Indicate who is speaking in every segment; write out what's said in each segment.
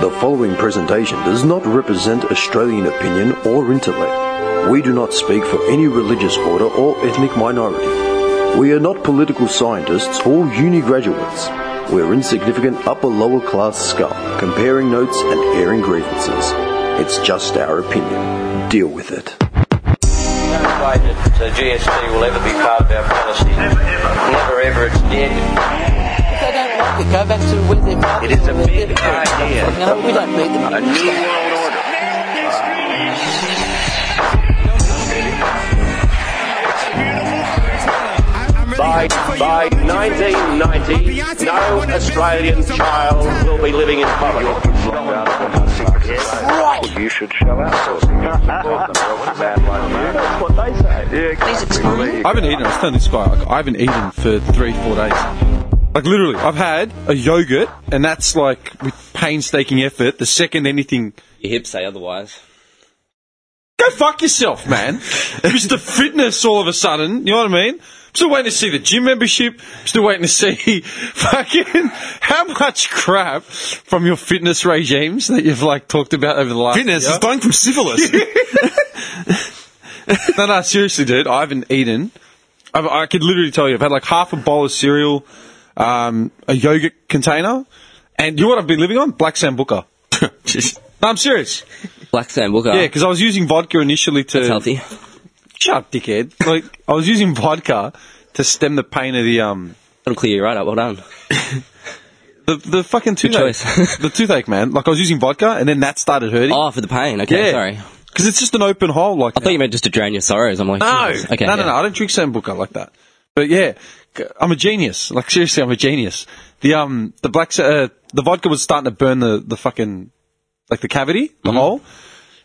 Speaker 1: The following presentation does not represent Australian opinion or intellect. We do not speak for any religious order or ethnic minority. We are not political scientists or uni graduates. We're insignificant upper lower class scum comparing notes and airing grievances. It's just our opinion. Deal with it.
Speaker 2: No way that uh, GST will ever be part of our policy. Never ever. Never ever. It's dead.
Speaker 3: If they don't like it, go back to where they're from.
Speaker 2: It is a
Speaker 3: Where
Speaker 2: big
Speaker 3: they're from.
Speaker 2: idea.
Speaker 3: You know, we don't need
Speaker 2: A
Speaker 3: them.
Speaker 2: new world order. By, by 1990, no Australian child will be living in poverty.
Speaker 3: Right.
Speaker 2: You should shell outsourcing. That's what they say.
Speaker 3: Please explain.
Speaker 4: I haven't eaten. I was telling this guy, like, I haven't eaten for three, four days. Like literally, I've had a yogurt, and that's like with painstaking effort. The second anything,
Speaker 5: Your hips say otherwise.
Speaker 4: go fuck yourself, man. Mr. Fitness, all of a sudden, you know what I mean? I'm still waiting to see the gym membership. I'm still waiting to see fucking how much crap from your fitness regimes that you've like talked about over the last
Speaker 6: Fitness
Speaker 4: year.
Speaker 6: is dying from syphilis.
Speaker 4: no, no, seriously, dude. I haven't eaten. I've, I could literally tell you, I've had like half a bowl of cereal, um, a yogurt container, and you know what I've been living on? Black Sambuca. No, I'm serious.
Speaker 5: Black Sam Booker.
Speaker 4: Yeah, because I was using vodka initially to.
Speaker 5: healthy.
Speaker 4: Shut up, dickhead. Like, I was using vodka to stem the pain of the, um,
Speaker 5: It'll clear you right up. Well done.
Speaker 4: the, the fucking toothache.
Speaker 5: choice.
Speaker 4: the toothache, man. Like, I was using vodka, and then that started hurting.
Speaker 5: Oh, for the pain. Okay,
Speaker 4: yeah.
Speaker 5: sorry.
Speaker 4: Because it's just an open hole, like.
Speaker 5: I thought you meant just to drown your sorrows. I'm like,
Speaker 4: No,
Speaker 5: Jesus. Okay,
Speaker 4: no, no,
Speaker 5: yeah.
Speaker 4: no. I don't drink sambuca like that. But yeah, c- I'm a genius. Like seriously, I'm a genius. The um, the black, sa- uh, the vodka was starting to burn the the fucking like the cavity,
Speaker 5: Mm-hmm.
Speaker 4: the hole.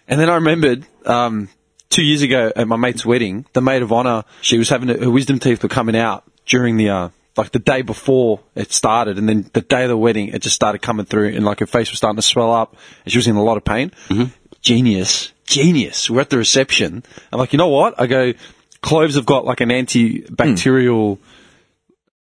Speaker 4: And then I remembered um, two years ago at my mate's wedding, the maid of honor, she was having her wisdom teeth were coming out during the uh, like the day before it started, and then the day of the wedding, it just started coming through, and like her face was starting to swell up, and she was in a lot of pain. Genius, genius. We're at the reception. I'm like, you know what? I go, cloves have got like an antibacterial.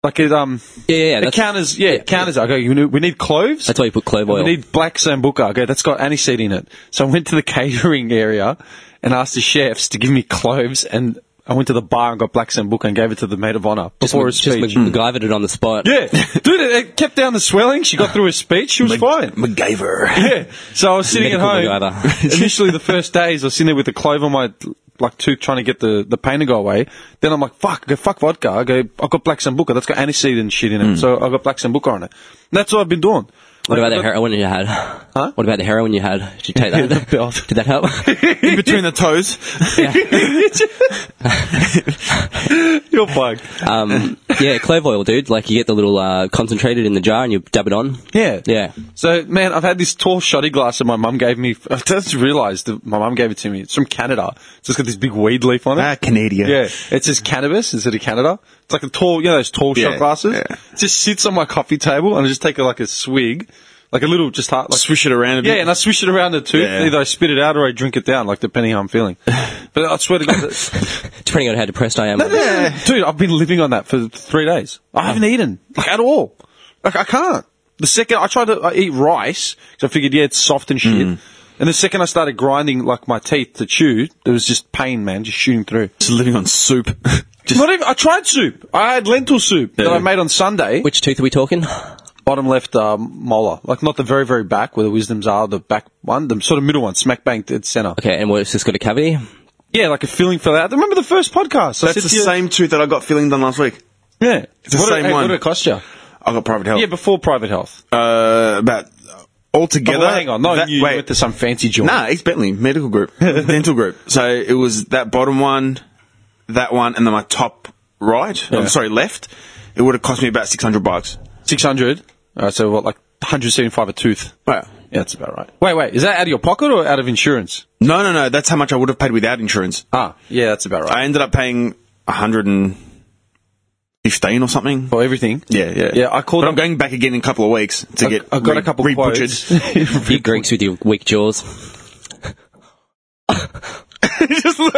Speaker 4: Like it, um,
Speaker 5: Yeah, yeah, yeah,
Speaker 4: it
Speaker 5: that's-
Speaker 4: counters, yeah, it counters. I go, you know, we need cloves.
Speaker 5: That's why you put clove oil.
Speaker 4: We need black sambuca. I go, that's got aniseed in it. So I went to the catering area and asked the chefs to give me cloves and I went to the bar and got black sambuca and gave it to the maid of honor
Speaker 5: just
Speaker 4: before
Speaker 5: Mc-
Speaker 4: his
Speaker 5: just
Speaker 4: speech.
Speaker 5: Mc- MacGyvered it on the spot.
Speaker 4: yeah, dude, it, it kept down the swelling. She got through her speech. She was fine.
Speaker 6: MacGyver.
Speaker 4: Yeah. So I was sitting
Speaker 5: Medical
Speaker 4: at home.
Speaker 5: MacGyver.
Speaker 4: Initially, the first days, I was sitting there with the clove on my like tooth, trying to get the, the pain to go away. Then I'm like, fuck, I go, fuck vodka. I go, I've got black sambuca. That's got aniseed and shit in it. So I've got black sambuca on it. And that's what I've been doing.
Speaker 5: Hmm. What
Speaker 4: Like,
Speaker 5: about the
Speaker 4: that-
Speaker 5: heroin you had? Huh? What about the heroin you had? Did you take that?
Speaker 4: the belt.
Speaker 5: Did that help?
Speaker 6: In between the toes.
Speaker 4: You're bugged.
Speaker 5: um, yeah, clove oil, dude. Like you get the little uh, concentrated in the jar and you dab it on.
Speaker 4: Yeah.
Speaker 5: Yeah.
Speaker 4: So, man, I've had this tall shoddy glass that my mum gave me. I just realised that my mum gave it to me. It's from Canada. It's just got this big weed leaf on it.
Speaker 6: ah, Canadian.
Speaker 4: Yeah, it says cannabis instead of Canada. It's like a tall, you know, those tall
Speaker 6: Yeah,
Speaker 4: shot glasses.
Speaker 6: yeah.
Speaker 4: It just sits on my coffee table, and I just take a, like a swig, like a little, just heart, like
Speaker 6: Swish it around a
Speaker 4: Yeah,
Speaker 6: bit.
Speaker 4: and I swish it around the tooth.
Speaker 6: Yeah.
Speaker 4: Either I spit it out or I drink it down, like depending how I'm feeling. But I swear to God, that-
Speaker 5: Depending on how depressed I am.
Speaker 4: dude, I've been living on that for three days. I haven't eaten like at all. Like I can't. The second I tried to I eat rice, because I figured yeah, it's soft and shit.
Speaker 6: Mm.
Speaker 4: And the second I started grinding like my teeth to chew, there was just pain, man, just shooting through.
Speaker 6: Just living on soup. Just
Speaker 4: Not even. I tried soup. I had lentil soup that
Speaker 6: Yeah.
Speaker 4: I made on Sunday.
Speaker 5: Which tooth are we talking?
Speaker 4: bottom left
Speaker 6: uh,
Speaker 4: um, molar, like not the very very back where the wisdoms are, the back one, the sort of middle one, smack bang dead center.
Speaker 5: Okay, and what, it's just got a cavity?
Speaker 4: Yeah, like a feeling fell out. Remember the first podcast? I said
Speaker 6: That's the
Speaker 4: to you-
Speaker 6: same tooth that I got filling done last week.
Speaker 4: Yeah,
Speaker 6: It's the
Speaker 4: what did-
Speaker 6: same
Speaker 4: hey, What
Speaker 6: one.
Speaker 4: did it cost you?
Speaker 6: I got private health.
Speaker 4: Yeah, before private health.
Speaker 6: uh, about
Speaker 4: Oh,
Speaker 6: altogether.
Speaker 4: well, hang on, no,
Speaker 6: that-
Speaker 4: you
Speaker 6: wait.
Speaker 4: went to some fancy joint.
Speaker 6: Nah, East Bentley Medical Group, Dental Group. So it was that bottom one, that one, and then my top right.
Speaker 4: Yeah.
Speaker 6: I'm sorry, left. It would have cost me about six hundred bucks.
Speaker 4: six hundred. All right, so what, like one hundred seventy-five a tooth?
Speaker 6: Wow.
Speaker 4: Yeah, that's about right. Wait, wait, is that out of your pocket or out of insurance?
Speaker 6: No, no, no. That's how much I would have paid without insurance.
Speaker 4: Ah, yeah, that's about right.
Speaker 6: I ended up paying hundred and fifteen or something.
Speaker 4: For everything.
Speaker 6: Yeah, yeah,
Speaker 4: Yeah, I called
Speaker 6: But
Speaker 4: them-
Speaker 6: I'm going back again in a couple of weeks to get.
Speaker 4: I got
Speaker 6: re-
Speaker 4: a couple of
Speaker 6: re-butchered.
Speaker 4: quotes.
Speaker 5: you Greeks with your weak jaws.
Speaker 6: just, we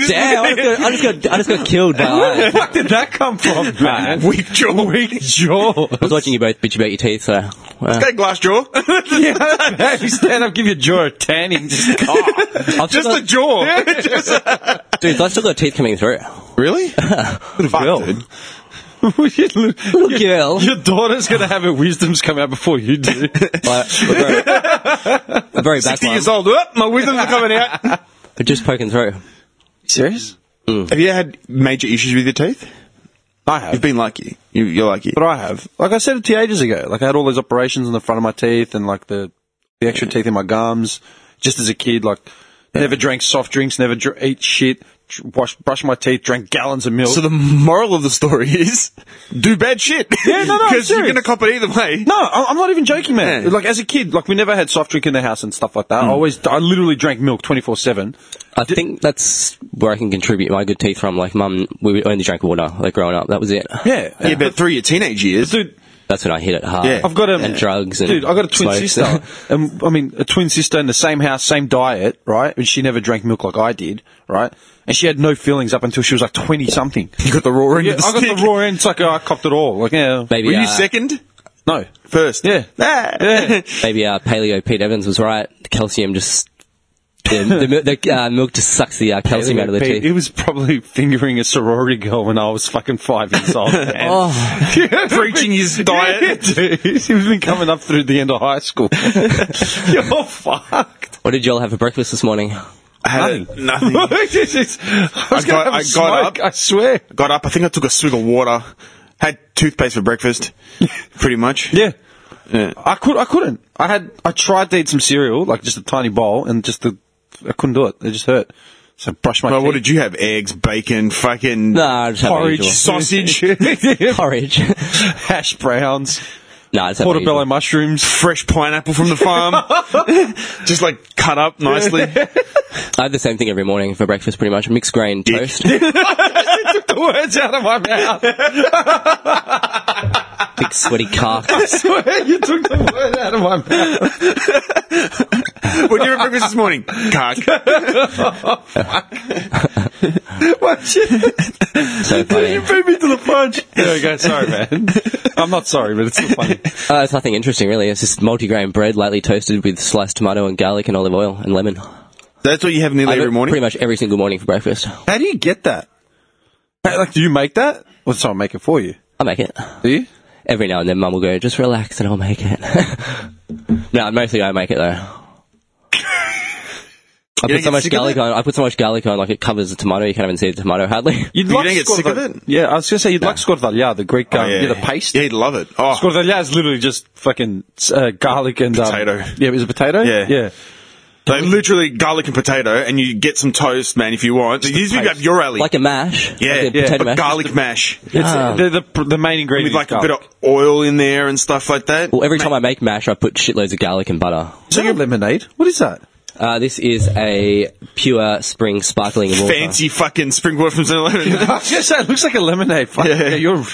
Speaker 6: just
Speaker 5: Damn, I just got, I just got, I just got killed by
Speaker 4: Where the fuck did that come from, man? Weak jaw. Weak jaw.
Speaker 5: I was watching you both bitch about your teeth, so. uh,
Speaker 6: Got a glass jaw.
Speaker 4: yeah, if you stand up, give your jaw a tan, you can just
Speaker 5: I've still
Speaker 6: just the
Speaker 5: got,
Speaker 6: jaw.
Speaker 5: dude, I've still got teeth coming through.
Speaker 6: Really? Fuck,
Speaker 4: girl.
Speaker 6: dude.
Speaker 4: Little
Speaker 5: Little girl.
Speaker 4: Your daughter's gonna have her wisdoms come out before you do.
Speaker 5: Like, a very, a very back
Speaker 6: 60
Speaker 5: one.
Speaker 6: years old. Oh, my wisdoms are coming out.
Speaker 5: They're just poking through.
Speaker 4: Serious?
Speaker 6: Have you had major issues with your teeth?
Speaker 4: I
Speaker 6: You've
Speaker 4: have.
Speaker 6: been lucky. You, you're lucky.
Speaker 4: But I have. Like I said it to you ages ago. Like I had all those operations in the front of my teeth and like the the extra teeth in my gums. Just as a kid, like never drank soft drinks, never dr- ate shit, dr- washed, brushed my teeth, drank gallons of milk.
Speaker 6: So the moral of the story is, do bad shit.
Speaker 4: Yeah, no, no, I'm
Speaker 6: Because you're
Speaker 4: serious.
Speaker 6: going to cop it either way.
Speaker 4: No, I- I'm not even joking, man.
Speaker 6: Yeah.
Speaker 4: Like as a kid, like we never had soft drink in the house and stuff like that. I always, I literally drank milk 24 seven.
Speaker 5: I think that's where I can contribute my good teeth from. Like, mum, we only drank water, like, growing up. That was it.
Speaker 4: Yeah,
Speaker 6: Yeah, but through your teenage years.
Speaker 4: dude.
Speaker 5: That's when I hit it hard.
Speaker 6: Yeah.
Speaker 4: I've got a
Speaker 5: And drugs and
Speaker 4: dude. I got a twin
Speaker 5: smokes.
Speaker 4: sister, and I mean a twin sister in the same house, same diet, right? And she never drank milk like I did, right? And she had no feelings up until she was like twenty something.
Speaker 6: You got the raw end
Speaker 4: Yeah,
Speaker 6: of the
Speaker 4: I got
Speaker 6: stick.
Speaker 4: the raw end. It's like oh, I copped it all. Like yeah,
Speaker 5: Maybe,
Speaker 6: Were
Speaker 5: uh,
Speaker 6: you second?
Speaker 4: no,
Speaker 6: First?
Speaker 4: yeah,
Speaker 6: Ah.
Speaker 4: yeah.
Speaker 5: maybe uh, paleo Pete Evans was right. The calcium just. The, the, mil- the uh, milk just sucks the uh, calcium out of the
Speaker 4: Pete,
Speaker 5: teeth.
Speaker 4: It was probably fingering a sorority girl when I was fucking five years old. Man.
Speaker 6: Preaching his diet.
Speaker 4: Dude, he's been coming up through the end of high school. You're fucked.
Speaker 5: What did y'all have for breakfast this morning?
Speaker 6: I had Uh, nothing.
Speaker 4: This is- I, was
Speaker 6: I
Speaker 4: gonna
Speaker 6: got-
Speaker 4: have a
Speaker 6: I got
Speaker 4: smoke,
Speaker 6: up.
Speaker 4: I swear.
Speaker 6: Got up. I think I took a swig of water. Had toothpaste for breakfast. Pretty much.
Speaker 4: Yeah.
Speaker 6: Yeah.
Speaker 4: I could. I couldn't. I had. I tried to eat some cereal, like just a tiny bowl, and just the. I couldn't do it. It just hurt. So I brushed my.
Speaker 6: Well, what
Speaker 4: teeth.
Speaker 6: did you have? Eggs, bacon, fucking
Speaker 5: No, I just had my
Speaker 6: porridge,
Speaker 5: usual.
Speaker 6: sausage,
Speaker 5: Porridge.
Speaker 4: Hash browns,
Speaker 5: no, I just had my
Speaker 4: portobello
Speaker 5: usual.
Speaker 4: mushrooms.
Speaker 6: fresh pineapple from the farm. Just like cut up nicely.
Speaker 5: I have the same thing every morning for breakfast, pretty much. Mixed grain toast.
Speaker 4: Took the words out of my mouth.
Speaker 5: Big sweaty cock.
Speaker 4: I swear, you took the word out of my mouth.
Speaker 6: What did you have for breakfast this morning? Cock.
Speaker 4: What shit?
Speaker 5: So funny.
Speaker 4: You beat me to the punch. There we go. Sorry, man. I'm not sorry, but it's still funny.
Speaker 5: Uh, it's nothing interesting, really. It's just multigrain bread lightly toasted with sliced tomato and garlic and olive oil and lemon.
Speaker 6: That's what you have nearly
Speaker 5: I have it
Speaker 6: every morning.
Speaker 5: Pretty much every single morning for breakfast.
Speaker 4: How do you get that? How- Like, do you make that? Well, someone make it for you?
Speaker 5: I make it.
Speaker 4: Do you?
Speaker 5: Every now and then, mum will go, just relax and I'll make it. no, mostly I make it, though. I put
Speaker 6: get
Speaker 5: so much
Speaker 6: sick of
Speaker 5: garlic
Speaker 6: it?
Speaker 5: on. I put so much garlic on, like it covers the tomato. You can't even see the tomato hardly.
Speaker 4: You'd
Speaker 6: You don't get sick of
Speaker 4: scordalia-
Speaker 6: it?
Speaker 4: Yeah, I was gonna say you'd like scordalia, the Greek um,
Speaker 6: Oh,
Speaker 4: yeah. the paste.
Speaker 6: Yeah, you'd love it. Oh,
Speaker 4: Scordalia is literally just fucking uh, garlic and um,
Speaker 6: Potato.
Speaker 4: yeah, is it potato?
Speaker 6: Yeah.
Speaker 4: yeah.
Speaker 6: they literally garlic and potato, and you get some toast, man, if you want. These would be
Speaker 4: paste.
Speaker 6: up your alley.
Speaker 5: Like a mash.
Speaker 6: yeah,
Speaker 5: Like a
Speaker 6: yeah,
Speaker 5: potato
Speaker 6: a
Speaker 5: mash. Ah.
Speaker 6: garlic mash.
Speaker 4: It's uh, the, the the main ingredient.
Speaker 6: Um, With
Speaker 4: is
Speaker 6: like a
Speaker 4: garlic.
Speaker 6: bit of oil in there and stuff like that.
Speaker 5: Well, every time I make mash, I put shitloads of garlic and butter.
Speaker 4: Is that a lemonade? What is that?
Speaker 5: Uh, this is a pure spring sparkling water.
Speaker 6: Fancy fucking spring water from 7-Eleven.
Speaker 4: I was gonna say it looks like a lemonade. Fuck, yeah. you're a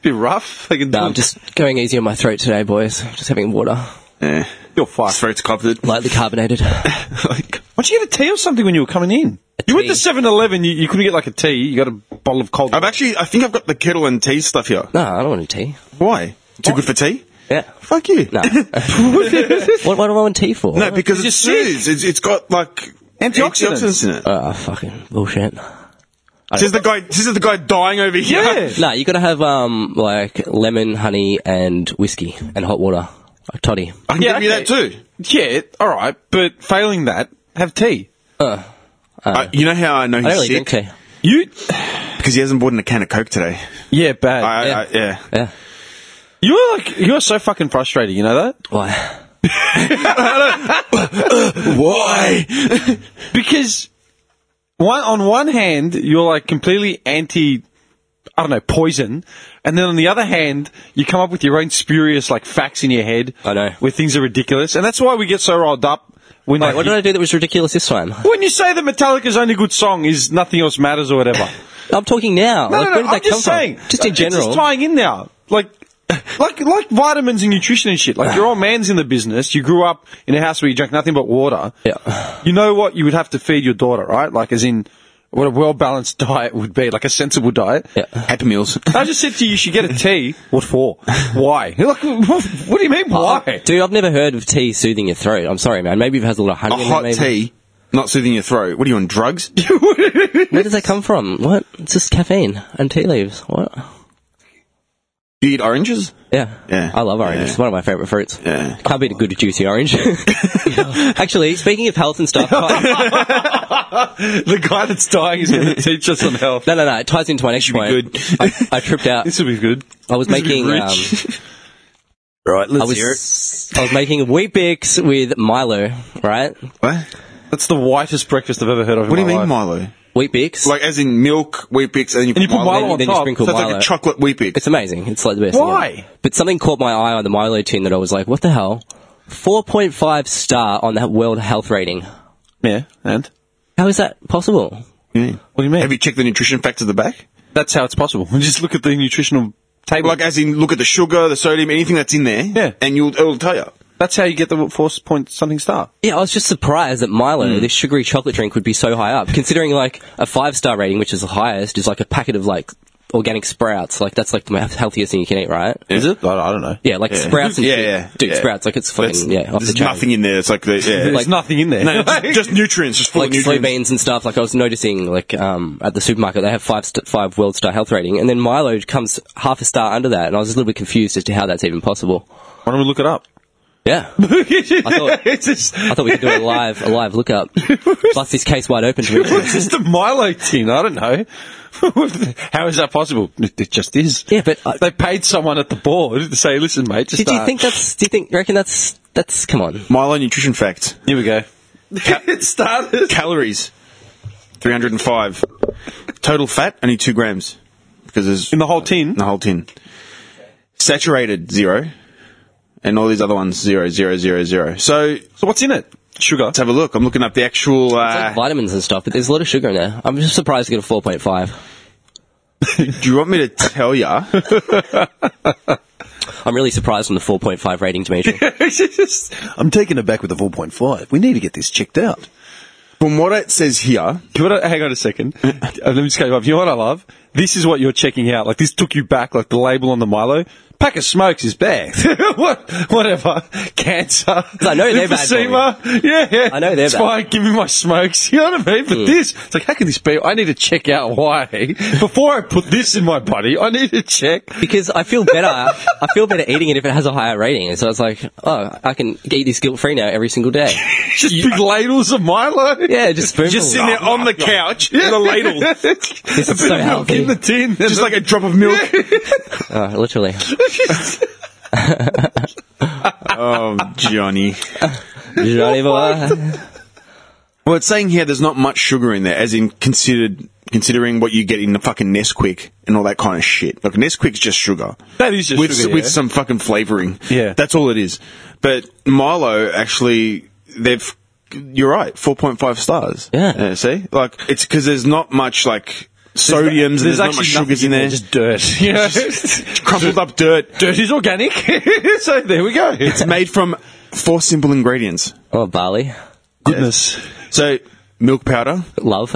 Speaker 4: bit rough. Like,
Speaker 5: No, I'm just going easy on my throat today, boys. Just having water,
Speaker 6: yeah.
Speaker 4: you're fucked.
Speaker 6: Throat's covered.
Speaker 5: lightly carbonated.
Speaker 6: like,
Speaker 4: Why'd you get a tea or something when you were coming in? You went
Speaker 5: tea.
Speaker 4: to 7-Eleven, you, you couldn't get like a tea. You got a bottle of cold.
Speaker 6: I've actually, I think I've got the kettle and tea stuff here.
Speaker 5: no, I don't want any tea.
Speaker 6: Why? Too good for tea?
Speaker 5: Yeah.
Speaker 6: Fuck you.
Speaker 5: No. what, what do I want tea for?
Speaker 6: No, because it
Speaker 4: It's just
Speaker 6: soothes. It's, it's got like
Speaker 4: Antioxidants.
Speaker 6: in it.
Speaker 5: Ah, fucking bullshit.
Speaker 6: This is the guy. This is the guy dying over here.
Speaker 4: yeah.
Speaker 5: No, you gotta have, um, like, lemon, honey, and whiskey, and hot water. Like toddy.
Speaker 6: I can
Speaker 4: Yeah,
Speaker 6: give you
Speaker 4: okay.
Speaker 6: that too.
Speaker 4: Yeah, all right, but failing that, have tea.
Speaker 6: I- Uh, you know how I know
Speaker 5: I
Speaker 6: he's
Speaker 5: Uh, don't really
Speaker 6: sick
Speaker 5: drink tea.
Speaker 4: You,
Speaker 6: because he hasn't bought in a can of Coke today.
Speaker 4: yeah, bad.
Speaker 6: I,
Speaker 5: Yeah.
Speaker 6: yeah. I, yeah.
Speaker 5: Yeah.
Speaker 4: you're like you're so fucking frustrated. You know that
Speaker 5: Why?
Speaker 6: Why?
Speaker 4: because one on one hand you're like completely anti, I don't know, poison, and then on the other hand you come up with your own spurious like facts in your head.
Speaker 5: I know.
Speaker 4: where things are ridiculous, and that's why we get so rolled up when
Speaker 5: Wait,
Speaker 4: like,
Speaker 5: what did I do that was ridiculous this time?
Speaker 4: when you say that Metallica's only good song is Nothing Else Matters or whatever.
Speaker 5: I'm talking now.
Speaker 4: No,
Speaker 5: like,
Speaker 4: no,
Speaker 5: where
Speaker 4: no.
Speaker 5: did that
Speaker 4: I'm just
Speaker 5: come
Speaker 4: saying.
Speaker 5: from? Just in
Speaker 4: It's
Speaker 5: general.
Speaker 4: tying in now. Like, like like vitamins and nutrition and shit. Like your old man's in the business. You grew up in a house where you drank nothing but water.
Speaker 5: Yeah.
Speaker 4: You know what you would have to feed your daughter, right? Like as in what a well balanced diet would be, like a sensible diet.
Speaker 5: Yeah.
Speaker 6: Happy meals.
Speaker 4: I just said to you, you should get a tea. What for? Uh, Why? You're like, what, what do you mean, why?
Speaker 5: Dude, I've never heard of tea soothing your throat. I'm sorry, man. Maybe it has a lot of honey
Speaker 6: A
Speaker 5: in it.
Speaker 6: hot
Speaker 5: maybe.
Speaker 6: tea, not soothing your throat. What are you on drugs?
Speaker 5: Where does that come from? What? It's just caffeine and tea leaves. What?
Speaker 6: You eat oranges?
Speaker 5: Yeah.
Speaker 6: Yeah.
Speaker 5: I love oranges.
Speaker 6: Yeah.
Speaker 5: It's one of my favourite fruits.
Speaker 6: Yeah.
Speaker 5: Can't beat a good juicy orange. Actually, speaking of health and stuff, no,
Speaker 4: The guy that's dying is going to teach us on health.
Speaker 5: no, no, it ties into my next
Speaker 6: be
Speaker 5: point.
Speaker 6: good.
Speaker 5: I, I tripped out.
Speaker 4: This will be good.
Speaker 5: I was
Speaker 4: this will be
Speaker 5: making, um,
Speaker 4: rich.
Speaker 1: Right,
Speaker 5: I
Speaker 1: let's hear it.
Speaker 5: was, I was making wheat bix with Milo, right?
Speaker 6: What?
Speaker 4: That's the whitest breakfast I've ever heard of. in
Speaker 6: What do you
Speaker 4: my
Speaker 6: mean
Speaker 4: life.
Speaker 6: Milo?
Speaker 5: Wheat bix.
Speaker 6: Like as in milk, wheat bix, and you put,
Speaker 4: And you put Milo
Speaker 5: then,
Speaker 4: on
Speaker 5: then you
Speaker 4: top.
Speaker 5: sprinkle
Speaker 6: So it's
Speaker 5: Milo.
Speaker 6: like a chocolate wheat bix.
Speaker 5: It's amazing. It's like the best. thing
Speaker 4: Why?
Speaker 5: ever. But something caught my eye on the Milo tin that I was like, what the hell? 4.5 star on that world health rating.
Speaker 4: Yeah, and
Speaker 5: How is that possible?
Speaker 4: what do you mean?
Speaker 6: Have you checked the nutrition facts at the back?
Speaker 4: That's how it's possible. Just look at the nutritional table.
Speaker 6: Like as in look at the sugar, the sodium, anything that's in there.
Speaker 4: Yeah.
Speaker 6: And you'll it'll tell you.
Speaker 4: That's how you get the force point something star.
Speaker 5: Yeah, I was just surprised that Milo,
Speaker 6: Hmm.
Speaker 5: this sugary chocolate drink, would be so high up, considering like a five star rating, which is the highest, is like a packet of like organic sprouts. Like that's like the most healthiest thing you can eat, right?
Speaker 4: Is it? I, I don't know.
Speaker 5: Yeah, like sprouts and
Speaker 6: Yeah,
Speaker 5: shit.
Speaker 6: yeah,
Speaker 5: dude,
Speaker 6: yeah.
Speaker 5: sprouts. Like it's fucking
Speaker 6: That's-
Speaker 5: yeah, off the
Speaker 6: There's
Speaker 5: chain.
Speaker 6: nothing in there. It's like the yeah.
Speaker 4: There's
Speaker 5: Like-
Speaker 4: nothing in there.
Speaker 6: no, just, just nutrients, just full
Speaker 5: like
Speaker 6: of nutrients.
Speaker 5: soybeans and stuff. Like I was noticing, like um, at the supermarket, they have five st- five world star health rating, and then Milo comes half a star under that, and I was a little bit confused as to how that's even possible.
Speaker 4: Why don't we look it up?
Speaker 5: Yeah,
Speaker 4: it's just,
Speaker 5: I thought we could do a live a live look up. Bust this case wide open. To
Speaker 4: it's just a Milo tin. I don't know. how is that possible? It, it just is.
Speaker 5: Yeah, but I-
Speaker 4: they paid someone at the board to say, "Listen, mate, just
Speaker 5: Did you
Speaker 4: uh,
Speaker 5: think that's? Do you think? Reckon that's? That's come on.
Speaker 6: Milo nutrition facts.
Speaker 4: Here we go. it started.
Speaker 6: Calories, 305. Total fat, only two grams. Because there's
Speaker 4: In the whole tin?
Speaker 6: In the whole tin. Saturated, zero. And all these other ones, zero, zero, zero, zero. So let's
Speaker 4: So what's in it? Sugar.
Speaker 6: have a look. I'm looking up the actual.
Speaker 5: It's
Speaker 6: Uh,
Speaker 5: like vitamins and stuff, but there's a lot of sugar in there. I'm just surprised to get a 4.5.
Speaker 6: do you want me to tell ya?
Speaker 5: I'm really surprised on the 4.5 rating, Dimitri.
Speaker 1: I'm taken aback with the 4.5. We need to get this checked out.
Speaker 6: From what it says here,
Speaker 4: You know what I- hang on a second. Uh, Let me just go up. You know what I love? This is what you're checking out. Like this took you back. Like the label on the Milo. Pack of smokes is bad. what? Whatever. Cancer.
Speaker 5: I know they're bad for you.
Speaker 4: Emphysema. Yeah, yeah.
Speaker 5: I know they're
Speaker 4: it's
Speaker 5: bad. Hmm.
Speaker 4: fine. Give me my smokes. You know what I mean? But this, it's like, how can this be? I need to check out why before I put this in my body. I need to check.
Speaker 5: because I feel better. I feel better eating it if it has a higher rating. So it's like, oh, I can eat this guilt free now every single day.
Speaker 4: Just big ladles of Milo.
Speaker 5: Yeah, just spoonful.
Speaker 6: just sitting there on the couch with a ladle,
Speaker 4: this
Speaker 5: is so healthy.
Speaker 4: in the tin.
Speaker 6: just like a drop of milk.
Speaker 5: Oh, literally.
Speaker 6: Oh, Johnny.
Speaker 5: Johnny boy.
Speaker 6: Well, it's saying here there's not much sugar in there, as in considered considering what you get in the fucking Nesquik and all that kind of shit. Like Nesquik's just sugar.
Speaker 4: That is just
Speaker 6: with,
Speaker 4: sugar,
Speaker 6: with
Speaker 4: yeah.
Speaker 6: some fucking flavoring.
Speaker 4: Yeah.
Speaker 6: that's all it is. But Milo actually, they've. You're right, four point five stars.
Speaker 5: Yeah.
Speaker 6: see, like it's because there's not much like sodiums. and there's not much sugars
Speaker 4: nothing
Speaker 6: in there.
Speaker 4: Just dirt. You know? Just
Speaker 6: crumpled up dirt.
Speaker 4: Dirt is organic. so there we go.
Speaker 6: It's made from four simple ingredients.
Speaker 5: Oh, barley.
Speaker 4: goodness.
Speaker 6: So milk powder,
Speaker 5: Love.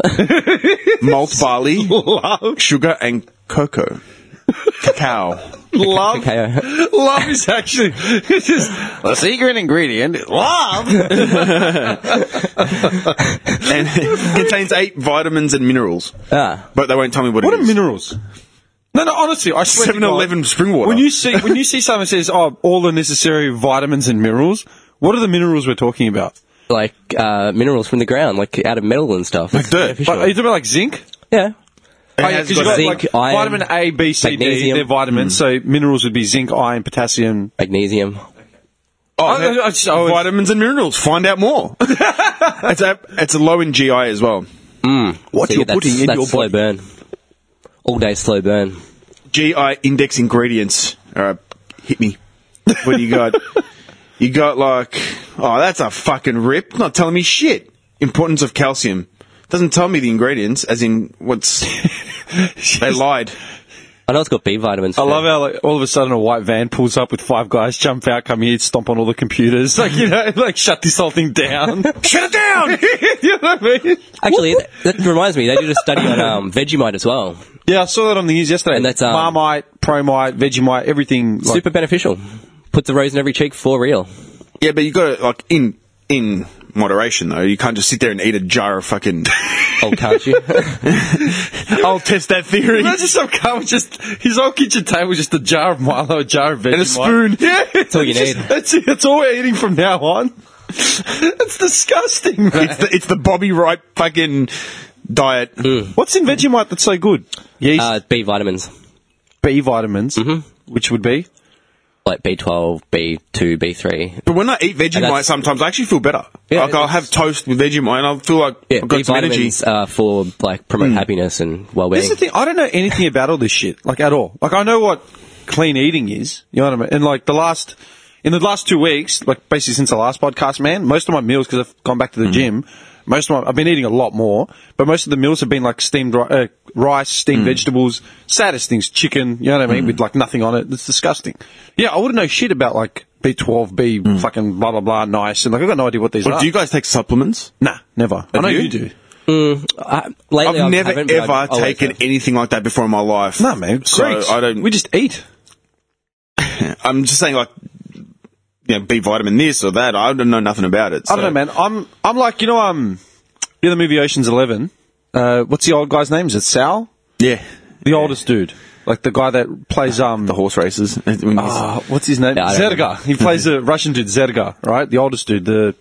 Speaker 6: malt barley,
Speaker 4: Love.
Speaker 6: sugar, and cocoa, cacao.
Speaker 4: Love.
Speaker 5: KO.
Speaker 4: Love is actually it's just a secret ingredient. is Love.
Speaker 6: and it contains eight vitamins and minerals.
Speaker 5: Ah.
Speaker 6: But they won't tell me what,
Speaker 4: What
Speaker 6: it
Speaker 4: are
Speaker 6: is.
Speaker 4: minerals? No, no. Honestly, I swear. to God,
Speaker 6: 7-Eleven spring water.
Speaker 4: When you see when you see someone says, "Oh, all the necessary vitamins and minerals," what are the minerals we're talking about?
Speaker 5: Like uh, minerals from the ground, like out of metal and stuff. Like
Speaker 6: dirt.
Speaker 4: Like, are you talking about like zinc?
Speaker 5: Yeah.
Speaker 6: It
Speaker 4: Oh, yeah,
Speaker 6: has
Speaker 4: 'cause you
Speaker 6: got
Speaker 4: got
Speaker 5: zinc,
Speaker 4: like
Speaker 5: iron,
Speaker 4: vitamin A, B, C, D.
Speaker 5: magnesium.
Speaker 4: They're
Speaker 6: Hmm.
Speaker 4: vitamins, so minerals would be zinc, iron, potassium.
Speaker 5: Magnesium.
Speaker 6: Oh,
Speaker 4: I- I- I just- I always-
Speaker 6: vitamins and minerals. Find out more. it's, a, it's a low in GI as well.
Speaker 1: What
Speaker 5: So yeah,
Speaker 1: you're
Speaker 5: that's,
Speaker 1: putting in
Speaker 5: that's
Speaker 1: your
Speaker 5: slow
Speaker 1: body.
Speaker 5: burn. All day slow burn.
Speaker 6: GI index ingredients. All right, hit me. What do you got? you got like, oh, that's a fucking rip. Not telling me shit. Importance of calcium. Doesn't tell me the ingredients, as in what's. they lied.
Speaker 5: I know it's got B vitamins.
Speaker 4: I love how like, all of a sudden a white van pulls up with five guys, jump out, come here, stomp on all the computers, like you know, like shut this whole thing down.
Speaker 6: Shut it down!
Speaker 4: you know what I mean?
Speaker 5: Actually, that, that reminds me, they did a study on um, Vegemite as well.
Speaker 4: Yeah, I saw that on the news yesterday.
Speaker 5: And that's, um,
Speaker 4: Marmite, Promite, Vegemite, everything. Like,
Speaker 5: Super beneficial. Puts a rose in every cheek for real.
Speaker 6: Yeah, but you got to like in in moderation though. You can't just sit there and eat a jar of fucking.
Speaker 5: Oh, can't you?
Speaker 6: I'll test that theory.
Speaker 4: Imagine some guy with just his whole kitchen table, just a jar of Milo, a jar of Vegemite,
Speaker 6: And a spoon.
Speaker 4: Yeah, that's
Speaker 5: all you need.
Speaker 4: That's it. That's all we're eating from now on. It's disgusting, man.
Speaker 6: It's the it's the Bobby Wright fucking diet.
Speaker 5: Mm.
Speaker 4: What's in Vegemite that's so good? Yeast,
Speaker 5: uh, mm-hmm. B vitamins.
Speaker 4: B vitamins, which would be
Speaker 5: Like B12, B2, B3.
Speaker 6: But when I eat Vegemite,
Speaker 5: that's-
Speaker 6: sometimes I actually feel better.
Speaker 5: Yeah,
Speaker 6: like I'll
Speaker 5: that's-
Speaker 6: have toast with Vegemite, and I'll feel like
Speaker 5: Yeah,
Speaker 6: I've
Speaker 5: B
Speaker 6: got some energy.
Speaker 5: vitamins uh, for like promote happiness and well
Speaker 4: This
Speaker 5: being.
Speaker 4: is the thing. I don't know anything about all this shit, like at all. Like I know what clean eating is. You know what I mean? And like the last, in the last two weeks, like basically since the last podcast, man, most of my meals because I've gone back to the
Speaker 6: Mm.
Speaker 4: gym. Most of my, I've been eating a lot more, but most of the meals have been like steamed ri- uh, rice,
Speaker 6: Mm.
Speaker 4: steamed vegetables, saddest things, chicken. You know what I mean? With like nothing on it. It's disgusting. Yeah, I wouldn't know shit about like B twelve, B fucking blah blah blah, nice, and like I've got no idea what these
Speaker 6: But
Speaker 4: are.
Speaker 6: Mm. do you guys take supplements?
Speaker 4: nah, never. I know
Speaker 6: you?
Speaker 4: you do.
Speaker 5: I, lately,
Speaker 6: I've
Speaker 5: I
Speaker 6: never
Speaker 5: haven't, but
Speaker 6: ever
Speaker 5: I've always
Speaker 6: taken
Speaker 5: have.
Speaker 6: anything like that before in my life.
Speaker 4: Nah, man.
Speaker 6: So
Speaker 4: Greeks.
Speaker 6: I don't.
Speaker 4: We just eat.
Speaker 6: I'm just saying, like, you know, B vitamin this or that. I don't know nothing about it.
Speaker 4: I don't know, man. I'm I'm like you know um, you know the movie Ocean's Eleven. Uh, what's the old guy's name? Is it Sal?
Speaker 6: Yeah,
Speaker 4: The oldest dude, like the guy that plays um.
Speaker 6: the horse races. When you-
Speaker 4: Ah, what's his name?
Speaker 5: Yeah, I don't
Speaker 4: Zerga. He plays the Russian dude Zerga, right? The oldest dude, the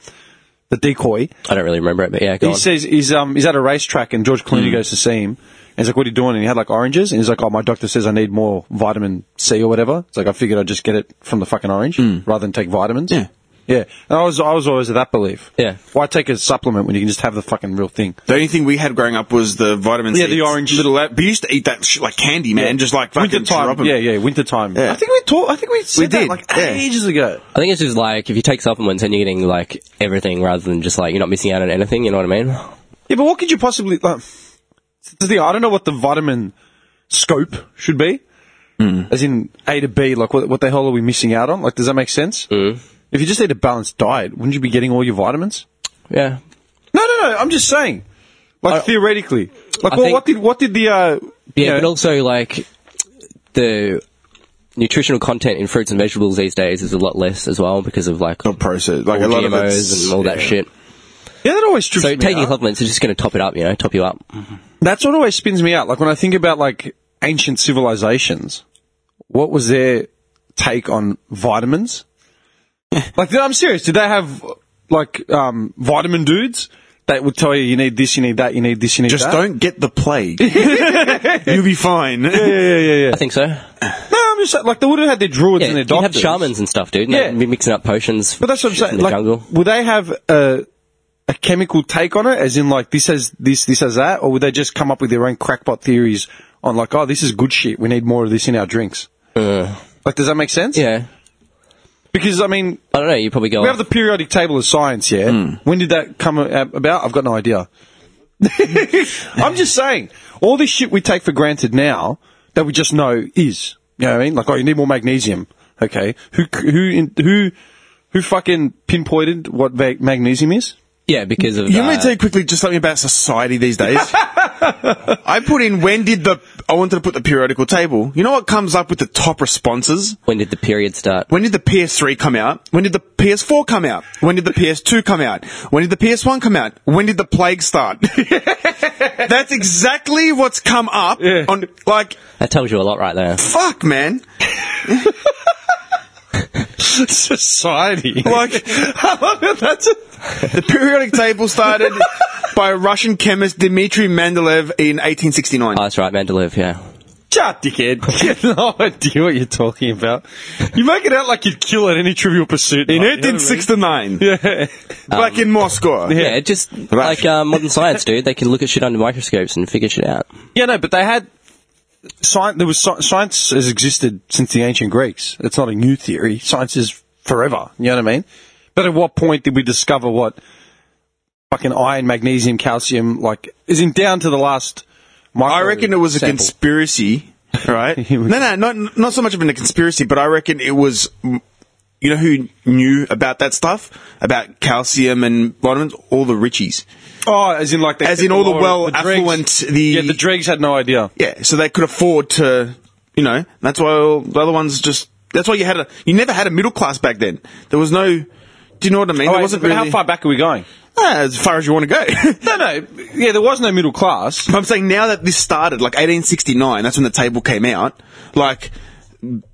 Speaker 4: the decoy.
Speaker 5: I don't really remember it, but yeah, go
Speaker 4: He
Speaker 5: on.
Speaker 4: says he's um he's at a racetrack and George
Speaker 6: Hmm.
Speaker 4: Clooney goes to see him. And he's like, "What are you doing?" And he had like oranges, and he's like, "Oh, my doctor says I need more vitamin C or whatever." It's like I figured I'd just get it from the fucking orange rather than take vitamins.
Speaker 6: Hmm. Yeah.
Speaker 4: yeah. And I was I was always of that belief.
Speaker 5: Yeah.
Speaker 4: Why take a supplement when you can just have the fucking real thing?
Speaker 6: The only thing we had growing up was the vitamin C.
Speaker 4: Yeah, the orange.
Speaker 6: little. lab- We used to eat that shit like candy, man. Just like fucking
Speaker 4: winter time.
Speaker 6: drop 'em.
Speaker 4: Yeah, yeah, winter time.
Speaker 6: Yeah.
Speaker 4: I think we talked. I think we said
Speaker 6: We
Speaker 4: that
Speaker 6: did,
Speaker 4: like
Speaker 6: yeah.
Speaker 4: ages ago.
Speaker 5: I think it's just like if you take supplements and you're getting like everything rather than just like you're not missing out on anything. You know what I mean?
Speaker 4: Yeah, but what could you possibly? Like, this is the thing, I don't know what the vitamin scope should be,
Speaker 5: Hmm.
Speaker 4: as in A to B. Like, what, what the hell are we missing out on? Like, does that make sense?
Speaker 5: Hmm.
Speaker 4: If you just eat a balanced diet, wouldn't you be getting all your vitamins?
Speaker 5: Yeah.
Speaker 4: No, no, no. I'm just saying, like theoretically. Like,
Speaker 5: I
Speaker 4: well,
Speaker 5: think-
Speaker 4: what did what did the uh,
Speaker 5: Yeah,
Speaker 4: you know-
Speaker 5: but also like the nutritional content in fruits and vegetables these days is a lot less as well because of like all
Speaker 6: Not processed. Like a lot of it's
Speaker 5: GMOs and all that shit.
Speaker 4: yeah, that always trips
Speaker 5: So
Speaker 4: me
Speaker 5: taking
Speaker 4: out.
Speaker 5: supplements is just going to top it up, you know, top you up.
Speaker 4: That's what always spins me out. Like when I think about like ancient civilizations, what was their take on vitamins? like I'm serious. Did they have like um, vitamin dudes that would tell you you need this, you need that, you need this, you need
Speaker 6: Just
Speaker 4: that?
Speaker 6: don't get the plague. You'll be fine.
Speaker 5: I think so.
Speaker 4: No, I'm just saying, like they would have had their druids
Speaker 5: Yeah,
Speaker 4: and
Speaker 5: you
Speaker 4: their
Speaker 5: would have
Speaker 4: doctors.
Speaker 5: shamans and stuff, dude. and
Speaker 4: Yeah.
Speaker 5: they'd be mixing up potions.
Speaker 4: But that's what I'm
Speaker 5: shit
Speaker 4: saying.
Speaker 5: In the
Speaker 4: Like,
Speaker 5: jungle.
Speaker 4: would they have a, a chemical take on it, as in like this has this, this has that, or would they just come up with their own crackpot theories on like, oh, this is good shit. We need more of this in our drinks. Like, does that make sense?
Speaker 5: Uh. Yeah.
Speaker 4: Because I mean,
Speaker 5: I don't know. You probably go.
Speaker 4: we have the periodic table of science. Yeah, when did that come a- about? I've got no idea. I'm just saying, all this shit we take for granted now that we just know is. You know what I mean? Like, oh, you need more magnesium. Okay, who c- who in, who who fucking pinpointed what va- magnesium is?
Speaker 5: yeah, because of.
Speaker 6: You
Speaker 5: uh,
Speaker 6: want me to tell you quickly just something about society these days? I put in when did the I wanted to put the periodical table. You know what comes up with the top responses?
Speaker 5: when did the period start?
Speaker 6: When did the PS3 come out? When did the PS4 come out? When did the PS2 come out? When did the PS1 come out? When did the plague start? That's exactly what's come up on like
Speaker 5: That tells you a lot, right there.
Speaker 6: fuck man.
Speaker 4: Society.
Speaker 6: Like
Speaker 4: That's a,
Speaker 6: the periodic table started by Russian chemist Dmitry Mendeleev in 1869.
Speaker 5: Oh, that's right, Mandeliv. Yeah.
Speaker 4: Shut, dickhead. You have no idea what you're talking about. You make it out like you'd kill at any trivial pursuit. like,
Speaker 6: in
Speaker 4: you know what I mean?
Speaker 6: 1869. Back in Moscow.
Speaker 5: Yeah, it just like uh, modern science, dude. They can look at shit under microscopes and figure shit out.
Speaker 4: Yeah, no, but they had science. There was sci- science has existed since the ancient Greeks. It's not a new theory. Science is forever. You know what I mean? But at what point did we discover what fucking iron, magnesium, calcium, like, is in down to the last? Micro
Speaker 6: I reckon it was a
Speaker 4: sample.
Speaker 6: conspiracy right?
Speaker 4: Here
Speaker 6: no,
Speaker 4: we
Speaker 6: no, not not so much of a conspiracy, but I reckon it was. mm, You know who knew about that stuff about calcium and vitamins? All the richies.
Speaker 4: Oh, as in like the,
Speaker 6: As in all the well affluent, the-
Speaker 4: yeah the dregs had no idea.
Speaker 6: Yeah, so they could afford to, you know. That's why all the other ones just. That's why you had a. You never had a middle class back then. There was no. Do you know what I mean?
Speaker 4: Oh,
Speaker 6: there
Speaker 4: wait,
Speaker 6: wasn't
Speaker 4: but
Speaker 6: really.
Speaker 4: How far back are we going?
Speaker 6: Ah, as far as you want to go.
Speaker 4: No, no, yeah, there was no middle class.
Speaker 6: But I'm saying now that this started, like 1869, that's when the table came out. Like,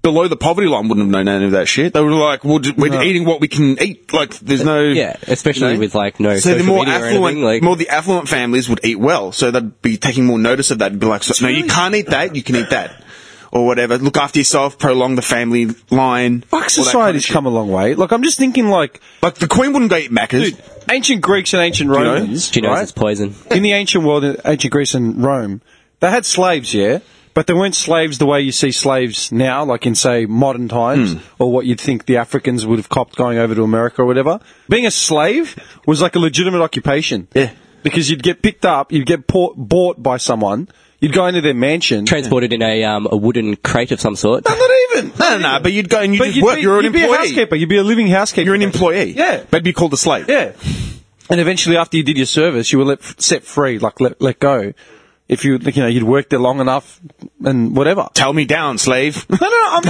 Speaker 6: below the poverty line wouldn't have known any of that shit. They were like, we're, just, we're eating what we can eat. Like, there's no.
Speaker 5: Yeah, especially
Speaker 6: you know?
Speaker 5: with, like, no
Speaker 6: So the
Speaker 5: social
Speaker 6: more
Speaker 5: media or
Speaker 6: affluent,
Speaker 5: anything, like-
Speaker 6: more the affluent families would eat well. So they'd be taking more notice of that. and Be like, so, no, you can't eat that. You can eat that. Or whatever. Look after yourself. Prolong the family
Speaker 4: Fuck,
Speaker 6: line. all that kind of
Speaker 4: society's
Speaker 6: shit.
Speaker 4: come a long way. Like I'm just thinking, like
Speaker 6: Like, the queen wouldn't go eat Macca's.
Speaker 4: dude, ancient Greeks and ancient
Speaker 6: know?
Speaker 4: Romans,
Speaker 5: She knows
Speaker 4: right?
Speaker 5: it's poison.
Speaker 4: in the ancient world, in ancient Greece and Rome, they had slaves, yeah, but they weren't slaves the way you see slaves now, like in say modern
Speaker 6: Hmm.
Speaker 4: times, or what you'd think the Africans would have copped going over to America or whatever. Being a slave was like a legitimate occupation,
Speaker 6: Yeah.
Speaker 4: because you'd get picked up, you'd get port- bought by someone, you'd go into their mansion.
Speaker 5: Transported in a, um, a wooden crate of some sort.
Speaker 4: No, not even.
Speaker 6: No, no, no, but you'd go and you
Speaker 4: But
Speaker 6: just
Speaker 4: you'd
Speaker 6: work.
Speaker 4: be,
Speaker 6: you're an
Speaker 4: you'd
Speaker 6: employee.
Speaker 4: be a housekeeper. You'd be a living housekeeper.
Speaker 6: You're an employee.
Speaker 4: Yeah.
Speaker 6: But be called a slave.
Speaker 4: Yeah. And eventually, after you did your service, you were let, set free, like let, let go. If you, like, you know, you'd worked there long enough and whatever.
Speaker 6: Tell me down, slave.
Speaker 4: No, no, no, I'm,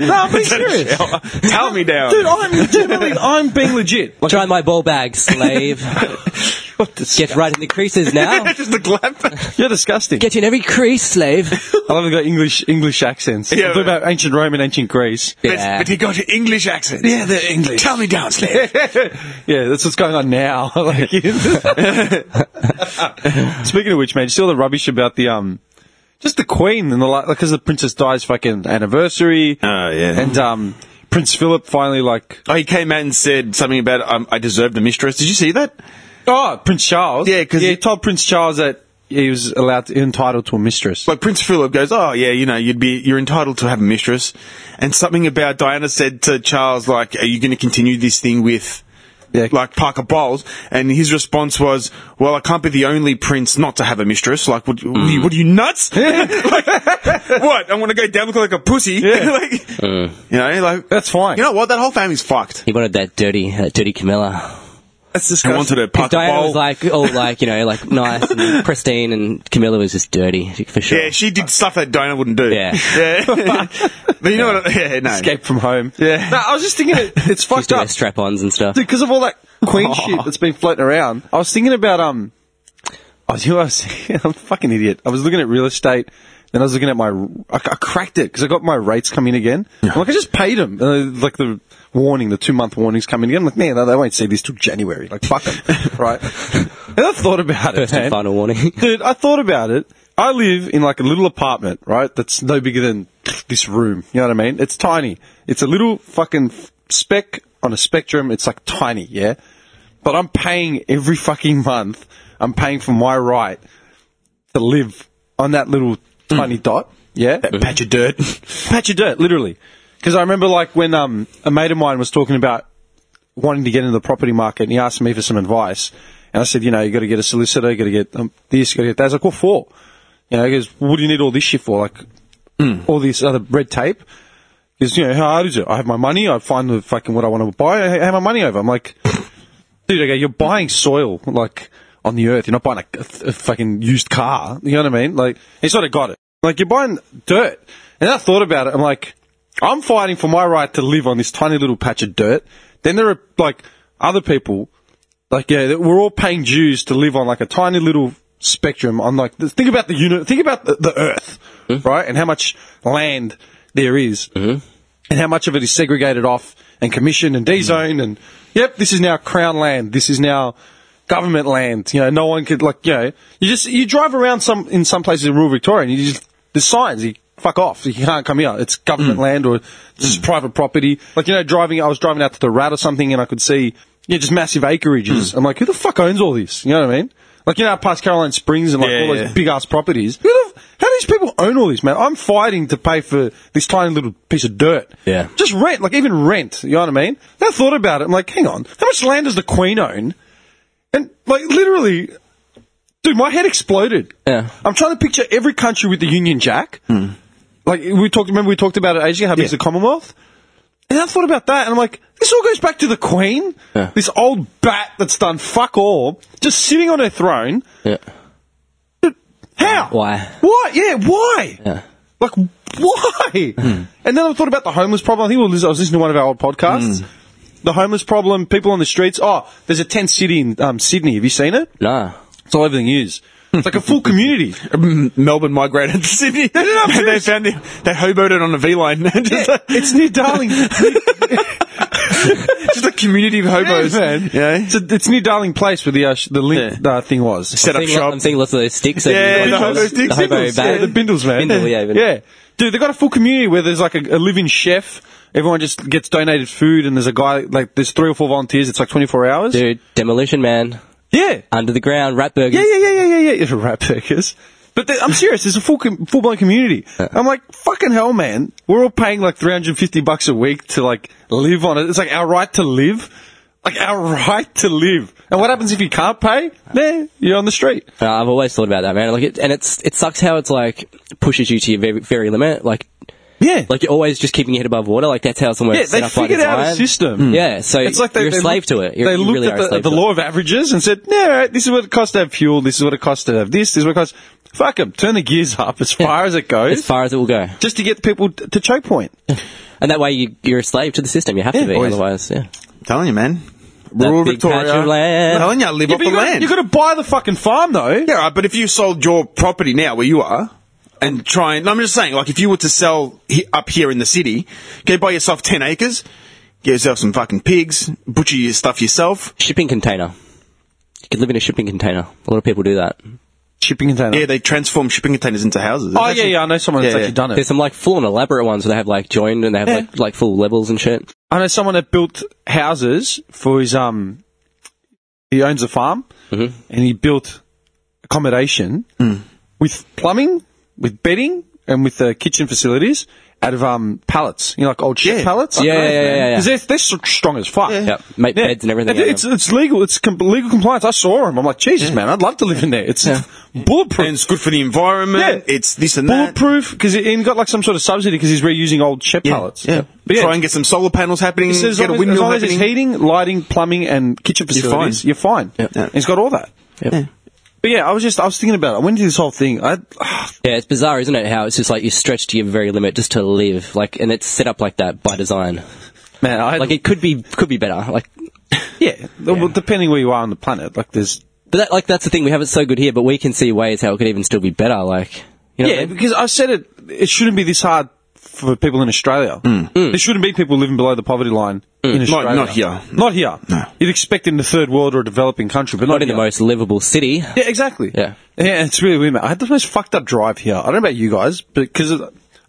Speaker 4: no, I'm being serious.
Speaker 6: Tell me down.
Speaker 4: Dude, I'm legitimately, I'm being legit. Like,
Speaker 5: Try my ball bag, slave. Get right in the creases now.
Speaker 6: just the glap.
Speaker 4: you're disgusting.
Speaker 5: Get in every crease, slave.
Speaker 4: I love got English, English accents.
Speaker 6: Yeah,
Speaker 4: Talk
Speaker 6: but-
Speaker 4: about ancient Rome and ancient Greece.
Speaker 5: Yeah.
Speaker 6: But he got an English accent.
Speaker 4: Yeah, they're English.
Speaker 6: Tell me down, slave.
Speaker 4: yeah, that's what's going on now. like, Speaking of which, man, you see all the rubbish about the um, just the Queen and the like, because the Princess Di's fucking anniversary.
Speaker 6: Oh, yeah.
Speaker 4: and um, Prince Philip finally like,
Speaker 6: Oh, he came out and said something about um, I deserved a mistress. Did you see that?
Speaker 4: oh, Prince Charles.
Speaker 6: Yeah, 'cause
Speaker 4: yeah, he
Speaker 6: he-
Speaker 4: told Prince Charles that he was allowed to, entitled to a mistress.
Speaker 6: Like Prince Philip goes, "Oh yeah, you know, you'd be you're entitled to have a mistress," and something about Diana said to Charles, "Like, are you going to continue this thing with?"
Speaker 4: Yeah.
Speaker 6: Like Parker Bowles, and his response was, "Well, I can't be the only prince not to have a mistress. Like, what, what, are,
Speaker 4: Mm.
Speaker 6: you, what are you nuts? like, what? I want to go down look like a pussy? like, you know, like
Speaker 4: That's fine.
Speaker 6: You know what? That whole family's fucked.
Speaker 5: He wanted that dirty, that dirty Camilla.
Speaker 6: That's disgusting. I wanted a
Speaker 5: Because
Speaker 6: Parker
Speaker 5: Diana
Speaker 6: Bowles.
Speaker 5: was like, all like, you know, like nice and pristine, and Camilla was just dirty for sure.
Speaker 6: yeah, she did stuff that Diana wouldn't do.
Speaker 5: Yeah.
Speaker 6: Yeah. but you know what? I- Yeah, no.
Speaker 4: Escape from home.
Speaker 6: Yeah.
Speaker 4: No, I was just thinking it, it's
Speaker 5: She's
Speaker 4: fucked
Speaker 5: doing
Speaker 4: up Oh.
Speaker 5: her strap-ons and stuff.
Speaker 4: because of all that Queen shit that's been floating around. I was thinking about um, I was, I was I'm a fucking idiot. I was looking at real estate. Then I was looking at my, I, I cracked it because I got my rates come in again. I'm like I just paid them, uh, like the warning, the two month warnings coming again. I'm like man, no, they won't see this till January. Like fuck them, right? And I thought about it,
Speaker 5: First and
Speaker 4: man.
Speaker 5: final warning.
Speaker 4: Dude, I thought about it. I live in like a little apartment, right? That's no bigger than this room. You know what I mean? It's tiny. It's a little fucking speck on a spectrum. It's like tiny, yeah? But I'm paying every fucking month. I'm paying for my right to live on that little tiny dot, yeah?
Speaker 6: patch of dirt.
Speaker 4: patch of dirt, literally. Because I remember, like, when um, a mate of mine was talking about wanting to get into the property market, and he asked me for some advice. And I said, you know, you got to get a solicitor, you got to get um, this, you got to get that. I was like, what for? You know, he goes, what do you need all this shit for? Like, all this other red tape? Because, you know, how hard is it? I have my money, I find the fucking what I want to buy, I have my money over. I'm like, dude, okay, you're buying soil, like, on the earth. You're not buying a, a fucking used car. You know what I mean? Like, he sort of got it. Like, you're buying dirt. And I thought about it. I'm like, I'm fighting for my right to live on this tiny little patch of dirt. Then there are, like, other people, like, yeah, that we're all paying dues to live on, like, a tiny little spectrum on, like, th- think about the unit, think about the, the earth, right? And how much land there is and how much of it is segregated off and commissioned and dezoned and yep, this is now crown land. This is now government land. You know, no one could like you know you just you drive around some in some places in rural Victoria and you just the signs you fuck off. You can't come here. It's
Speaker 6: Mm.
Speaker 4: government land or this is private property. Like you know, driving I was driving out to the rat or something and I could see you know, just massive acreages.
Speaker 6: Mm.
Speaker 4: I'm like, who the fuck owns all this? You know what I mean? Like you know, past Caroline Springs and like
Speaker 6: Yeah,
Speaker 4: all
Speaker 6: yeah.
Speaker 4: those big ass properties. Who the, f- how do these people own all this, man? I'm fighting to pay for this tiny little piece of dirt.
Speaker 5: Yeah.
Speaker 4: Just rent, like even rent. You know what I mean? Then I thought about it. I'm like, hang on, how much land does the Queen own? And like literally, Dude, my head exploded.
Speaker 5: Yeah.
Speaker 4: I'm trying to picture every country with the Union Jack. Like we talked, remember we talked about it ages ago, how big is the Commonwealth? And I thought about that, and I'm like, this all goes back to the Queen,
Speaker 5: Yeah.
Speaker 4: this old bat that's done fuck all, just sitting on her throne.
Speaker 5: Yeah.
Speaker 4: How?
Speaker 5: Why?
Speaker 4: Why? Yeah, why?
Speaker 5: Yeah. Hmm.
Speaker 4: Like, why? And then I thought about the homeless problem. I think we were lis- I was listening to one of our old podcasts.
Speaker 5: Hmm.
Speaker 4: The homeless problem, people on the streets. Oh, there's a tent city in um, Sydney. Have you seen it?
Speaker 5: Nah.
Speaker 4: It's all over the news. It's like a full community.
Speaker 6: M- Melbourne migrated to Sydney.
Speaker 4: no, no, I'm
Speaker 6: And they
Speaker 4: serious.
Speaker 6: found it. They hoboed it on a V line. just,
Speaker 4: Yeah,
Speaker 6: a,
Speaker 4: it's near Darling.
Speaker 6: just a community of hobos. Yeah.
Speaker 4: It's, a, it's near Darling Place where the uh, sh- the link uh, thing was.
Speaker 6: Set up
Speaker 5: Seeing lo-
Speaker 6: shop.
Speaker 5: I'm seeing lots of those sticks.
Speaker 6: Yeah, the hobo
Speaker 5: The
Speaker 6: sticks,
Speaker 5: hobo
Speaker 6: bindles,
Speaker 5: bag.
Speaker 4: Yeah, the bindles, man.
Speaker 5: Bindle, yeah, bindle.
Speaker 4: yeah. Dude, they've got a full community where there's like a, a living chef. Everyone just gets donated food, and there's a guy, like, there's three or four volunteers. It's like 24 hours.
Speaker 5: Dude, Demolition Man,
Speaker 4: Yeah.
Speaker 5: Under the Ground, Rat Burgers.
Speaker 4: Yeah, yeah, yeah, yeah, yeah, yeah. It's a rap circus. But th- I'm serious. There's a full com- full blown community. I'm like, fucking hell, man. We're all paying like 350 bucks a week to like live on it. It's like our right to live. Like our right to live. And what happens if you can't pay? Nah, you're on the street.
Speaker 5: Uh, I've always thought about that, man. Like, it, and it's it sucks how it's like pushes you to your very, very limit. Like,
Speaker 4: Yeah.
Speaker 5: like you're always just keeping your head above water. Like that's how somewhere
Speaker 4: Yeah,
Speaker 5: it's set
Speaker 4: they
Speaker 5: up by
Speaker 4: figured out a
Speaker 5: design.
Speaker 4: system.
Speaker 5: Yeah, so you're a slave to it. You're,
Speaker 4: they
Speaker 5: you
Speaker 4: looked
Speaker 5: really
Speaker 4: at
Speaker 5: are a
Speaker 4: the,
Speaker 5: slave
Speaker 4: the
Speaker 5: to it.
Speaker 4: law of averages and said, "Yeah, all right, this is what it costs to have fuel. This is what it costs to have this. This is what it costs." Fuck 'em. Turn the gears up as far as it goes,
Speaker 5: as far as it will go.
Speaker 4: just to get people t- to choke point.
Speaker 5: And that way you, you're a slave to the system. You have
Speaker 4: Yeah,
Speaker 5: to be,
Speaker 4: always.
Speaker 5: otherwise, yeah.
Speaker 6: telling you, man.
Speaker 5: That
Speaker 6: Rural
Speaker 5: big patch
Speaker 6: Victoria.
Speaker 5: of land.
Speaker 6: telling you, I live
Speaker 4: Yeah,
Speaker 6: off
Speaker 4: but
Speaker 6: the
Speaker 4: you gotta-
Speaker 6: land.
Speaker 4: You got to buy the fucking farm though.
Speaker 6: Yeah, right, but if you sold your property now where you are and try and, I'm just saying, like if you were to sell he, up here in the city, go buy yourself 10 acres, get yourself some fucking pigs, butcher your stuff yourself.
Speaker 5: Shipping container. You could live in a shipping container. A lot of people do that.
Speaker 4: Shipping container.
Speaker 6: Yeah, they transform shipping containers into houses.
Speaker 4: oh yeah, yeah. I know someone that's
Speaker 6: Yeah,
Speaker 4: actually
Speaker 6: yeah.
Speaker 4: done
Speaker 5: There's
Speaker 4: it.
Speaker 5: some like full and elaborate ones where they have like joined and they have like, like full levels and shit.
Speaker 4: I know someone that built houses for his um. He owns a farm,
Speaker 5: Mm-hmm.
Speaker 4: and he built accommodation
Speaker 5: Mm.
Speaker 4: with plumbing, with bedding, and with uh, kitchen facilities out of um pallets. You know, like old shit
Speaker 6: Yeah.
Speaker 4: pallets.
Speaker 5: Yeah,
Speaker 4: Like
Speaker 5: yeah,
Speaker 4: those,
Speaker 5: yeah,
Speaker 4: man.
Speaker 5: yeah, yeah.
Speaker 4: 'Cause They're, they're str- strong as fuck.
Speaker 5: Yep. Make beds and everything. out of
Speaker 4: It's,
Speaker 5: them.
Speaker 4: it's legal. It's com- legal compliance. I saw him. I'm like, Jesus, man, I'd love to live in there. It's bulletproof.
Speaker 6: And it's good for the environment.
Speaker 4: Yeah.
Speaker 6: It's this and that.
Speaker 4: bulletproof because he got like some sort of subsidy because he's reusing old ship
Speaker 6: Yeah,
Speaker 4: pallets.
Speaker 6: Yeah.
Speaker 4: But yeah,
Speaker 6: Try and get some solar panels happening.
Speaker 4: he says as
Speaker 6: get a
Speaker 4: long as, as
Speaker 6: windmill
Speaker 4: long as it's
Speaker 6: happening.
Speaker 4: heating, lighting, plumbing, and kitchen
Speaker 6: You're fine.
Speaker 4: facilities, you're fine.
Speaker 6: Yeah.
Speaker 4: And He's got all that.
Speaker 5: Yep.
Speaker 4: But yeah, I was just I was thinking about it. I went into this whole thing. I
Speaker 5: Yeah, it's bizarre, isn't it? How it's just like you stretch to your very limit just to live, like, and it's set up like that by design.
Speaker 4: man, I
Speaker 5: Like, it could be could be better. Like,
Speaker 4: yeah. Well, depending where you are on the planet, like there's
Speaker 5: but that, like that's the thing. We have it so good here, but we can see ways how it could even still be better. Like, you know what
Speaker 4: yeah.
Speaker 5: I mean?
Speaker 4: Because I said it, it shouldn't be this hard for people in Australia. There shouldn't be people living below the poverty line in Australia.
Speaker 6: Mm. not here.
Speaker 4: Not here. You'd expect in the third world or a developing country, but not,
Speaker 5: not in the
Speaker 4: here.
Speaker 5: most livable city.
Speaker 4: Yeah, exactly.
Speaker 5: Yeah.
Speaker 4: Yeah, it's really weird, man. I had the most fucked up drive here. I don't know about you guys, but because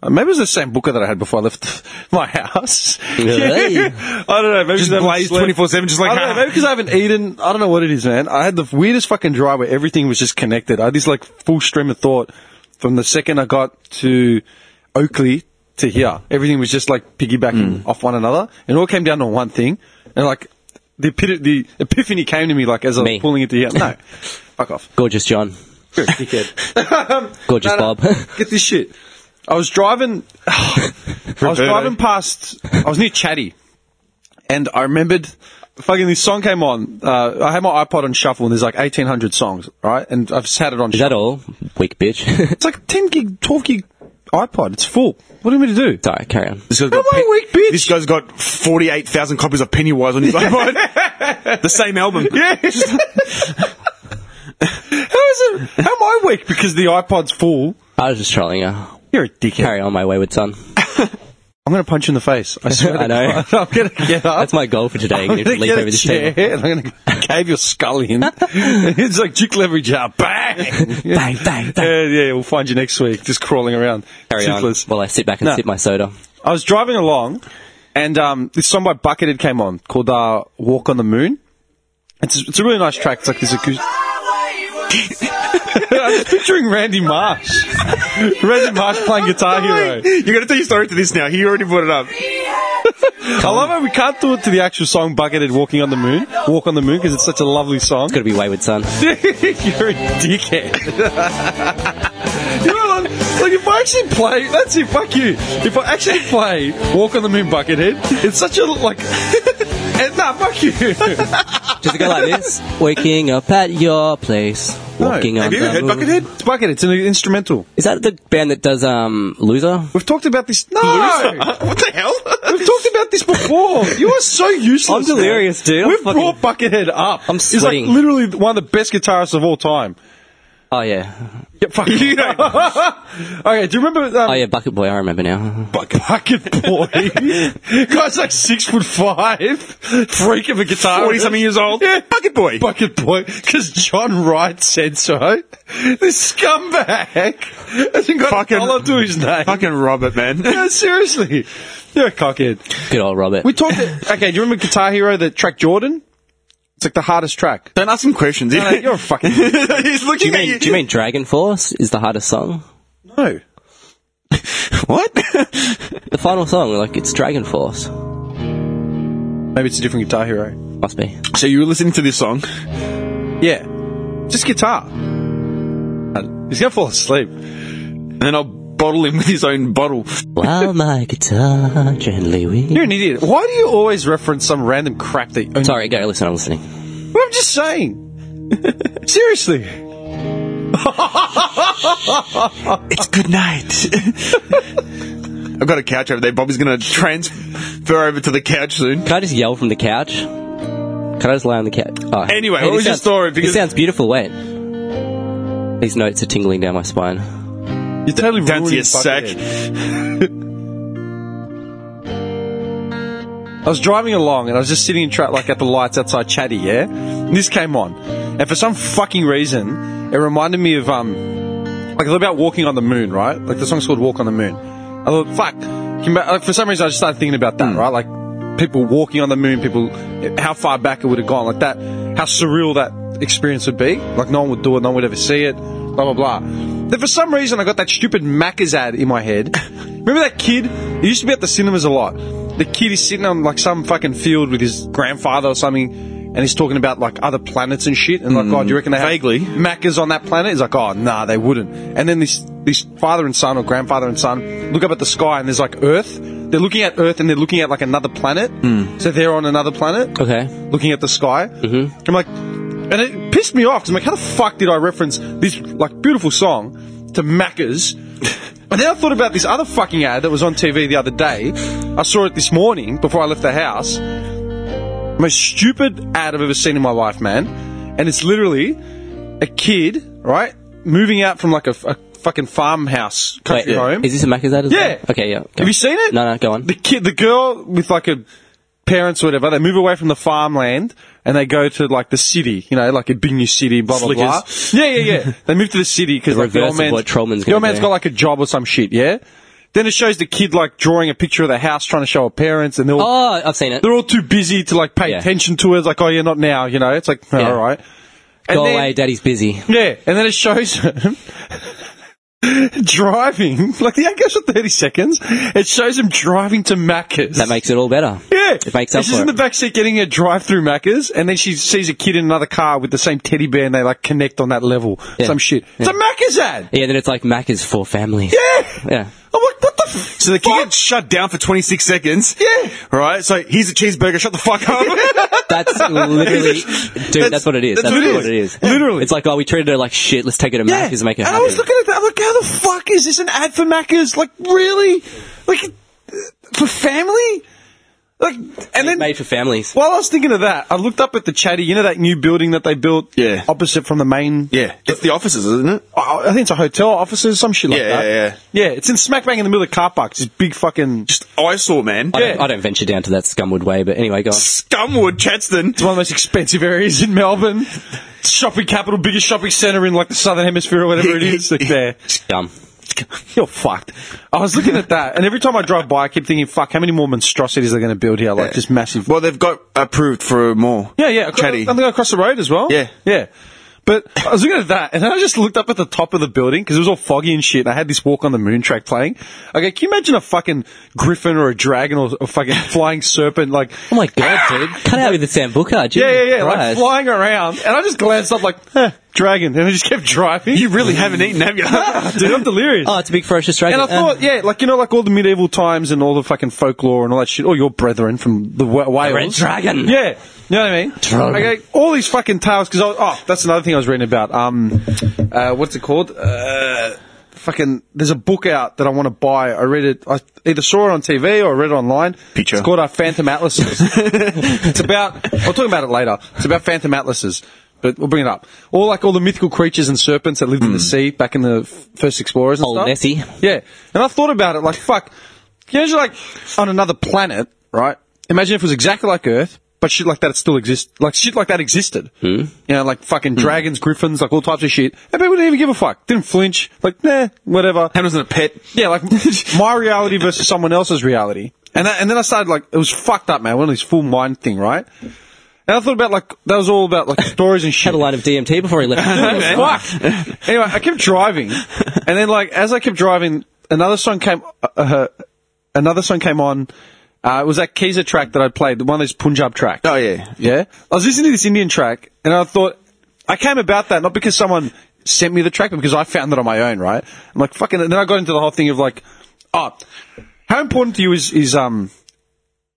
Speaker 4: maybe it was the same booker that I had before I left my house.
Speaker 5: Really?
Speaker 4: Yeah. I don't know. Maybe
Speaker 6: Just
Speaker 4: because I haven't
Speaker 6: blazed
Speaker 4: slept.
Speaker 6: 24/7, just like,
Speaker 4: I don't know,
Speaker 6: "Ah."
Speaker 4: maybe because I haven't eaten. I don't know what it is, man. I had the weirdest fucking drive where everything was just connected. I had this like full stream of thought from the second I got to Oakley to here. Everything was just like piggybacking off one another, and it all came down to one thing, and like. The, epi- the epiphany came to me like as I was
Speaker 5: Me.
Speaker 4: pulling into here. No, fuck off.
Speaker 5: Gorgeous John,
Speaker 4: Good dickhead.
Speaker 5: gorgeous
Speaker 4: No, no,
Speaker 5: Bob.
Speaker 4: Get this shit. I was driving. I was driving past. I was near Chatty, and I remembered. Fucking this song came on. Uh, I had my iPod on shuffle, and there's like 1,800 songs, right? And I've just had it on.
Speaker 5: Is that all? Weak bitch.
Speaker 4: It's like a 10 gig, 12 gig iPod. It's full. What do you mean to do?
Speaker 5: Sorry, carry on.
Speaker 6: This guy's
Speaker 4: Am
Speaker 6: got
Speaker 4: I a weak bitch?
Speaker 6: This guy's got 48,000 copies of Pennywise on his iPod. the same album.
Speaker 4: Yeah. how is it? How am I weak because the iPod's full?
Speaker 5: I was just trolling her.
Speaker 4: You're a dickhead.
Speaker 5: Carry on, my wayward son.
Speaker 4: I'm gonna punch you in the face. I swear. to
Speaker 5: I know.
Speaker 4: God. I'm gonna get up.
Speaker 5: That's my goal for today.
Speaker 4: I'm
Speaker 5: I'm
Speaker 4: gonna
Speaker 5: leap
Speaker 4: get
Speaker 5: over
Speaker 4: a
Speaker 5: this
Speaker 4: chair
Speaker 5: table.
Speaker 4: and I'm going to cave your skull in. it's like Duke Leverage out. Bang!
Speaker 5: Bang, bang, bang.
Speaker 4: Yeah, yeah, we'll find you next week, just crawling around.
Speaker 5: Carry on.
Speaker 4: Syphilis.
Speaker 5: While I sit back and
Speaker 4: No.
Speaker 5: sip my soda.
Speaker 4: I was driving along, and um, this song by Buckethead came on called uh, "Walk on the Moon." It's it's a really nice track. It's like this acoustic. I was picturing Randy Marsh. Randy Marsh playing Guitar Hero.
Speaker 6: You're going to tell your story to this now. He already brought it up.
Speaker 4: I love how we can't do it to the actual song Buckethead Walking on the Moon, Walk on the Moon, because it's such a lovely song.
Speaker 5: Gotta be Wayward Son.
Speaker 4: You're a dickhead. you know, like, like if I actually play, that's it. Fuck you. If I actually play Walk on the Moon Buckethead, it's such a like. and, nah, fuck you.
Speaker 5: Does it go like this? Waking up at your place. Walking
Speaker 6: No.
Speaker 5: on
Speaker 6: Have you
Speaker 5: the
Speaker 6: ever heard
Speaker 5: moon.
Speaker 6: Buckethead?
Speaker 4: It's Buckethead. It's an instrumental.
Speaker 5: Is that the band that does um Loser?
Speaker 4: We've talked about this. No,
Speaker 6: what the hell?
Speaker 4: we've talked about this before. You are so useless.
Speaker 5: I'm delirious,
Speaker 4: man.
Speaker 5: dude. I'm
Speaker 4: We've
Speaker 5: fucking-
Speaker 4: brought Buckethead up.
Speaker 5: I'm
Speaker 4: He's like
Speaker 5: sweating.
Speaker 4: literally one of the best guitarists of all time.
Speaker 5: Oh yeah.
Speaker 4: Yeah, fuck you. okay, do you remember? Um,
Speaker 5: Oh yeah, Bucket Boy, I remember now.
Speaker 4: Bucket, bucket boy. Guy's like six foot five, freak of a guitar.
Speaker 6: 40 something years old.
Speaker 4: Yeah.
Speaker 6: Bucket boy.
Speaker 4: Bucket boy, because John Wright said so. This scumbag hasn't got
Speaker 6: Fucking-
Speaker 4: a dollar to his name.
Speaker 6: Fucking Robert, man.
Speaker 4: Yeah, seriously, you're a cockhead.
Speaker 5: Good old Robert.
Speaker 4: We talked. okay, do you remember Guitar Hero? The track Jordan. It's like the hardest track.
Speaker 6: Don't ask him questions.
Speaker 4: No, no, you're a fucking.
Speaker 6: He's
Speaker 5: do
Speaker 6: looking
Speaker 5: you
Speaker 6: at
Speaker 5: mean do you mean Dragon Force is the hardest song?
Speaker 4: No.
Speaker 6: what?
Speaker 5: The final song, like it's Dragon Force.
Speaker 4: Maybe it's a different Guitar Hero.
Speaker 5: Must be.
Speaker 6: so you were listening to this song?
Speaker 4: Yeah, just guitar. He's gonna fall asleep.
Speaker 6: and then I'll bottle him with his own bottle.
Speaker 5: While my guitar gently
Speaker 4: You're
Speaker 5: weeps.
Speaker 4: an idiot. Why do you always reference some random crap that? Only-
Speaker 5: Sorry, go listen. I'm listening.
Speaker 4: Well, I'm just saying. Seriously.
Speaker 6: It's good night. I've got a couch over there. Bobby's going to transfer over to the couch soon.
Speaker 5: Can I just yell from the couch? Can I just lie on the couch? Oh.
Speaker 6: Anyway,
Speaker 5: Hey, this
Speaker 6: what was your
Speaker 5: sounds-
Speaker 6: story?
Speaker 5: This
Speaker 6: Because-
Speaker 5: sounds beautiful. Wait, these notes are tingling down my spine.
Speaker 4: You're totally
Speaker 6: Down to
Speaker 4: ruining
Speaker 6: your sack.
Speaker 4: Buckethead. I was driving along and I was just sitting in traffic, like at the lights outside Chatty, yeah? And this came on. And for some fucking reason, it reminded me of, um, like, it's about walking on the moon, right? Like, the song's called Walk on the Moon. I thought, fuck. Can, ma- like, for some reason, I just started thinking about that, right? Like, people walking on the moon, people, how far back it would have gone, like that, how surreal that experience would be. Like, no one would do it, no one would ever see it, blah, blah, blah. Then for some reason, I got that stupid Macca's ad in my head. Remember that kid? He used to be at the cinemas a lot. The kid is sitting on, like, some fucking field with his grandfather or something. And he's talking about like other planets and shit, and like, God, do you reckon they have
Speaker 6: Vaguely.
Speaker 4: Macca's on that planet? He's like, oh, nah, they wouldn't. And then this, this father and son or grandfather and son look up at the sky and there's like Earth. They're looking at Earth and they're looking at like another planet. So they're on another planet
Speaker 5: Okay.
Speaker 4: looking at the sky. Mm-hmm. I'm like, and it pissed me off 'cause I'm like, how the fuck did I reference this like beautiful song to Macca's? and then I thought about this other fucking ad that was on TV the other day. I saw it this morning before I left the house. Most stupid ad I've ever seen in my life, man. And it's literally a kid, right, moving out from like a, a fucking farmhouse
Speaker 5: Wait,
Speaker 4: country home.
Speaker 5: is this a Macca's ad as
Speaker 4: Yeah.
Speaker 5: well? Okay, yeah. go
Speaker 4: Have
Speaker 5: on.
Speaker 4: you seen it?
Speaker 5: No, no, go on.
Speaker 4: The kid, the girl with like a parents or whatever, they move away from the farmland and they go to like the city, you know, like a big new city, blah blah
Speaker 6: Slickers.
Speaker 4: blah. Yeah, yeah, yeah. they move to the city because
Speaker 5: The
Speaker 4: like the
Speaker 5: reverse
Speaker 4: old
Speaker 5: of
Speaker 4: man's,
Speaker 5: what Trollman's
Speaker 4: the old
Speaker 5: gonna
Speaker 4: man's
Speaker 5: do.
Speaker 4: got like a job or some shit. Yeah. Then it shows the kid like drawing a picture of the house, trying to show her parents, and they're all,
Speaker 5: Oh, I've seen it.
Speaker 4: they're all too busy to like pay
Speaker 5: Yeah.
Speaker 4: attention to it. It's like, oh yeah, not now, you know. It's like,
Speaker 5: Yeah.
Speaker 4: all right. And
Speaker 5: Go
Speaker 4: then-
Speaker 5: away, Daddy's busy.
Speaker 4: yeah, and then it shows him driving. Like the ad goes for thirty seconds. It shows him driving to Macca's.
Speaker 5: That makes it all better.
Speaker 4: yeah,
Speaker 5: it makes up
Speaker 4: She's
Speaker 5: for
Speaker 4: in
Speaker 5: it.
Speaker 4: the backseat getting a drive-through Macca's, and then she sees a kid in another car with the same teddy bear, and they like connect on that level.
Speaker 5: Yeah.
Speaker 4: Some shit. It's a Macca's ad.
Speaker 5: Yeah, then it's like Macca's for families.
Speaker 4: Yeah.
Speaker 5: Yeah.
Speaker 4: I'm like, what the? F-
Speaker 6: So the kid
Speaker 4: fuck?
Speaker 6: gets shut down for 26 seconds.
Speaker 4: Yeah.
Speaker 6: Right? So he's a cheeseburger. Shut the fuck up.
Speaker 5: That's literally, dude. That's, what it is.
Speaker 6: that's
Speaker 5: That's,
Speaker 6: what it
Speaker 5: what
Speaker 6: is.
Speaker 5: it is.
Speaker 4: Literally.
Speaker 5: it's like, oh, we treated her like shit. Let's take her to
Speaker 4: Yeah.
Speaker 5: Macca's and make her
Speaker 4: and
Speaker 5: happy.
Speaker 4: I was looking at that. I'm like, how the fuck is this an ad for Macca's? Like, really? Like, for family? Like, and then
Speaker 5: made for families.
Speaker 4: While I was thinking of that, I looked up at the chatty. You know that new building that they built,
Speaker 6: Yeah.
Speaker 4: opposite from the main.
Speaker 6: yeah. It's the offices, isn't it?
Speaker 4: I I think it's a hotel, offices, some shit like
Speaker 6: Yeah,
Speaker 4: that.
Speaker 6: yeah,
Speaker 4: yeah, It's in smack bang in the middle of the car park. This big fucking.
Speaker 6: Just eyesore, man.
Speaker 5: I, don't,
Speaker 4: Yeah.
Speaker 5: I don't venture down to that scumwood way, but anyway, go on.
Speaker 6: Scumwood, Chadston.
Speaker 4: It's one of the most expensive areas in Melbourne. Shopping capital, biggest shopping centre in like the southern hemisphere or whatever it is. Like there,
Speaker 5: Dumb.
Speaker 4: you're fucked. I was looking at that, and every time I drive by, I keep thinking, "Fuck, how many more monstrosities are going to build here? Like just massive."
Speaker 6: Well, they've got approved for more.
Speaker 4: Yeah, yeah.
Speaker 6: Chatty.
Speaker 4: I think across the road as well.
Speaker 6: Yeah.
Speaker 4: Yeah. But I was looking at that, and then I just looked up at the top of the building because it was all foggy and shit. And I had this Walk on the Moon track playing. Okay, can you imagine a fucking griffin or a dragon or a fucking flying serpent like?
Speaker 5: Oh my god, dude! Cut out with the sambuca,
Speaker 4: Yeah, yeah, yeah, like flying around. And I just glanced up like, huh, dragon, and I just kept driving.
Speaker 6: You really haven't eaten, have you?
Speaker 4: dude, I'm delirious.
Speaker 5: Oh, it's a big ferocious dragon. Um,
Speaker 4: And I thought, yeah, like you know, like all the medieval times and all the fucking folklore and all that shit. All your brethren from the w- Wales,
Speaker 5: red dragon.
Speaker 4: Yeah, you know what I mean. Okay, all these fucking tales because oh, that's another thing I was reading about. Um, uh, what's it called? Uh, fucking. There's a book out that I want to buy. I read it. I either saw it on TV or I read it online.
Speaker 6: Picture.
Speaker 4: It's called uh, Phantom Atlases. it's about. I'll talk about it later. It's about Phantom Atlases. But we'll bring it up. All like all the mythical creatures and serpents that lived in the sea back in the f- first explorers and
Speaker 5: Hmm. Old
Speaker 4: stuff.
Speaker 5: Nessie.
Speaker 4: Yeah. And I thought about it like, fuck, can you imagine like on another planet, right? Imagine if it was exactly like Earth, but shit like that still exists. Like shit like that existed.
Speaker 5: Hmm.
Speaker 4: Mm. You know, like fucking dragons, griffins, like all types of shit. And people didn't even give a fuck. Didn't flinch. Like, nah, whatever.
Speaker 6: Ham wasn't a pet.
Speaker 4: Yeah, like my reality versus someone else's reality. And I, and then I started like it was fucked up, man. One of these full mind thing, right? And I thought about like that was all about like stories and shit.
Speaker 5: Had a line of DMT before he left.
Speaker 4: Fuck. anyway, I kept driving, and then like as I kept driving, another song came. Uh, uh, another song came on. Uh, it was that Keezer track that I played, the one of those Punjab tracks.
Speaker 6: Oh, yeah.
Speaker 4: yeah. I was listening to this Indian track, and I thought I came about that not because someone sent me the track, but because I found it on my own. Right? I'm like fucking. And then I got into the whole thing of like, oh, how important to you is is um,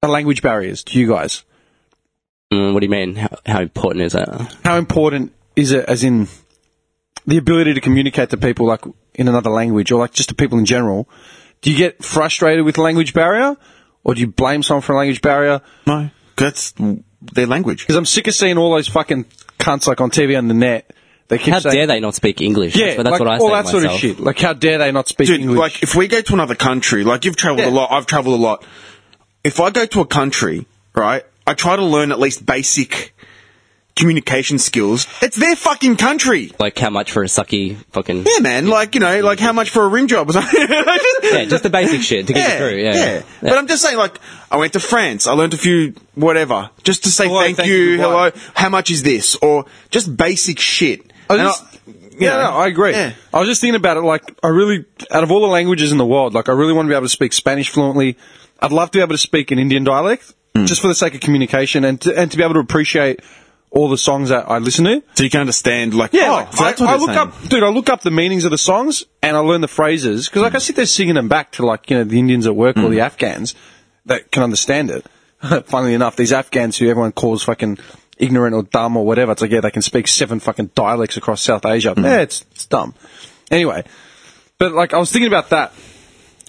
Speaker 4: the language barriers to you guys?
Speaker 5: Mm, what do you mean? How, how important is that?
Speaker 4: how important is it as in the ability to communicate to people like in another language or like just to people in general do you get frustrated with language barrier or do you blame someone for a language barrier
Speaker 6: No. That's their language.
Speaker 4: because i'm sick of seeing all those fucking cunts like on tv and the net they keep
Speaker 5: How
Speaker 4: saying
Speaker 5: dare they not speak English?
Speaker 4: yeah
Speaker 5: that's, what- that's
Speaker 4: like,
Speaker 5: what I say to
Speaker 4: all that sort of
Speaker 5: myself.
Speaker 4: shit like how dare they not speak
Speaker 6: Dude,
Speaker 4: english
Speaker 6: like if we go to another country, like you've traveled a
Speaker 4: Yeah.
Speaker 6: lot, I've traveled a lot. If I go to a country, right, I try to learn at least basic communication skills. It's their fucking country.
Speaker 5: Like how much for a sucky fucking
Speaker 6: Yeah, man. Like you know, like how much for a rim job?
Speaker 5: yeah, just the basic shit to get you through. Yeah, yeah.
Speaker 6: But I'm just saying, like, I went to France. I learned a few whatever, just to say
Speaker 4: Hello,
Speaker 6: thank,
Speaker 4: thank
Speaker 6: you,
Speaker 4: you,
Speaker 6: hello.
Speaker 4: goodbye.
Speaker 6: How much is this? Or just basic shit.
Speaker 4: I was
Speaker 6: And
Speaker 4: just-
Speaker 6: you
Speaker 4: Oh, yeah,
Speaker 6: know,
Speaker 4: no, I agree.
Speaker 6: yeah.
Speaker 4: I was just thinking about it. Like, I really, out of all the languages in the world, like, I really want to be able to speak Spanish fluently. I'd love to be able to speak an Indian dialect,
Speaker 5: Mm.
Speaker 4: just for the sake of communication, and to, and to be able to appreciate all the songs that I listen to.
Speaker 6: So you can understand, like,
Speaker 4: Yeah,
Speaker 6: oh,
Speaker 4: like,
Speaker 6: so that's
Speaker 4: I,
Speaker 6: what
Speaker 4: I
Speaker 6: they're
Speaker 4: look
Speaker 6: saying.
Speaker 4: up, dude. I look up the meanings of the songs, and I learn the phrases because, like, I sit there singing them back to like you know the Indians at work
Speaker 6: Mm.
Speaker 4: or the Afghans that can understand it. Funnily enough, these Afghans who everyone calls fucking ignorant or dumb or whatever, it's like yeah, they can speak seven fucking dialects across South Asia.
Speaker 6: Mm.
Speaker 4: Yeah, it's, it's dumb. Anyway, but like I was thinking about that,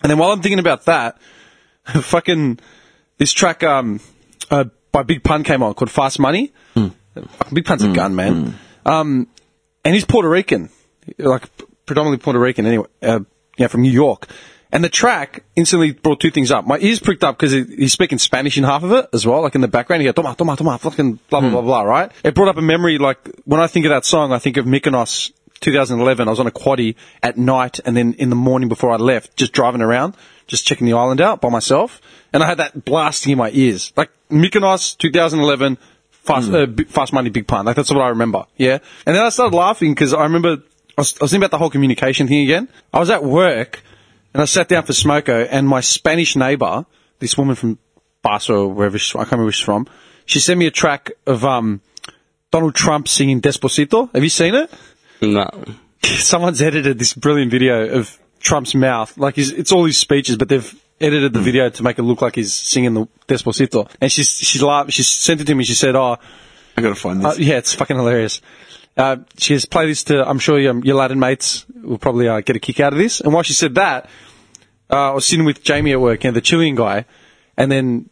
Speaker 4: and then while I'm thinking about that, fucking this track um, uh, by Big Pun came on called Fast Money.
Speaker 6: Mm.
Speaker 4: Fucking Big Pun's a gun, man. Um, and he's Puerto Rican, like predominantly Puerto Rican anyway, uh, yeah, from New York. And the track instantly brought two things up. My ears pricked up because he's speaking Spanish in half of it as well, like in the background. He goes, toma, toma, toma, fucking blah, blah, blah, blah, right? It brought up a memory, like, when I think of that song, I think of Mykonos 2011. I was on a quaddy at night and then in the morning before I left, just driving around, just checking the island out by myself. And I had that blasting in my ears. Like, Mykonos 2011, Fast, uh, B- fast money, big pun. Like that's what I remember. Yeah. And then I started laughing because I remember I was, I was thinking about the whole communication thing again. I was at work and I sat down for smoko and my Spanish neighbor, this woman from Barca or wherever she's from, I can't remember where she's from, she sent me a track of, um, Donald Trump singing Despacito. Have you seen it?
Speaker 5: No.
Speaker 4: someone's edited this brilliant video of Trump's mouth. Like his, it's all his speeches, but they've edited the video to make it look like he's singing the Despacito. And she's she laughed. She sent it to me. She said, "Oh,
Speaker 6: I gotta find
Speaker 4: uh,
Speaker 6: this.
Speaker 4: yeah, it's fucking hilarious." Uh, she has played this to. I'm sure your, your Latin mates will probably uh, get a kick out of this. And while she said that, uh, I was sitting with Jamie at work, and the Chilean guy, and then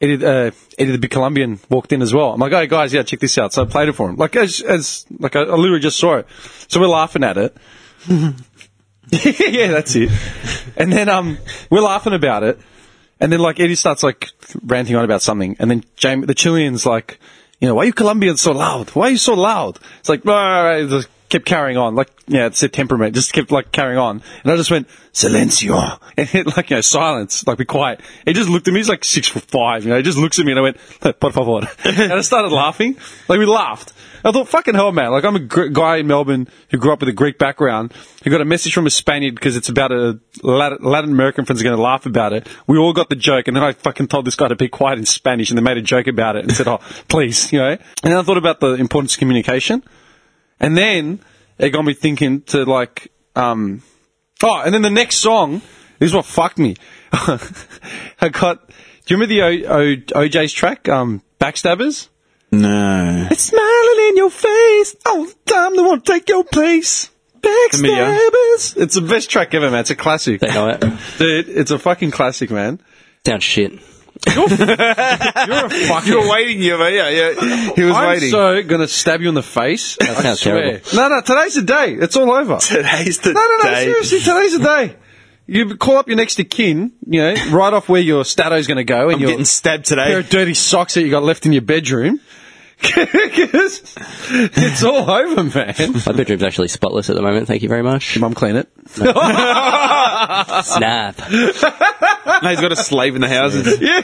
Speaker 4: Eddie, uh, Eddie the big Colombian walked in as well. I'm like, "Hey guys, yeah, check this out." So I played it for him. Like as, as like I, I literally just saw it. So we're laughing at it. yeah, that's it. And then um, we're laughing about it, and then like Eddie starts like ranting on about something, and then Jamie, the Chilean's like, you know, why are you Colombians so loud? Why are you so loud? It's like, "Rah, rah, rah." It's like, kept carrying on. Like, yeah, it's a temperament. Just kept like carrying on. And I just went, silencio. And it, like, you know, silence, like be quiet. He just looked at me. He's like six foot five, you know, he just looks at me and I went, por favor. and I started laughing. Like we laughed. I thought, fucking hell, man. Like I'm a gr- guy in Melbourne who grew up with a Greek background who got a message from a Spaniard because it's about a Lat- Latin American friend's going to laugh about it. We all got the joke, and then I fucking told this guy to be quiet in Spanish, and they made a joke about it and said, "Oh, please," you know. And then I thought about the importance of communication, and then it got me thinking to like, um, oh, and then the next song is what fucked me. I got. Do you remember the o- o- OJ's track, um, "Backstabbers"?
Speaker 6: No.
Speaker 4: It's smiling in your face all the time. They want to take your place.
Speaker 6: Familiar.
Speaker 4: Backstabbers. It's the best track ever, man. It's a classic.
Speaker 5: They know it.
Speaker 4: Dude, it's a fucking classic, man.
Speaker 5: Sounds shit.
Speaker 4: You're a fucking.
Speaker 6: You're waiting, yeah, mate. yeah, yeah. He was
Speaker 4: I'm
Speaker 6: waiting.
Speaker 4: so gonna stab you in the face. That I
Speaker 5: sounds
Speaker 4: swear.
Speaker 5: terrible.
Speaker 4: No, no. Today's the day. It's all over.
Speaker 6: Today's the
Speaker 4: No, no, no.
Speaker 6: day.
Speaker 4: Seriously, today's the day. You call up your next of kin, you know, right off where your stato's going to go, and
Speaker 6: I'm
Speaker 4: your
Speaker 6: getting stabbed
Speaker 4: pair
Speaker 6: today.
Speaker 4: of dirty socks that you got left in your bedroom. 'Cause it's all over, man.
Speaker 5: My bedroom's actually spotless at the moment. Thank you very much.
Speaker 4: Mum, clean it.
Speaker 5: Snap.
Speaker 6: no, he's got a slave in the house. It's-
Speaker 4: Yeah.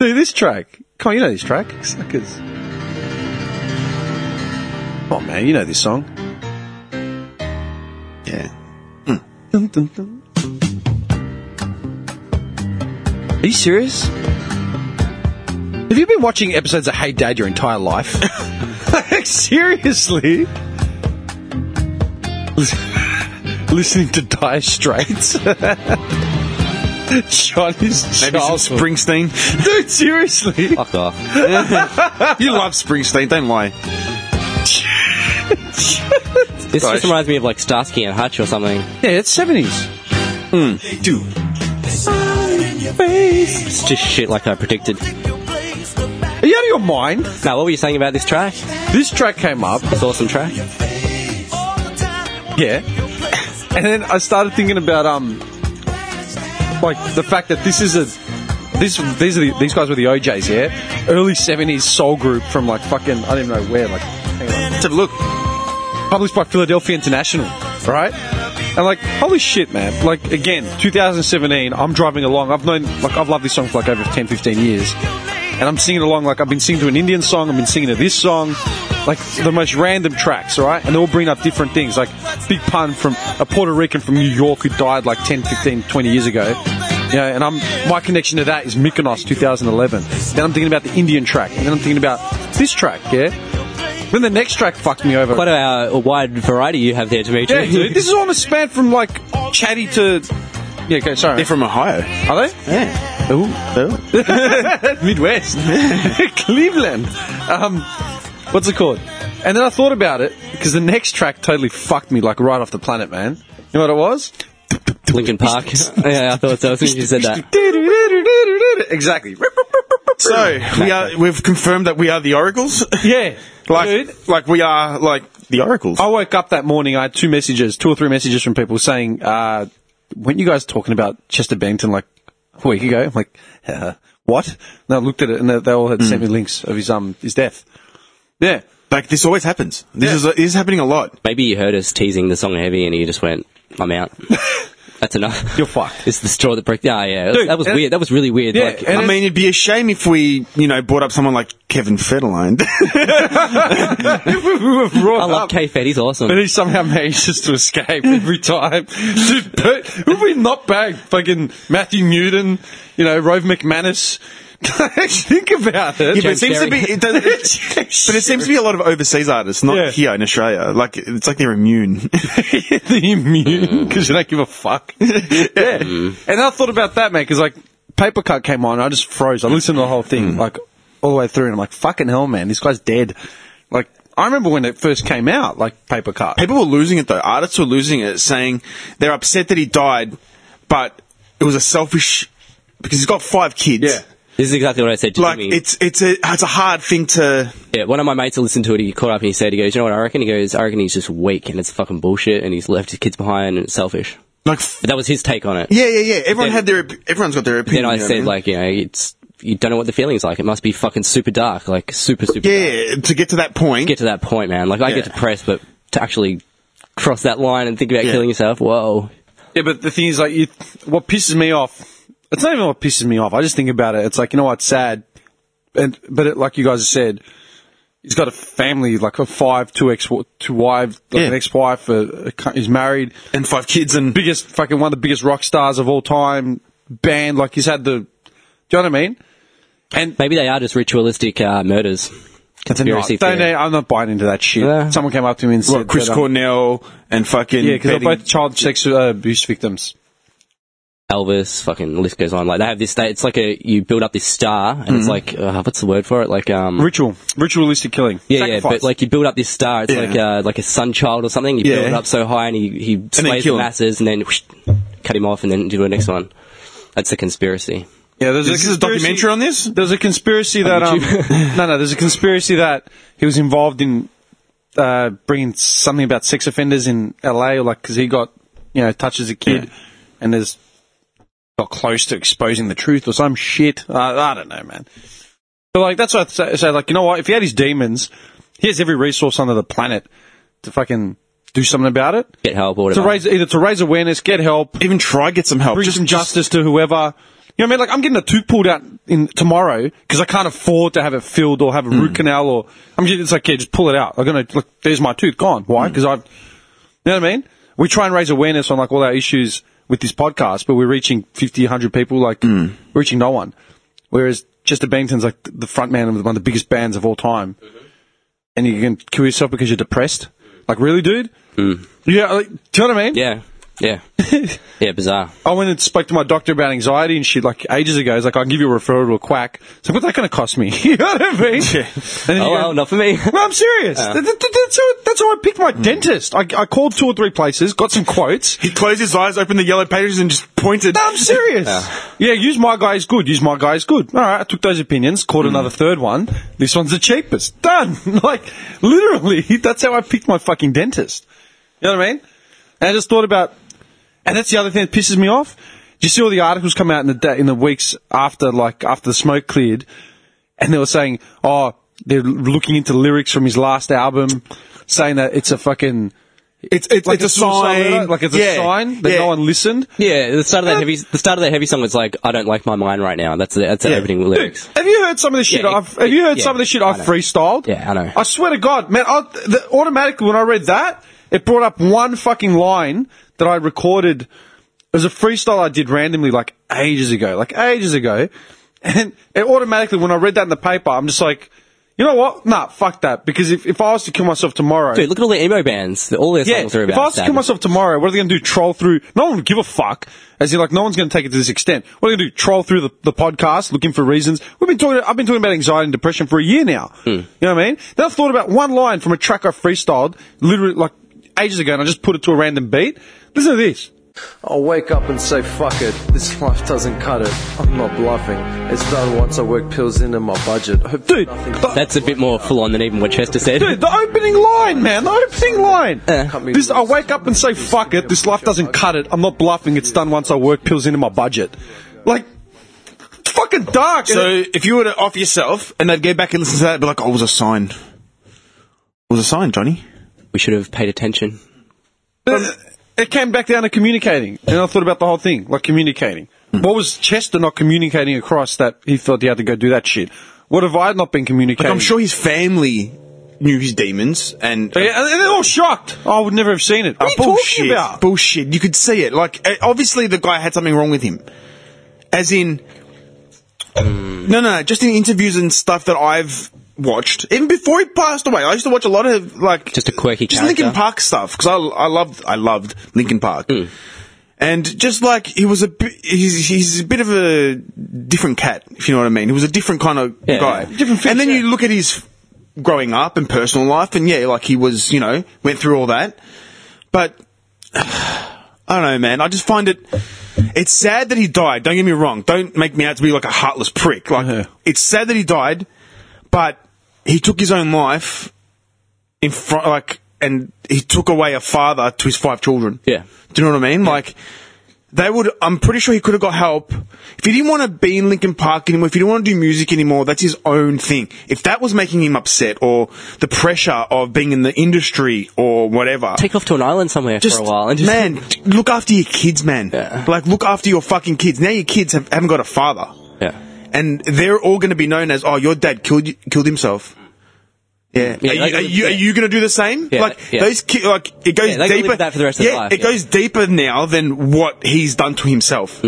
Speaker 4: Dude, this track. Come on, you know this track. Suckers. Oh, man, you know this song.
Speaker 6: Yeah.
Speaker 4: Mm. Dun, dun, dun. Are you serious? Have you been watching episodes of Hey Dad your entire life? like, seriously? Lis- Listening to Dire Straits? Johnny's
Speaker 6: Maybe some
Speaker 4: childhood.
Speaker 6: Springsteen.
Speaker 4: Dude, seriously?
Speaker 5: Fuck off.
Speaker 6: you love Springsteen, don't lie.
Speaker 5: This just reminds me of like Starsky and Hutch or something.
Speaker 4: Yeah, it's Hmm. 70s.
Speaker 6: Dude.
Speaker 5: It's just shit like I predicted.
Speaker 4: Are you out of your mind?
Speaker 5: Now, what were you saying about this track?
Speaker 4: This track came up,
Speaker 5: This awesome track?
Speaker 4: yeah, and then I started thinking about um, like the fact that this is a this these are the, these guys were the OJ's, yeah, early seventies soul group from like fucking I don't even know where, like hang on.
Speaker 6: Let's have a look.
Speaker 4: published by Philadelphia International, right? And like, holy shit, man! Like again, 2017, I'm driving along. I've known like I've loved this song for like over 10, 15 years, and I'm singing along. Like I've been singing to an Indian song, I've been singing to this song, like the most random tracks, all right? And they all bring up different things. Like Big Pun from a Puerto Rican from New York who died like 10, 15, 20 years ago. You know, and I'm my connection to that is Mykonos 2011. Then I'm thinking about the Indian track, and then I'm thinking about this track, yeah. Then the next track fucked me over.
Speaker 5: Quite a, uh, wide variety you have there, Dimitri.
Speaker 4: Yeah, dude. This is all a span from like chatty to. Yeah, okay, sorry.
Speaker 6: They're from Ohio.
Speaker 4: Are they?
Speaker 6: Yeah. Ooh. Ooh.
Speaker 4: Midwest. Cleveland. Um, what's it called? And then I thought about it because the next track totally fucked me like right off the planet, man. You know what it was?
Speaker 5: Lincoln Park. yeah, I thought so as soon as you said that.
Speaker 4: Exactly.
Speaker 6: So we are. We've confirmed that we are the Oracles.
Speaker 4: Yeah.
Speaker 6: like,
Speaker 4: dude.
Speaker 6: like we are like the Oracles.
Speaker 4: I woke up that morning. I had two messages, two or three messages from people saying, uh, "Weren't you guys talking about Chester Bennington like a week ago?" I'm like, uh, "What?" And I looked at it, and they, they all had sent me
Speaker 6: Hmm.
Speaker 4: links of his um his death. Yeah,
Speaker 6: Like this always happens. This is this is happening a lot.
Speaker 5: Maybe you heard us teasing the song Heavy and you just went, I'm out. That's enough.
Speaker 4: you're fucked.
Speaker 5: It's the straw that broke. Ah, yeah.
Speaker 4: Dude,
Speaker 5: that was
Speaker 4: and-
Speaker 5: weird. That was really weird.
Speaker 4: Yeah,
Speaker 5: like,
Speaker 4: and
Speaker 6: I
Speaker 4: it's-
Speaker 6: mean, it'd be a shame if we, you know, brought up someone like Kevin Federline.
Speaker 5: I love K Fed. He's awesome.
Speaker 4: But he somehow manages to escape every time. Dude, but who we not bagged? Fucking Matthew Newton, you know, Rove McManus. Think about it.
Speaker 6: Yeah, but it
Speaker 5: James
Speaker 6: seems to be.
Speaker 5: Derry.
Speaker 6: It does, but it seems to be a lot of overseas artists, not
Speaker 4: Yeah.
Speaker 6: here in Australia. Like it's like they're immune.
Speaker 4: the immune because you don't give a fuck. Mm. yeah. And I thought about that, man, because like Paper Cut came on, I just froze. I listened to the whole thing like all the way through, and I'm like, fucking hell, man, this guy's dead. Like I remember when it first came out, like Paper Cut.
Speaker 6: People were losing it though. Artists were losing it, saying they're upset that he died, but it was a selfish because he's got five kids.
Speaker 4: Yeah.
Speaker 5: This is exactly what I said to
Speaker 6: Like
Speaker 5: Jimmy.
Speaker 6: it's it's a it's a hard thing to
Speaker 5: Yeah, one of my mates listened to it. He caught up and he said, "He goes, you know what I reckon? He goes, I reckon he's just weak and it's fucking bullshit, and he's left his kids behind and it's selfish."
Speaker 6: like. F-
Speaker 5: But that was his take on it.
Speaker 6: yeah, yeah, yeah. Everyone
Speaker 5: Then-
Speaker 6: had their op- everyone's got their
Speaker 5: Then
Speaker 6: opinion.
Speaker 5: I
Speaker 6: you know what
Speaker 5: said,
Speaker 6: mean?
Speaker 5: like, you know, it's you don't know what the feeling's like. It must be fucking super dark, like super super. dark.
Speaker 6: yeah, to get to that point.
Speaker 5: Get to that point, man. Like I get
Speaker 6: Yeah.
Speaker 5: depressed, but to actually cross that line and think about
Speaker 6: Yeah.
Speaker 5: killing yourself. Whoa.
Speaker 4: Yeah, but the thing is, like, you, what pisses me off, it's not even what pisses me off. I just think about it. It's like, you know what, sad. And, but it, like you guys said, he's got a family, like a five, two ex, two wives, like
Speaker 6: Yeah.
Speaker 4: an ex-wife, a, a, cu- he's married,
Speaker 6: and five kids and
Speaker 4: biggest, fucking one of the biggest rock stars of all time, band, like he's had the, do you know what I mean?
Speaker 5: Maybe they are just ritualistic uh, murders. Conspiracy
Speaker 4: Don't-
Speaker 5: theory.
Speaker 4: I'm not buying into that shit.
Speaker 5: Yeah.
Speaker 4: Someone came up to me and
Speaker 6: Well,
Speaker 4: said,
Speaker 6: Chris
Speaker 4: that, um,
Speaker 6: Cornell and fucking
Speaker 4: yeah, because they're
Speaker 6: Betty-
Speaker 4: both child sexual uh, abuse victims.
Speaker 5: Elvis, fucking the list goes on. Like they have this, they, it's like a you build up this star, and it's like
Speaker 6: Mm-hmm.
Speaker 5: uh, what's the word for it? Like um,
Speaker 4: Ritual, ritualistic killing.
Speaker 5: yeah, yeah,
Speaker 4: Sacrifice.
Speaker 5: but like you build up this star. It's like uh, like a sun child or something. You build
Speaker 6: Yeah.
Speaker 5: it up so high, and he he
Speaker 6: then
Speaker 5: slays
Speaker 6: kill
Speaker 5: the
Speaker 6: him.
Speaker 5: masses, and then whoosh, cut him off, and then do the next one. That's a conspiracy.
Speaker 4: Yeah, there's
Speaker 6: Is this a
Speaker 4: conspiracy-
Speaker 6: documentary on this?
Speaker 4: There's a conspiracy that um, no, no, there's a conspiracy that he was involved in uh, bringing something about sex offenders in LA, or like because he got you know touched as a kid,
Speaker 6: Yeah.
Speaker 4: and there's got close to exposing the truth or some shit. Uh, I don't know, man. But like that's what I say, say. Like you know what? If he had his demons, he has every resource under the planet to fucking do something about it.
Speaker 5: Get help or
Speaker 4: To
Speaker 5: whatever.
Speaker 4: raise either to raise awareness, get help,
Speaker 6: even try get some help.
Speaker 4: bring some justice to whoever. You know what I mean? Like I'm getting a tooth pulled out in tomorrow because I can't afford to have it filled or have a root canal or I'm just it's like yeah, just pull it out. I'm gonna look. There's my tooth gone. Why? Because I've. You know what I mean? We try and raise awareness on like all our issues with this podcast, but we're reaching 50, 100 people. Like we're reaching no one. Whereas Chester Bennington's like the front man of one of the biggest bands of all time, and you can kill yourself because you're depressed. Like really, dude? Yeah. Like, do you know what I mean?
Speaker 5: Yeah, yeah, yeah. Bizarre.
Speaker 4: I went and spoke to my doctor about anxiety and shit like ages ago. He's like, I can give you a referral to a quack. So what's that going to cost me? you know what I mean? And then
Speaker 5: Oh,
Speaker 4: you go,
Speaker 5: well, not for me.
Speaker 4: well, I'm serious. That- that- that- that's, how, that's how I picked
Speaker 5: Hmm.
Speaker 4: my dentist. I, I called two or three places, got some quotes.
Speaker 6: He closed his eyes, opened the yellow pages, and just pointed.
Speaker 4: No, I'm serious. Yeah, use my guy's good. Use my guy's good. All right, I took those opinions, caught another
Speaker 6: Mm.
Speaker 4: third one. This one's the cheapest. Done. like, literally, that's how I picked my fucking dentist. You know what I mean? And I just thought about, and that's the other thing that pisses me off. Do you see all the articles come out in the day, in the weeks after, like after the smoke cleared, and they were saying, oh, they're looking into lyrics from his last album, saying that it's a fucking.
Speaker 6: It's it's,
Speaker 4: Like
Speaker 6: it's a,
Speaker 4: suicide
Speaker 6: sign.
Speaker 4: letter, like it's
Speaker 6: Yeah,
Speaker 4: a sign that
Speaker 6: yeah.
Speaker 4: no one listened.
Speaker 5: Yeah, the start of that heavy, the start of that heavy song was like, "I don't like my mind right now." That's the, that's the opening lyrics.
Speaker 4: Have you heard some of the shit?
Speaker 5: Yeah,
Speaker 4: I've, have you heard
Speaker 5: yeah,
Speaker 4: some of the shit
Speaker 5: I
Speaker 4: I've
Speaker 5: know.
Speaker 4: freestyled?
Speaker 5: Yeah, I know.
Speaker 4: I swear to God, man, I, the, automatically when I read that, it brought up one fucking line that I recorded. It was a freestyle I did randomly like ages ago, like ages ago. And it automatically, when I read that in the paper, I'm just like, you know what? Nah, fuck that. Because if, if I was to kill myself tomorrow,
Speaker 5: Dude, look at all the emo bands. All their
Speaker 4: yeah,
Speaker 5: songs are about.
Speaker 4: if I was to
Speaker 5: sadness.
Speaker 4: kill myself tomorrow, what are they going to do? Troll through? No one would give a fuck. As in, like, no one's going to take it to this extent. What are they going to do? Troll through the, the podcast, looking for reasons. We've been talking. I've been talking about anxiety and depression for a year now.
Speaker 5: Hmm.
Speaker 4: You know what I mean? Then I thought about one line from a track I freestyled, literally like ages ago, and I just put it to a random beat. Listen to this.
Speaker 7: I'll wake up and say, fuck it, this life doesn't cut it. I'm not bluffing. It's done once I work pills into my budget. Hope
Speaker 4: Dude,
Speaker 7: nothing
Speaker 4: the-
Speaker 5: That's a bit more full on than even what Chester said.
Speaker 4: Dude, the opening line, man, the opening line.
Speaker 5: Uh.
Speaker 7: Cut me
Speaker 4: This, I
Speaker 7: loose.
Speaker 4: wake up and say, "Fuck it, this life doesn't cut it." I'm not bluffing. It's done once I work pills into my budget. Like, it's fucking dark. and
Speaker 6: So if you were to off yourself and they'd go back and listen to that, it'd be like, "Oh, it was a sign. It was a sign, Johnny."
Speaker 5: We should have paid attention.
Speaker 4: it came back down to communicating, and I thought about the whole thing, like communicating. What was Chester not communicating across that he thought he had to go do that shit? What have I not been communicating?
Speaker 6: Like, I'm sure his family knew his demons and.
Speaker 4: Yeah, and they're all shocked. I would never have seen it. What are
Speaker 6: Oh,
Speaker 4: you
Speaker 6: bullshit!
Speaker 4: talking about?
Speaker 6: Bullshit! You could see it. Like eh, obviously the guy had something wrong with him, as in. No, no, no, just in interviews and stuff that I've watched, even before he passed away, I used to watch a lot of like
Speaker 5: Just a quirky
Speaker 6: just
Speaker 5: character.
Speaker 6: Linkin Park stuff because I, I loved I loved Linkin Park, and just like he was a bi- he's he's a bit of a different cat if you know what I mean. He was a different kind of
Speaker 5: Yeah.
Speaker 6: guy,
Speaker 4: Different fish,
Speaker 6: and then
Speaker 4: yeah.
Speaker 6: you look at his growing up and personal life, and yeah, like he was you know went through all that, but I don't know, man. I just find it. It's sad that he died. Don't get me wrong. Don't make me out to be like a heartless prick. Like it's sad that he died, but he took his own life in front, like, and he took away a father to his five children.
Speaker 5: Yeah.
Speaker 6: Do you know what I mean? Like, They would. I'm pretty sure he could have got help if he didn't want to be in Lincoln Park anymore. If he didn't want to do music anymore, that's his own thing. If that was making him upset, or the pressure of being in the industry, or whatever,
Speaker 5: Take off to an island somewhere for a while and just
Speaker 6: man, t- look after your kids, man.
Speaker 5: Yeah.
Speaker 6: Like look after your fucking kids. Now your kids have, haven't got a father,
Speaker 5: Yeah.
Speaker 6: and they're all going to be known as, oh, your dad killed killed himself. Yeah.
Speaker 5: Mm. Yeah,
Speaker 6: are, you,
Speaker 5: like-
Speaker 6: are, you,
Speaker 5: yeah.
Speaker 6: are you going to do the same?
Speaker 5: Yeah,
Speaker 6: like
Speaker 5: yeah.
Speaker 6: those ki- like it goes
Speaker 5: Yeah, they're gonna live
Speaker 6: deeper.
Speaker 5: with that for the rest of
Speaker 6: yeah,
Speaker 5: their life,
Speaker 6: it
Speaker 5: yeah.
Speaker 6: goes deeper now than what he's done to himself.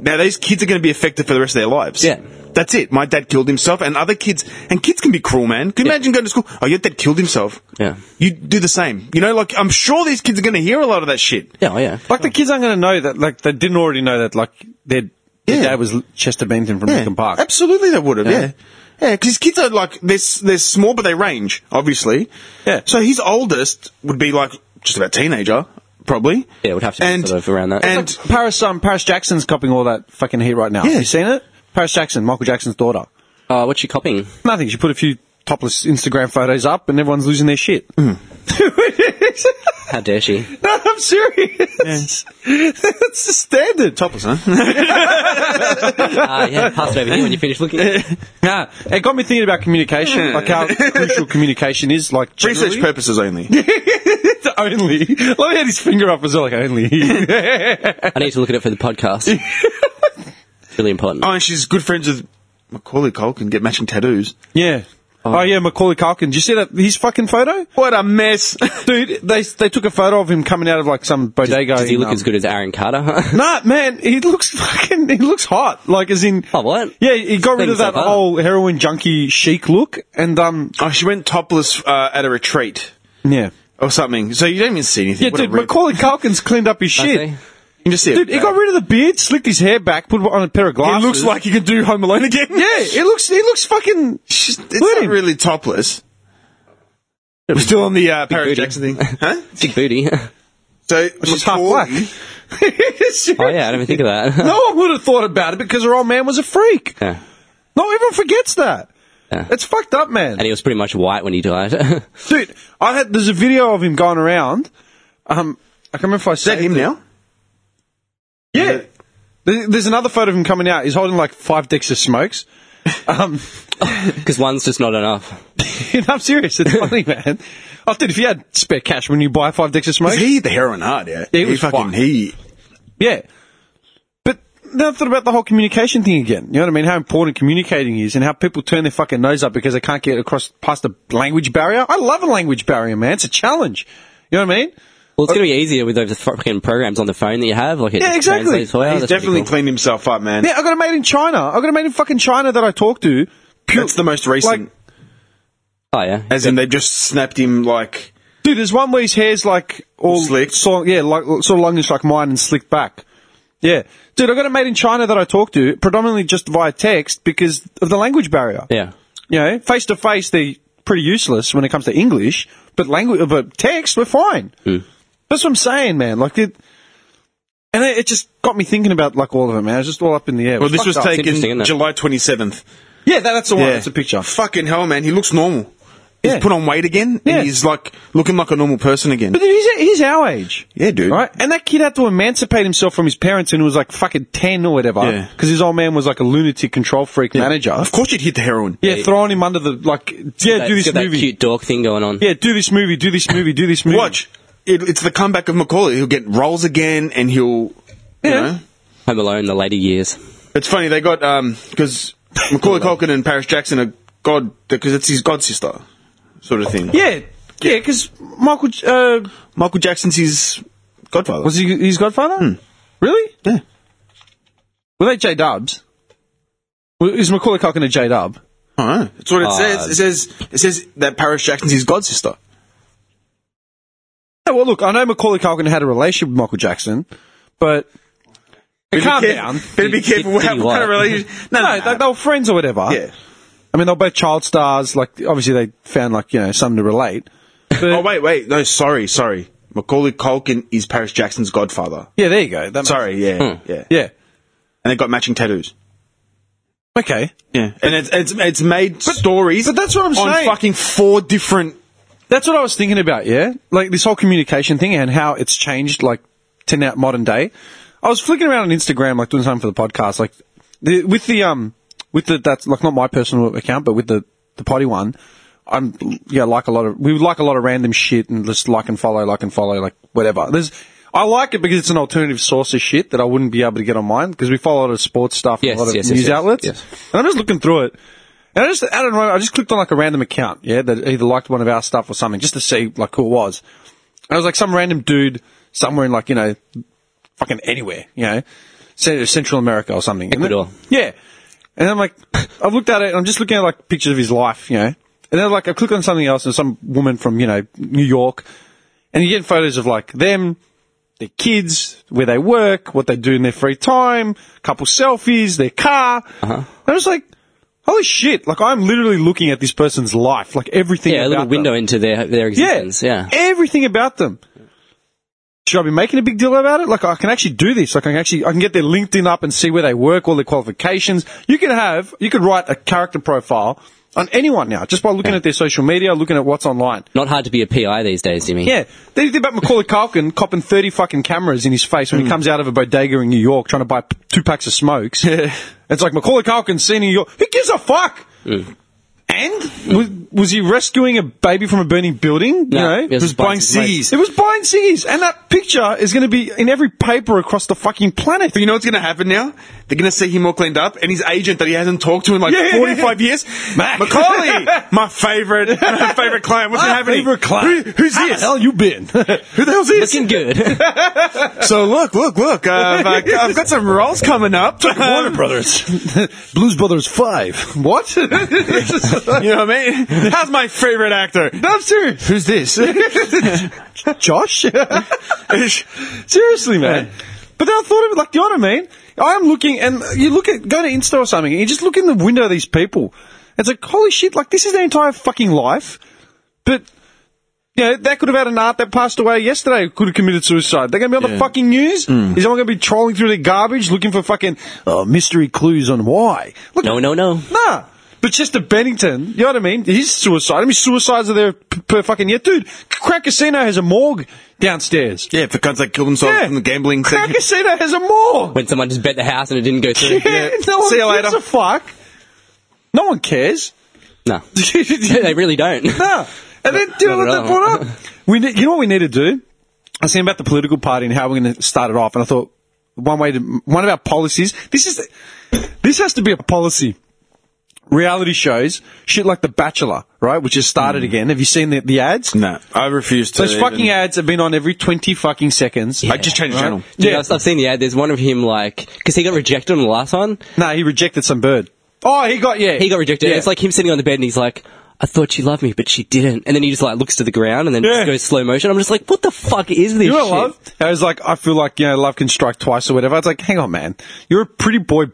Speaker 6: Now those kids are going to be affected for the rest of their lives.
Speaker 5: Hmm. Yeah.
Speaker 6: That's it. My dad killed himself, and other kids, and kids can be cruel, man. Can you imagine going to school? Oh, your dad killed himself.
Speaker 5: Yeah.
Speaker 6: You do the same. You know, like I'm sure these kids are going to hear a lot of that shit.
Speaker 5: Yeah, oh, yeah.
Speaker 4: Like the kids aren't going to know that. Like they didn't already know that. Like their, their
Speaker 6: Yeah.
Speaker 4: dad was Chester Bennington from Lincoln Park.
Speaker 6: Absolutely, they would have.
Speaker 4: Yeah.
Speaker 6: Yeah. Yeah, because his kids are like they're s- they're small, but they range obviously.
Speaker 4: Yeah.
Speaker 6: So his oldest would be like just about teenager, probably.
Speaker 5: Yeah, it would have to be
Speaker 6: And-
Speaker 5: sort of around that.
Speaker 6: And
Speaker 4: Paris, um, Paris Jackson's copying all that fucking heat right now.
Speaker 6: Yeah.
Speaker 4: You seen it? Paris Jackson, Michael Jackson's daughter.
Speaker 5: Oh, what you copying?
Speaker 4: Nothing. She put a few topless Instagram photos up, and everyone's losing their shit.
Speaker 5: How dare she?
Speaker 4: no, I'm serious. That's the standard.
Speaker 6: topless, huh?
Speaker 5: Ah, yeah, pass it over here when you finish looking.
Speaker 4: Nah, it got me thinking about communication, like how crucial communication is. Like generally.
Speaker 6: Research purposes only.
Speaker 4: only. Let me had his finger up as well. Like only.
Speaker 5: I need to look at it for the podcast. really important.
Speaker 6: Oh, and she's good friends with Macaulay Culkin. Get matching tattoos.
Speaker 4: Yeah. Oh. yeah, Macaulay Culkin. Did you see that his fucking photo?
Speaker 6: What a mess.
Speaker 4: Dude, they they took a photo of him coming out of like some bodega.
Speaker 5: Does he
Speaker 4: in,
Speaker 5: look
Speaker 4: um,
Speaker 5: as good as Aaron Carter?
Speaker 4: Nah, man, he looks fucking. He looks hot. Like as in.
Speaker 5: Oh, what?
Speaker 4: Yeah, he got rid
Speaker 5: Thinks
Speaker 4: of that
Speaker 5: so far.
Speaker 4: whole heroin junkie chic look, and um,
Speaker 6: oh, she went topless uh, at a retreat
Speaker 4: yeah.
Speaker 6: or something. So you don't even see anything.
Speaker 4: Yeah,
Speaker 6: What a
Speaker 4: dude,
Speaker 6: red-
Speaker 4: Macaulay Culkin's cleaned up his
Speaker 5: Does
Speaker 4: shit.
Speaker 5: he?
Speaker 6: You can just see it.
Speaker 4: Dude, he got rid of the beard, slicked his hair back, put on a pair of
Speaker 6: He
Speaker 4: glasses.
Speaker 6: looks like he can do Home Alone again.
Speaker 4: Yeah, he looks. He looks fucking.
Speaker 6: She's, it's
Speaker 4: Look at
Speaker 6: not
Speaker 4: him.
Speaker 6: really topless. We're still on the uh, Paris
Speaker 5: booty.
Speaker 6: Jackson thing, huh?
Speaker 5: Big booty. oh,
Speaker 6: So
Speaker 4: She's half
Speaker 6: Macaulay-
Speaker 4: black. Seriously.
Speaker 5: yeah, I didn't even think of that.
Speaker 4: No one would have thought about it because her old man was a freak.
Speaker 5: Yeah.
Speaker 4: No, everyone forgets that.
Speaker 5: Yeah.
Speaker 4: It's fucked up, man.
Speaker 5: And he was pretty much white when he died. yeah,
Speaker 4: Dude, I had there's a video of him going around. Um, I can't remember if I
Speaker 6: Is that him now?
Speaker 4: Yeah. There- There's another photo of him coming out. He's holding like five decks of smokes. Um,
Speaker 5: because one's just not enough.
Speaker 4: I'm serious. It's funny, man. Oh, dude, if you had spare cash, wouldn't you buy five decks of smokes?
Speaker 6: Is he the heroin hard? Yeah,
Speaker 4: He was
Speaker 6: fucking
Speaker 4: fucked.
Speaker 6: he.
Speaker 4: Yeah. But now I've thought about the whole communication thing again. You know what I mean? How important communicating is and how people turn their fucking nose up because they can't get across past the language barrier. I love a language barrier, man. It's a challenge. You know what I mean?
Speaker 5: Well, it's going to be easier with those fucking programs on the phone that you have. Like it
Speaker 4: Yeah,
Speaker 5: just
Speaker 4: exactly.
Speaker 5: translates well.
Speaker 6: He's
Speaker 5: That's pretty
Speaker 6: definitely
Speaker 5: cool.
Speaker 6: cleaned himself up, man.
Speaker 4: Yeah, I got a mate in China. I got a mate in fucking China that I talk to. Pure-
Speaker 6: That's the most recent.
Speaker 4: Like,
Speaker 5: Oh, yeah.
Speaker 6: as in, they've just snapped him like.
Speaker 4: dude, there's one where his hair's like all
Speaker 6: Slicked.
Speaker 4: So, yeah, like sort of longish like mine and slicked back. Yeah, dude, I got a mate in China that I talk to predominantly just via text because of the language barrier.
Speaker 5: Yeah.
Speaker 4: You know, face to face, they're pretty useless when it comes to English, but language, but text, we're fine. That's what I'm saying, man. Like it, and it, it just got me thinking about like all of it, man. It was just all up in the air. It
Speaker 6: Well, this
Speaker 4: fucked
Speaker 6: was
Speaker 4: up.
Speaker 5: interesting, isn't
Speaker 6: taken
Speaker 5: it?
Speaker 6: July twenty seventh.
Speaker 4: yeah, that, that's the one. That's a picture.
Speaker 6: Fucking hell, man. He looks normal.
Speaker 4: Yeah.
Speaker 6: He's put on weight again,
Speaker 4: Yeah.
Speaker 6: and he's like looking like a normal person again.
Speaker 4: But dude, he's, he's our age.
Speaker 6: Yeah, dude.
Speaker 4: Right? And that kid had to emancipate himself from his parents when he was like fucking 10 or whatever.
Speaker 6: Yeah.
Speaker 4: Because his old man was like a lunatic control freak manager.
Speaker 6: Of course, you'd hit the heroin.
Speaker 4: Yeah, throwing him under the, like, yeah,
Speaker 5: That-
Speaker 4: do
Speaker 5: it's
Speaker 4: this
Speaker 5: got that
Speaker 4: movie.
Speaker 5: cute dork thing going on.
Speaker 4: Yeah, do this movie, do this movie, do this movie.
Speaker 6: Watch. It, it's the comeback of Macaulay. He'll get roles again, and he'll. You
Speaker 4: Yeah.
Speaker 6: know,
Speaker 5: Home Alone, the later years.
Speaker 6: It's funny they got um because Macaulay Culkin and Paris Jackson are god because it's his god sister sort of thing.
Speaker 4: Yeah. Yeah, because Michael, uh,
Speaker 6: Michael Jackson's his godfather.
Speaker 4: was he his godfather? Really?
Speaker 6: Yeah.
Speaker 4: Were they J Dubs? Is Macaulay Culkin a J Dub?
Speaker 6: I don't know. That's what it
Speaker 4: Ah,
Speaker 5: Uh,
Speaker 6: says. It says it says that Paris Jackson's his god sister.
Speaker 4: Yeah, well, look, I know Macaulay Culkin had a relationship with Michael Jackson, but calm
Speaker 6: care-
Speaker 4: down.
Speaker 6: Better be
Speaker 5: Did-
Speaker 6: careful
Speaker 5: did-
Speaker 6: what
Speaker 5: did he
Speaker 6: kind of
Speaker 5: like-
Speaker 6: relation. No,
Speaker 4: no,
Speaker 6: no,
Speaker 4: they, they were friends or whatever.
Speaker 6: yeah.
Speaker 4: I mean, they're both child stars. Like, obviously, they found like you know something to relate. But,
Speaker 6: Oh wait, wait. No, sorry, sorry. Macaulay Culkin is Paris Jackson's godfather.
Speaker 4: yeah, there you go. That makes-
Speaker 6: Sorry, yeah, yeah.
Speaker 4: Hmm. Yeah.
Speaker 6: And they got matching tattoos.
Speaker 4: Okay.
Speaker 6: Yeah, and it's it's, it's made stories.
Speaker 4: but that's what I'm
Speaker 6: on
Speaker 4: saying.
Speaker 6: fucking four different
Speaker 4: That's what I was thinking about. Yeah, like this whole communication thing and how it's changed, like to now modern day. I was flicking around on Instagram, like doing something for the podcast, like the, with the um with the that's like not my personal account, but with the the potty one. I'm yeah, like a lot of we like a lot of random shit and just like and follow, like and follow, like whatever. There's I like it because it's an alternative source of shit that I wouldn't be able to get on mine because we follow a lot of sports stuff, and
Speaker 5: Yes,
Speaker 4: a lot of
Speaker 5: yes, yes,
Speaker 4: news
Speaker 5: yes,
Speaker 4: outlets.
Speaker 5: yes.
Speaker 4: And I'm just looking through it. And I just, I don't know, I just clicked on like a random account, yeah, that either liked one of our stuff or something, just to see like who it was. And it was like some random dude somewhere in like, you know, fucking anywhere, you know, Cent- Central America or something. And then-
Speaker 5: Ecuador.
Speaker 4: yeah. And I'm like, I've looked at it and I'm just looking at like pictures of his life, you know. And then like I click on something else and some woman from, you know, New York. And you get photos of like them, their kids, where they work, what they do in their free time, couple selfies, their car.
Speaker 5: Uh-huh.
Speaker 4: And I was like, holy shit, like I'm literally looking at this person's life, like everything
Speaker 5: Yeah, a
Speaker 4: about
Speaker 5: little
Speaker 4: them.
Speaker 5: window into their their existence. Yeah.
Speaker 4: Everything about them. Should I be making a big deal about it? Like I can actually do this. Like I can actually I can get their LinkedIn up and see where they work, all their qualifications. You could have you could write a character profile on anyone now just by looking at their social media, looking at what's online.
Speaker 5: Not hard to be a PI these days, Jimmy.
Speaker 4: Yeah, they did about Macaulay Culkin copping thirty fucking cameras in his face
Speaker 6: Hmm.
Speaker 4: when he comes out of a bodega in New York trying to buy p- two packs of smokes. it's like Macaulay Culkin seen in New York. Who gives a fuck? And was, was he rescuing a baby from a burning building?
Speaker 5: No,
Speaker 4: you know?
Speaker 5: he was It was buying buying some ciggies.
Speaker 4: It was buying ciggies, and that picture is going to be in every paper across the fucking planet.
Speaker 6: But you know what's going to happen now? They're going to see him all cleaned up, and his agent that he hasn't talked to in like
Speaker 4: Yeah.
Speaker 6: 45 years,
Speaker 4: Mac.
Speaker 6: Macaulay, my favorite, my favorite client. What's
Speaker 4: My
Speaker 6: happening?
Speaker 4: favorite client.
Speaker 6: Who, who's
Speaker 4: How the
Speaker 6: this?
Speaker 4: hell you been?
Speaker 6: Who the hell's this?
Speaker 5: Looking good.
Speaker 6: So look, look, look. Uh, I've, uh, I've got some roles coming up. Uh,
Speaker 4: Warner Brothers, Blues Brothers Five. What? you know
Speaker 6: You know what I mean? How's my favorite actor?
Speaker 4: No, I'm serious. Who's this? Josh? Seriously, man. But then I thought of it, like, do you know what I mean? I'm looking, and you look at, go to Insta or something, and you just look in the window of these people. It's like, holy shit, like, this is their entire fucking life. But, you know, that could have had an art that passed away yesterday, could have committed suicide. They're going to be on the fucking news?
Speaker 6: Mm.
Speaker 4: Is anyone going to be trolling through their garbage looking for fucking uh, mystery clues on why? Look,
Speaker 5: no, no, no.
Speaker 4: Nah. But Chester Bennington, you know what I mean? He's suicide. I mean, suicides are there p- per fucking year. Dude, Crack Casino has a morgue downstairs.
Speaker 6: Yeah, for God's sake, kill themselves
Speaker 4: Yeah.
Speaker 6: from the gambling
Speaker 4: Crack
Speaker 6: thing.
Speaker 4: Casino has a morgue.
Speaker 5: When someone just bet the house and it didn't go through.
Speaker 4: Yeah, no one
Speaker 6: See you
Speaker 4: gives
Speaker 6: later.
Speaker 4: a fuck. No one cares.
Speaker 5: No. they really don't.
Speaker 4: Nah. And then, do you know what
Speaker 5: Not
Speaker 4: they
Speaker 5: at
Speaker 4: brought up? We ne- you know what we need to do? I was thinking about the political party and how we're going to start it off, and I thought one way to one of our policies. This is this has to be a policy. Reality shows, shit like The Bachelor, right, which has started again. Have you seen the, the ads?
Speaker 6: No, I refuse to.
Speaker 4: Those
Speaker 6: even-
Speaker 4: fucking ads have been on every twenty fucking seconds.
Speaker 6: I just changed the channel.
Speaker 5: Yeah,
Speaker 4: Yeah.
Speaker 5: I've, I've seen the ad. There's one of him like because he got rejected on the last one.
Speaker 4: No, he rejected some bird. Oh, he got yeah.
Speaker 5: He got rejected.
Speaker 4: Yeah.
Speaker 5: It's like him sitting on the bed and he's like, "I thought she loved me, but she didn't." And then he just like looks to the ground and then
Speaker 4: Yeah.
Speaker 5: just goes slow motion. I'm just like, "What the fuck is this?"
Speaker 4: You know
Speaker 5: shit?
Speaker 4: love? I was like, I feel like, you know, love can strike twice or whatever. It's like, hang on, man. You're a pretty boy,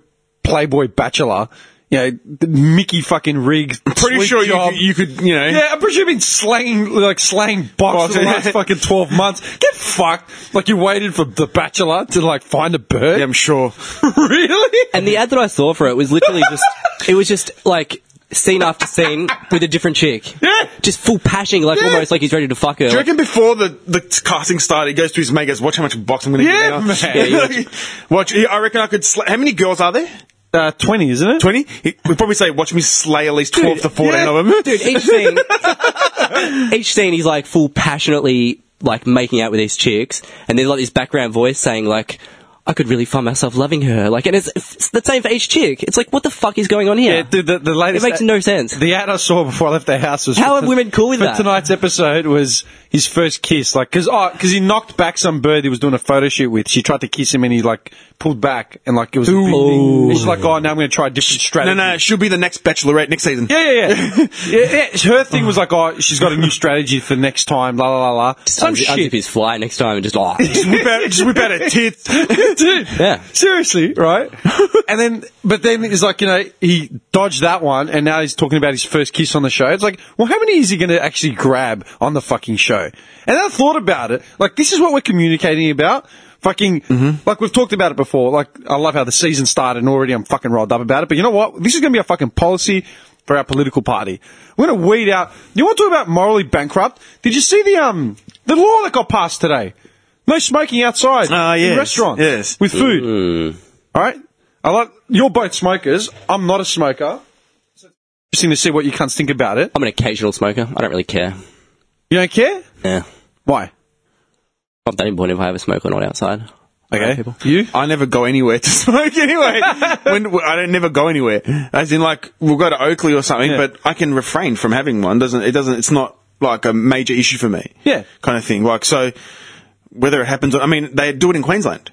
Speaker 4: playboy bachelor. You know, the Mickey fucking rig.
Speaker 6: Pretty
Speaker 4: sweet
Speaker 6: sure you,
Speaker 4: job.
Speaker 6: could- you could, you know.
Speaker 4: Yeah, I'm pretty sure you've been slanging, like, slang box for the last fucking 12 months. Get fucked. Like, you waited for The Bachelor to, like, find a bird.
Speaker 6: Yeah, I'm sure.
Speaker 4: really?
Speaker 5: And the ad that I saw for it was literally just, it was just like scene after scene with a different chick.
Speaker 6: Yeah.
Speaker 5: Just full pashing, like
Speaker 6: Yeah.
Speaker 5: almost like he's ready to fuck her.
Speaker 6: Do you
Speaker 5: Like,
Speaker 6: reckon before the, the casting started, he goes to his mate, goes, watch how much box I'm going to
Speaker 4: Yeah,
Speaker 6: get now.
Speaker 4: man.
Speaker 6: Like, watch, I reckon I could slay, how many girls are there?
Speaker 4: Uh, 20, isn't it?
Speaker 6: 20? He would probably say, watch me slay at least 12 to 14
Speaker 4: yeah.
Speaker 6: of them.
Speaker 5: dude, each scene, each scene he's like full passionately like making out with these chicks, and there's like this background voice saying like, I could really find myself loving her. Like, and it's, it's the same for each chick. It's like, what the fuck is going on here?
Speaker 4: Yeah, dude, the, the latest.
Speaker 5: It makes no sense.
Speaker 4: The ad I saw before I left the house was.
Speaker 5: How
Speaker 4: for
Speaker 5: are women cool with
Speaker 4: for
Speaker 5: that?
Speaker 4: Tonight's episode was his first kiss, like because oh, 'cause he knocked back some bird he was doing a photo shoot with. She tried to kiss him and he like pulled back and like it was. a big thing. He's like, oh, now I'm going to try a different
Speaker 6: No,
Speaker 4: strategy.
Speaker 6: no, she'll be the next bachelorette next season.
Speaker 4: Yeah, yeah, yeah. yeah, yeah. Her thing was like, oh, she's got a new strategy for next time. La la la la. Some
Speaker 5: Unzip-
Speaker 4: shit.
Speaker 5: Unzip his fly next time and just, oh.
Speaker 6: Just whip out, just whip out a tit.
Speaker 4: Dude,
Speaker 5: Yeah.
Speaker 4: seriously, right? and then, but then it's like, you know, he dodged that one and now he's talking about his first kiss on the show. It's like, well, how many is he going to actually grab on the fucking show? And then I thought about it. Like, this is what we're communicating about. Fucking, like we've talked about it before. Like, I love how the season started and already I'm fucking rolled up about it. But you know what? This is going to be a fucking policy for our political party. We're going to weed out. You want to talk about morally bankrupt? Did you see the, um, the law that got passed today? No smoking outside.
Speaker 6: Ah,
Speaker 4: In
Speaker 6: yes,
Speaker 4: restaurants.
Speaker 6: yes. Mm.
Speaker 4: With food. All right? I like, you're both smokers. I'm not a smoker. So it's Interesting to see what you cunts think about it.
Speaker 5: I'm an occasional smoker. I don't really care.
Speaker 4: You don't care?
Speaker 5: Yeah.
Speaker 4: Why?
Speaker 5: Not that important if I have a smoke or not outside.
Speaker 4: Okay. You?
Speaker 6: I never go anywhere to smoke anyway. when I don't never go anywhere, as in like we'll go to Oakley or something,
Speaker 4: Yeah.
Speaker 6: but I can refrain from having one. Doesn't it? Doesn't it's not like a major issue for me.
Speaker 4: Yeah.
Speaker 6: kind of thing. Like so, whether it happens, or, I mean, they do it in Queensland.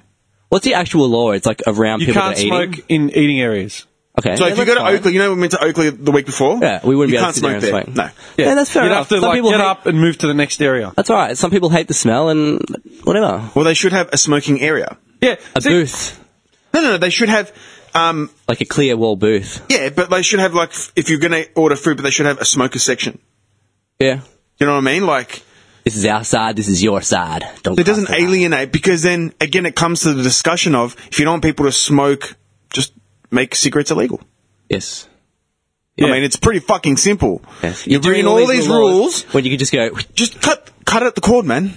Speaker 5: What's the actual law? It's like around
Speaker 4: You
Speaker 5: people
Speaker 4: can't
Speaker 5: that are
Speaker 4: smoke
Speaker 5: eating.
Speaker 4: in eating areas.
Speaker 5: Okay.
Speaker 6: So
Speaker 5: yeah,
Speaker 6: if you
Speaker 5: that's
Speaker 6: go to
Speaker 5: fine.
Speaker 6: Oakley, you know we went to Oakley the week before.
Speaker 5: yeah, we wouldn't
Speaker 6: you
Speaker 5: be able
Speaker 6: can't
Speaker 5: to sit there
Speaker 6: smoke
Speaker 5: and
Speaker 6: there.
Speaker 5: smoke.
Speaker 6: No.
Speaker 5: Yeah, that's fair
Speaker 4: You'd
Speaker 5: enough.
Speaker 4: have to
Speaker 5: Some
Speaker 4: like,
Speaker 5: people
Speaker 4: get
Speaker 5: hate-
Speaker 4: up and move to the next area.
Speaker 5: That's all right. Some people hate the smell and whatever.
Speaker 6: Well, they should have a smoking area.
Speaker 4: Yeah.
Speaker 5: A
Speaker 4: see,
Speaker 5: booth,
Speaker 6: No, no, no. They should have. Um,
Speaker 5: like a clear wall booth.
Speaker 6: yeah, but they should have like f- if you're going to order food, but they should have a smoker section.
Speaker 5: Yeah.
Speaker 6: You know what I mean? Like.
Speaker 5: This is our side. This is your side. Don't.
Speaker 6: It doesn't
Speaker 5: cross the line.
Speaker 6: alienate because then again it comes to the discussion of if you don't want people to smoke, just make cigarettes illegal.
Speaker 5: Yes.
Speaker 6: I mean, it's pretty fucking simple.
Speaker 5: Yes.
Speaker 6: You're, bringing
Speaker 5: doing
Speaker 6: all these
Speaker 5: little
Speaker 6: rules.
Speaker 5: when you could just go.
Speaker 6: Just cut, cut at the cord, man.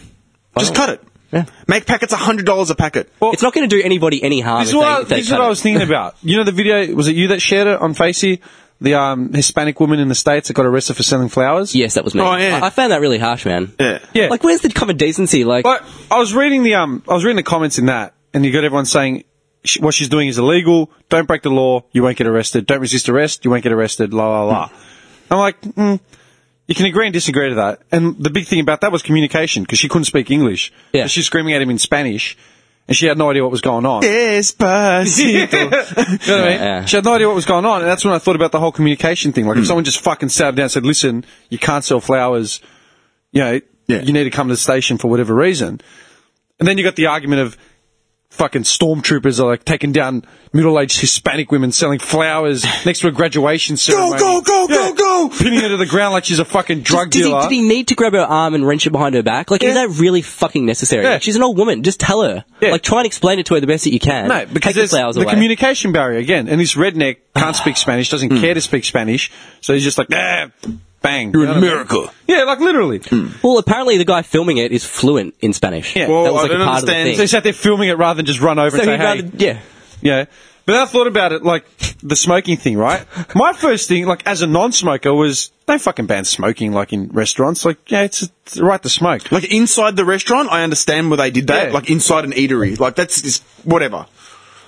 Speaker 6: Just cut it.
Speaker 5: Yeah.
Speaker 6: Make packets hundred dollars a packet.
Speaker 5: it's not going to do anybody any harm.
Speaker 4: This is
Speaker 5: if
Speaker 4: what,
Speaker 5: they-
Speaker 4: I,
Speaker 5: if they
Speaker 4: this is
Speaker 5: cut
Speaker 4: what I
Speaker 5: it.
Speaker 4: was thinking about. You know the video, was it you that shared it on Facey? The um, Hispanic woman in the States that got arrested for selling flowers?
Speaker 5: Yes, that was me.
Speaker 6: Oh, yeah.
Speaker 5: I, I found that really harsh, man.
Speaker 6: Yeah.
Speaker 4: Yeah.
Speaker 5: Like, where's the common decency? Like,
Speaker 4: But I was reading the um, I was reading the comments in that, and you got everyone saying sh- what she's doing is illegal. Don't break the law, you won't get arrested. Don't resist arrest, you won't get arrested. La la la.
Speaker 5: Hmm.
Speaker 4: I'm like, mm, you can agree and disagree to that. And the big thing about that was communication because she couldn't speak English.
Speaker 5: Yeah.
Speaker 4: So she's screaming at him in Spanish, and she had no idea what was going on.
Speaker 6: Despacito.
Speaker 4: You know what I mean?
Speaker 5: Yeah.
Speaker 4: She had no idea what was going on, and that's when I thought about the whole communication thing. Like, if someone just fucking sat her down and said, "Listen, you can't sell flowers," you know,
Speaker 6: Yeah.
Speaker 4: you need to come to the station for whatever reason, and then you got the argument of fucking stormtroopers are like taking down middle-aged Hispanic women selling flowers next to a graduation ceremony.
Speaker 6: go, go, go, go!
Speaker 4: Pinning her to the ground like she's a fucking drug
Speaker 5: did he,
Speaker 4: dealer.
Speaker 5: did he need to grab her arm and wrench it behind her back? Like, is
Speaker 4: Yeah.
Speaker 5: that really fucking necessary?
Speaker 4: Yeah.
Speaker 5: She's an old woman. Just tell her.
Speaker 4: Yeah.
Speaker 5: Like, try and explain it to her the best that you can.
Speaker 4: No,
Speaker 5: Take
Speaker 4: because
Speaker 5: the
Speaker 4: there's the,
Speaker 5: flowers away.
Speaker 4: communication barrier again. And this redneck can't speak Spanish, doesn't care to speak Spanish, so he's just like, ah, bang. You're
Speaker 6: a miracle.
Speaker 4: Yeah, like literally.
Speaker 5: well, apparently the guy filming it is fluent in Spanish.
Speaker 4: Yeah.
Speaker 6: Well,
Speaker 5: that was
Speaker 6: I
Speaker 5: like a
Speaker 6: don't
Speaker 5: part
Speaker 6: understand.
Speaker 5: of
Speaker 4: So
Speaker 5: the
Speaker 4: he
Speaker 5: thing.
Speaker 4: sat there filming it rather than just run over
Speaker 5: So he'd
Speaker 4: and say,
Speaker 5: rather,
Speaker 4: hey.
Speaker 5: yeah.
Speaker 4: Yeah. But then I thought about it, like, the smoking thing, right? My first thing, like, as a non-smoker was, don't fucking ban smoking, like, in restaurants. Like, yeah, it's, it's the right to smoke.
Speaker 6: like inside the restaurant, I understand where they did that.
Speaker 4: Yeah.
Speaker 6: Like inside an eatery, like that's just whatever.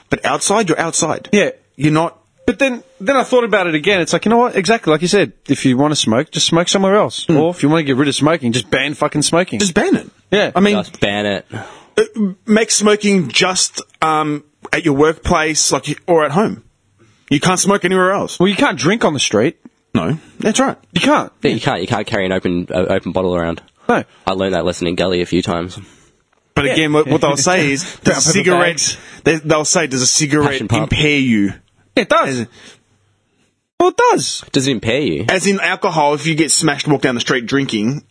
Speaker 6: But outside, you're outside.
Speaker 4: Yeah.
Speaker 6: You're not.
Speaker 4: But then, then I thought about it again. It's like, you know what? Exactly. Like you said, if you want to smoke, just smoke somewhere else.
Speaker 5: Hmm.
Speaker 4: Or if you want to get rid of smoking, just ban fucking smoking.
Speaker 6: Just ban it.
Speaker 4: Yeah.
Speaker 6: I mean,
Speaker 5: Just ban it.
Speaker 6: make smoking just um, at your workplace, like or at home. You can't smoke anywhere else.
Speaker 4: well, you can't drink on the street.
Speaker 6: No, that's right.
Speaker 4: You can't.
Speaker 5: Yeah, you can't. You can't carry an open uh, open bottle around.
Speaker 4: No.
Speaker 5: I learned that lesson in Gully a few times.
Speaker 6: But again, what, what they'll say is does a
Speaker 4: paper
Speaker 6: cigarette. They, they'll say does a cigarette
Speaker 5: Passion pop.
Speaker 6: impair you?
Speaker 4: It does. Well, it does.
Speaker 5: Does it impair you?
Speaker 6: As in alcohol, if you get smashed, walk down the street drinking,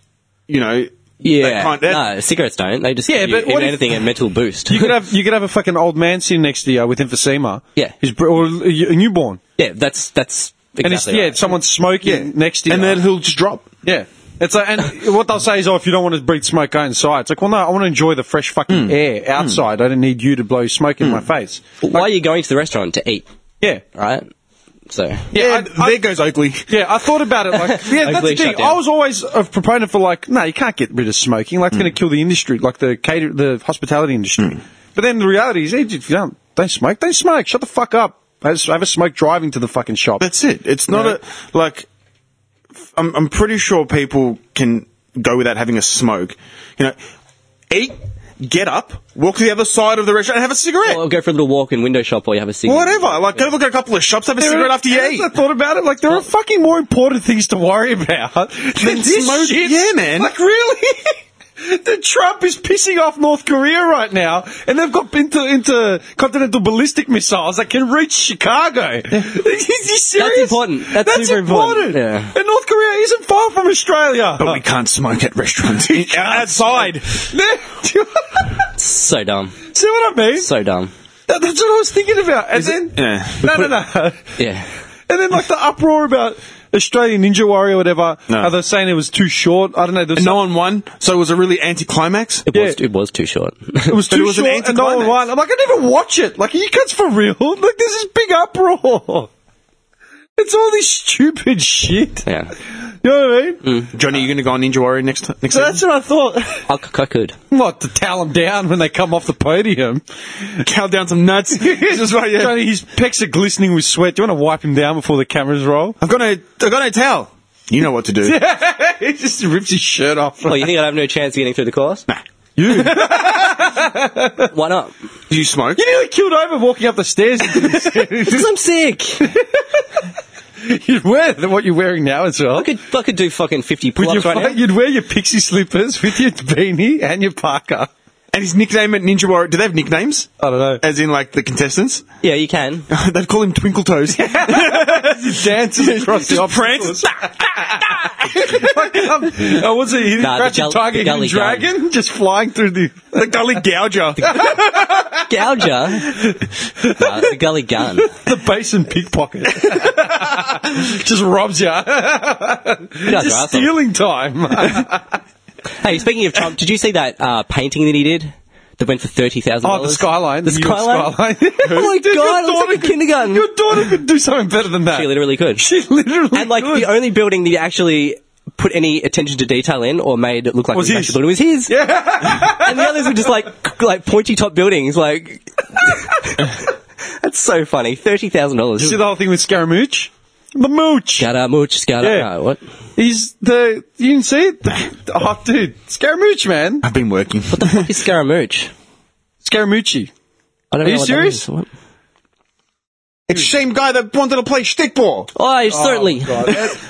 Speaker 6: you know.
Speaker 5: Yeah.
Speaker 6: can't- that-
Speaker 5: no, cigarettes don't. They just
Speaker 4: Yeah,
Speaker 5: give you,
Speaker 4: but
Speaker 5: if
Speaker 4: what if-
Speaker 5: anything, a mental boost.
Speaker 4: You could have you could have a fucking old man sitting next to you with emphysema.
Speaker 5: Yeah.
Speaker 4: Who's br- or a y- a newborn,
Speaker 5: yeah, that's that's exactly
Speaker 4: and it's yeah,
Speaker 5: right.
Speaker 4: someone's smoking next to you,
Speaker 6: and then he'll just drop.
Speaker 4: yeah. It's like, and what they'll say is, oh, if you don't want to breathe smoke, go inside. It's like, well, no, I want to enjoy the fresh fucking air outside. I don't need you to blow smoke in my face.
Speaker 5: Why are you going to the restaurant to eat?
Speaker 4: Yeah.
Speaker 5: Right. So
Speaker 4: Yeah,
Speaker 6: And
Speaker 4: I, I-
Speaker 6: there goes Oakley.
Speaker 4: yeah, I thought about it like, yeah, that's the
Speaker 5: Oakley shut
Speaker 4: thing.
Speaker 5: down.
Speaker 4: I was always a proponent for like, no, you can't get rid of smoking. Like, it's
Speaker 6: Mm.
Speaker 4: going to kill the industry, like the cater- the hospitality industry. But then the reality is, hey, if you don't, don't smoke, don't smoke. Shut the fuck up. I just- I have a smoke driving to the fucking shop.
Speaker 6: That's it. It's not a like. f- I'm, I'm pretty sure people can go without having a smoke. You know, eat, get up, walk to the other side of the restaurant, and have a cigarette.
Speaker 5: Or go for a little walk in window shop, or you have a cigarette.
Speaker 6: Whatever. Like, go look at a couple of shops, have a
Speaker 4: There
Speaker 6: cigarette
Speaker 4: are-
Speaker 6: after you
Speaker 4: yes,
Speaker 6: eat.
Speaker 4: I thought about it. Like there are fucking more important things to worry about than this
Speaker 6: smoke-
Speaker 4: shit.
Speaker 6: yeah, man.
Speaker 4: Like really, the Trump is pissing off North Korea right now, and they've got into into continental ballistic missiles that can reach Chicago. Is he serious?
Speaker 5: important. That's super important. Yeah.
Speaker 4: And North Korea isn't far from Australia.
Speaker 6: But we can't smoke at restaurants. Outside.
Speaker 5: So dumb.
Speaker 4: See what I mean?
Speaker 5: So dumb.
Speaker 4: That- That's what I was thinking about. And then
Speaker 6: yeah.
Speaker 4: no, no, no.
Speaker 5: Yeah.
Speaker 4: And then like the uproar about Australian Ninja Warrior, or whatever.
Speaker 6: No.
Speaker 4: Are they saying it was too short? I don't know. There was
Speaker 6: And no
Speaker 4: some-
Speaker 6: one won, so it was a really anticlimax.
Speaker 5: It, was, it was too short.
Speaker 4: It was
Speaker 6: But
Speaker 4: too
Speaker 6: it was an
Speaker 4: short and no one
Speaker 6: anticlimax.
Speaker 4: won. I'm like, I never watch it. Like, are you guys for real? Like, this is big uproar. It's all this stupid shit.
Speaker 5: yeah.
Speaker 4: You know what I mean?
Speaker 6: Johnny, you going to go on Ninja Warrior next next
Speaker 4: So that's what I thought.
Speaker 5: I, c- I could.
Speaker 4: What, to towel them down when they come off the podium?
Speaker 6: Count down some nuts. Just right, yeah.
Speaker 4: Johnny, his pecs are glistening with sweat. Do you want to wipe him down before the cameras roll?
Speaker 6: I've got no, I've got no towel. You know what to do.
Speaker 4: he just rips his shirt off.
Speaker 5: Well, Oh, you think I'd have no chance of getting through the course? Nah.
Speaker 4: You.
Speaker 5: Why not?
Speaker 6: you smoke?
Speaker 4: You nearly killed over walking up the stairs.
Speaker 5: Because I'm sick.
Speaker 4: you'd wear the- what you're wearing now as well.
Speaker 5: I could, I could do fucking 50
Speaker 4: With your
Speaker 5: pull-ups right
Speaker 4: fu-
Speaker 5: now.
Speaker 4: You'd wear your pixie slippers with your beanie and your parka.
Speaker 6: And his nickname at Ninja Warrior, do they have nicknames?
Speaker 4: I don't know.
Speaker 6: As in, like, the contestants?
Speaker 5: Yeah, you can.
Speaker 6: They'd call him Twinkle Toes.
Speaker 4: dances across the
Speaker 6: Just
Speaker 4: obstacles. Like, um, uh, what's it? He
Speaker 5: Nah, the
Speaker 4: crouching
Speaker 5: gull-
Speaker 4: tiger,
Speaker 5: the
Speaker 4: hidden
Speaker 5: gully
Speaker 4: dragon, just flying through the.
Speaker 6: the Gully Gouger.
Speaker 5: Gouger. Nah, it's a gully gun.
Speaker 4: The basin pickpocket just robs you.
Speaker 5: Guys are
Speaker 4: just
Speaker 5: assholes.
Speaker 4: stealing
Speaker 5: Oh,
Speaker 4: time.
Speaker 5: Hey, speaking of Trump, did you see that uh, painting that he did? That went for thirty thousand
Speaker 4: Oh,
Speaker 5: dollars.
Speaker 4: the skyline.
Speaker 5: The
Speaker 4: New York
Speaker 5: skyline.
Speaker 4: skyline.
Speaker 5: Oh my
Speaker 4: Dude, your
Speaker 5: God, it looks
Speaker 4: daughter
Speaker 5: like a
Speaker 4: could-
Speaker 5: kindergarten.
Speaker 4: Your daughter could do something better than that.
Speaker 5: She literally could.
Speaker 4: She literally
Speaker 5: and like
Speaker 4: could.
Speaker 5: the only building that he actually put any attention to detail in or made it look like
Speaker 4: Was
Speaker 5: it was
Speaker 4: his.
Speaker 5: actually building was his. Yeah. and the others were just like c- like pointy top buildings. Like that's so funny. Thirty thousand dollars.
Speaker 4: See the whole thing with Scaramouche? The mooch.
Speaker 5: Scada mooch, scada.
Speaker 4: Yeah.
Speaker 5: no, uh, what?
Speaker 4: He's the. You didn't see it? Oh, dude. Scaramouche, man.
Speaker 6: I've been working.
Speaker 5: What the fuck is scaramouche?
Speaker 4: Scaramouche.
Speaker 5: I don't
Speaker 4: Are
Speaker 5: know
Speaker 4: you
Speaker 5: what that
Speaker 4: serious?
Speaker 5: is. What-
Speaker 6: It's the same guy that wanted to play stickball.
Speaker 5: Oh, certainly.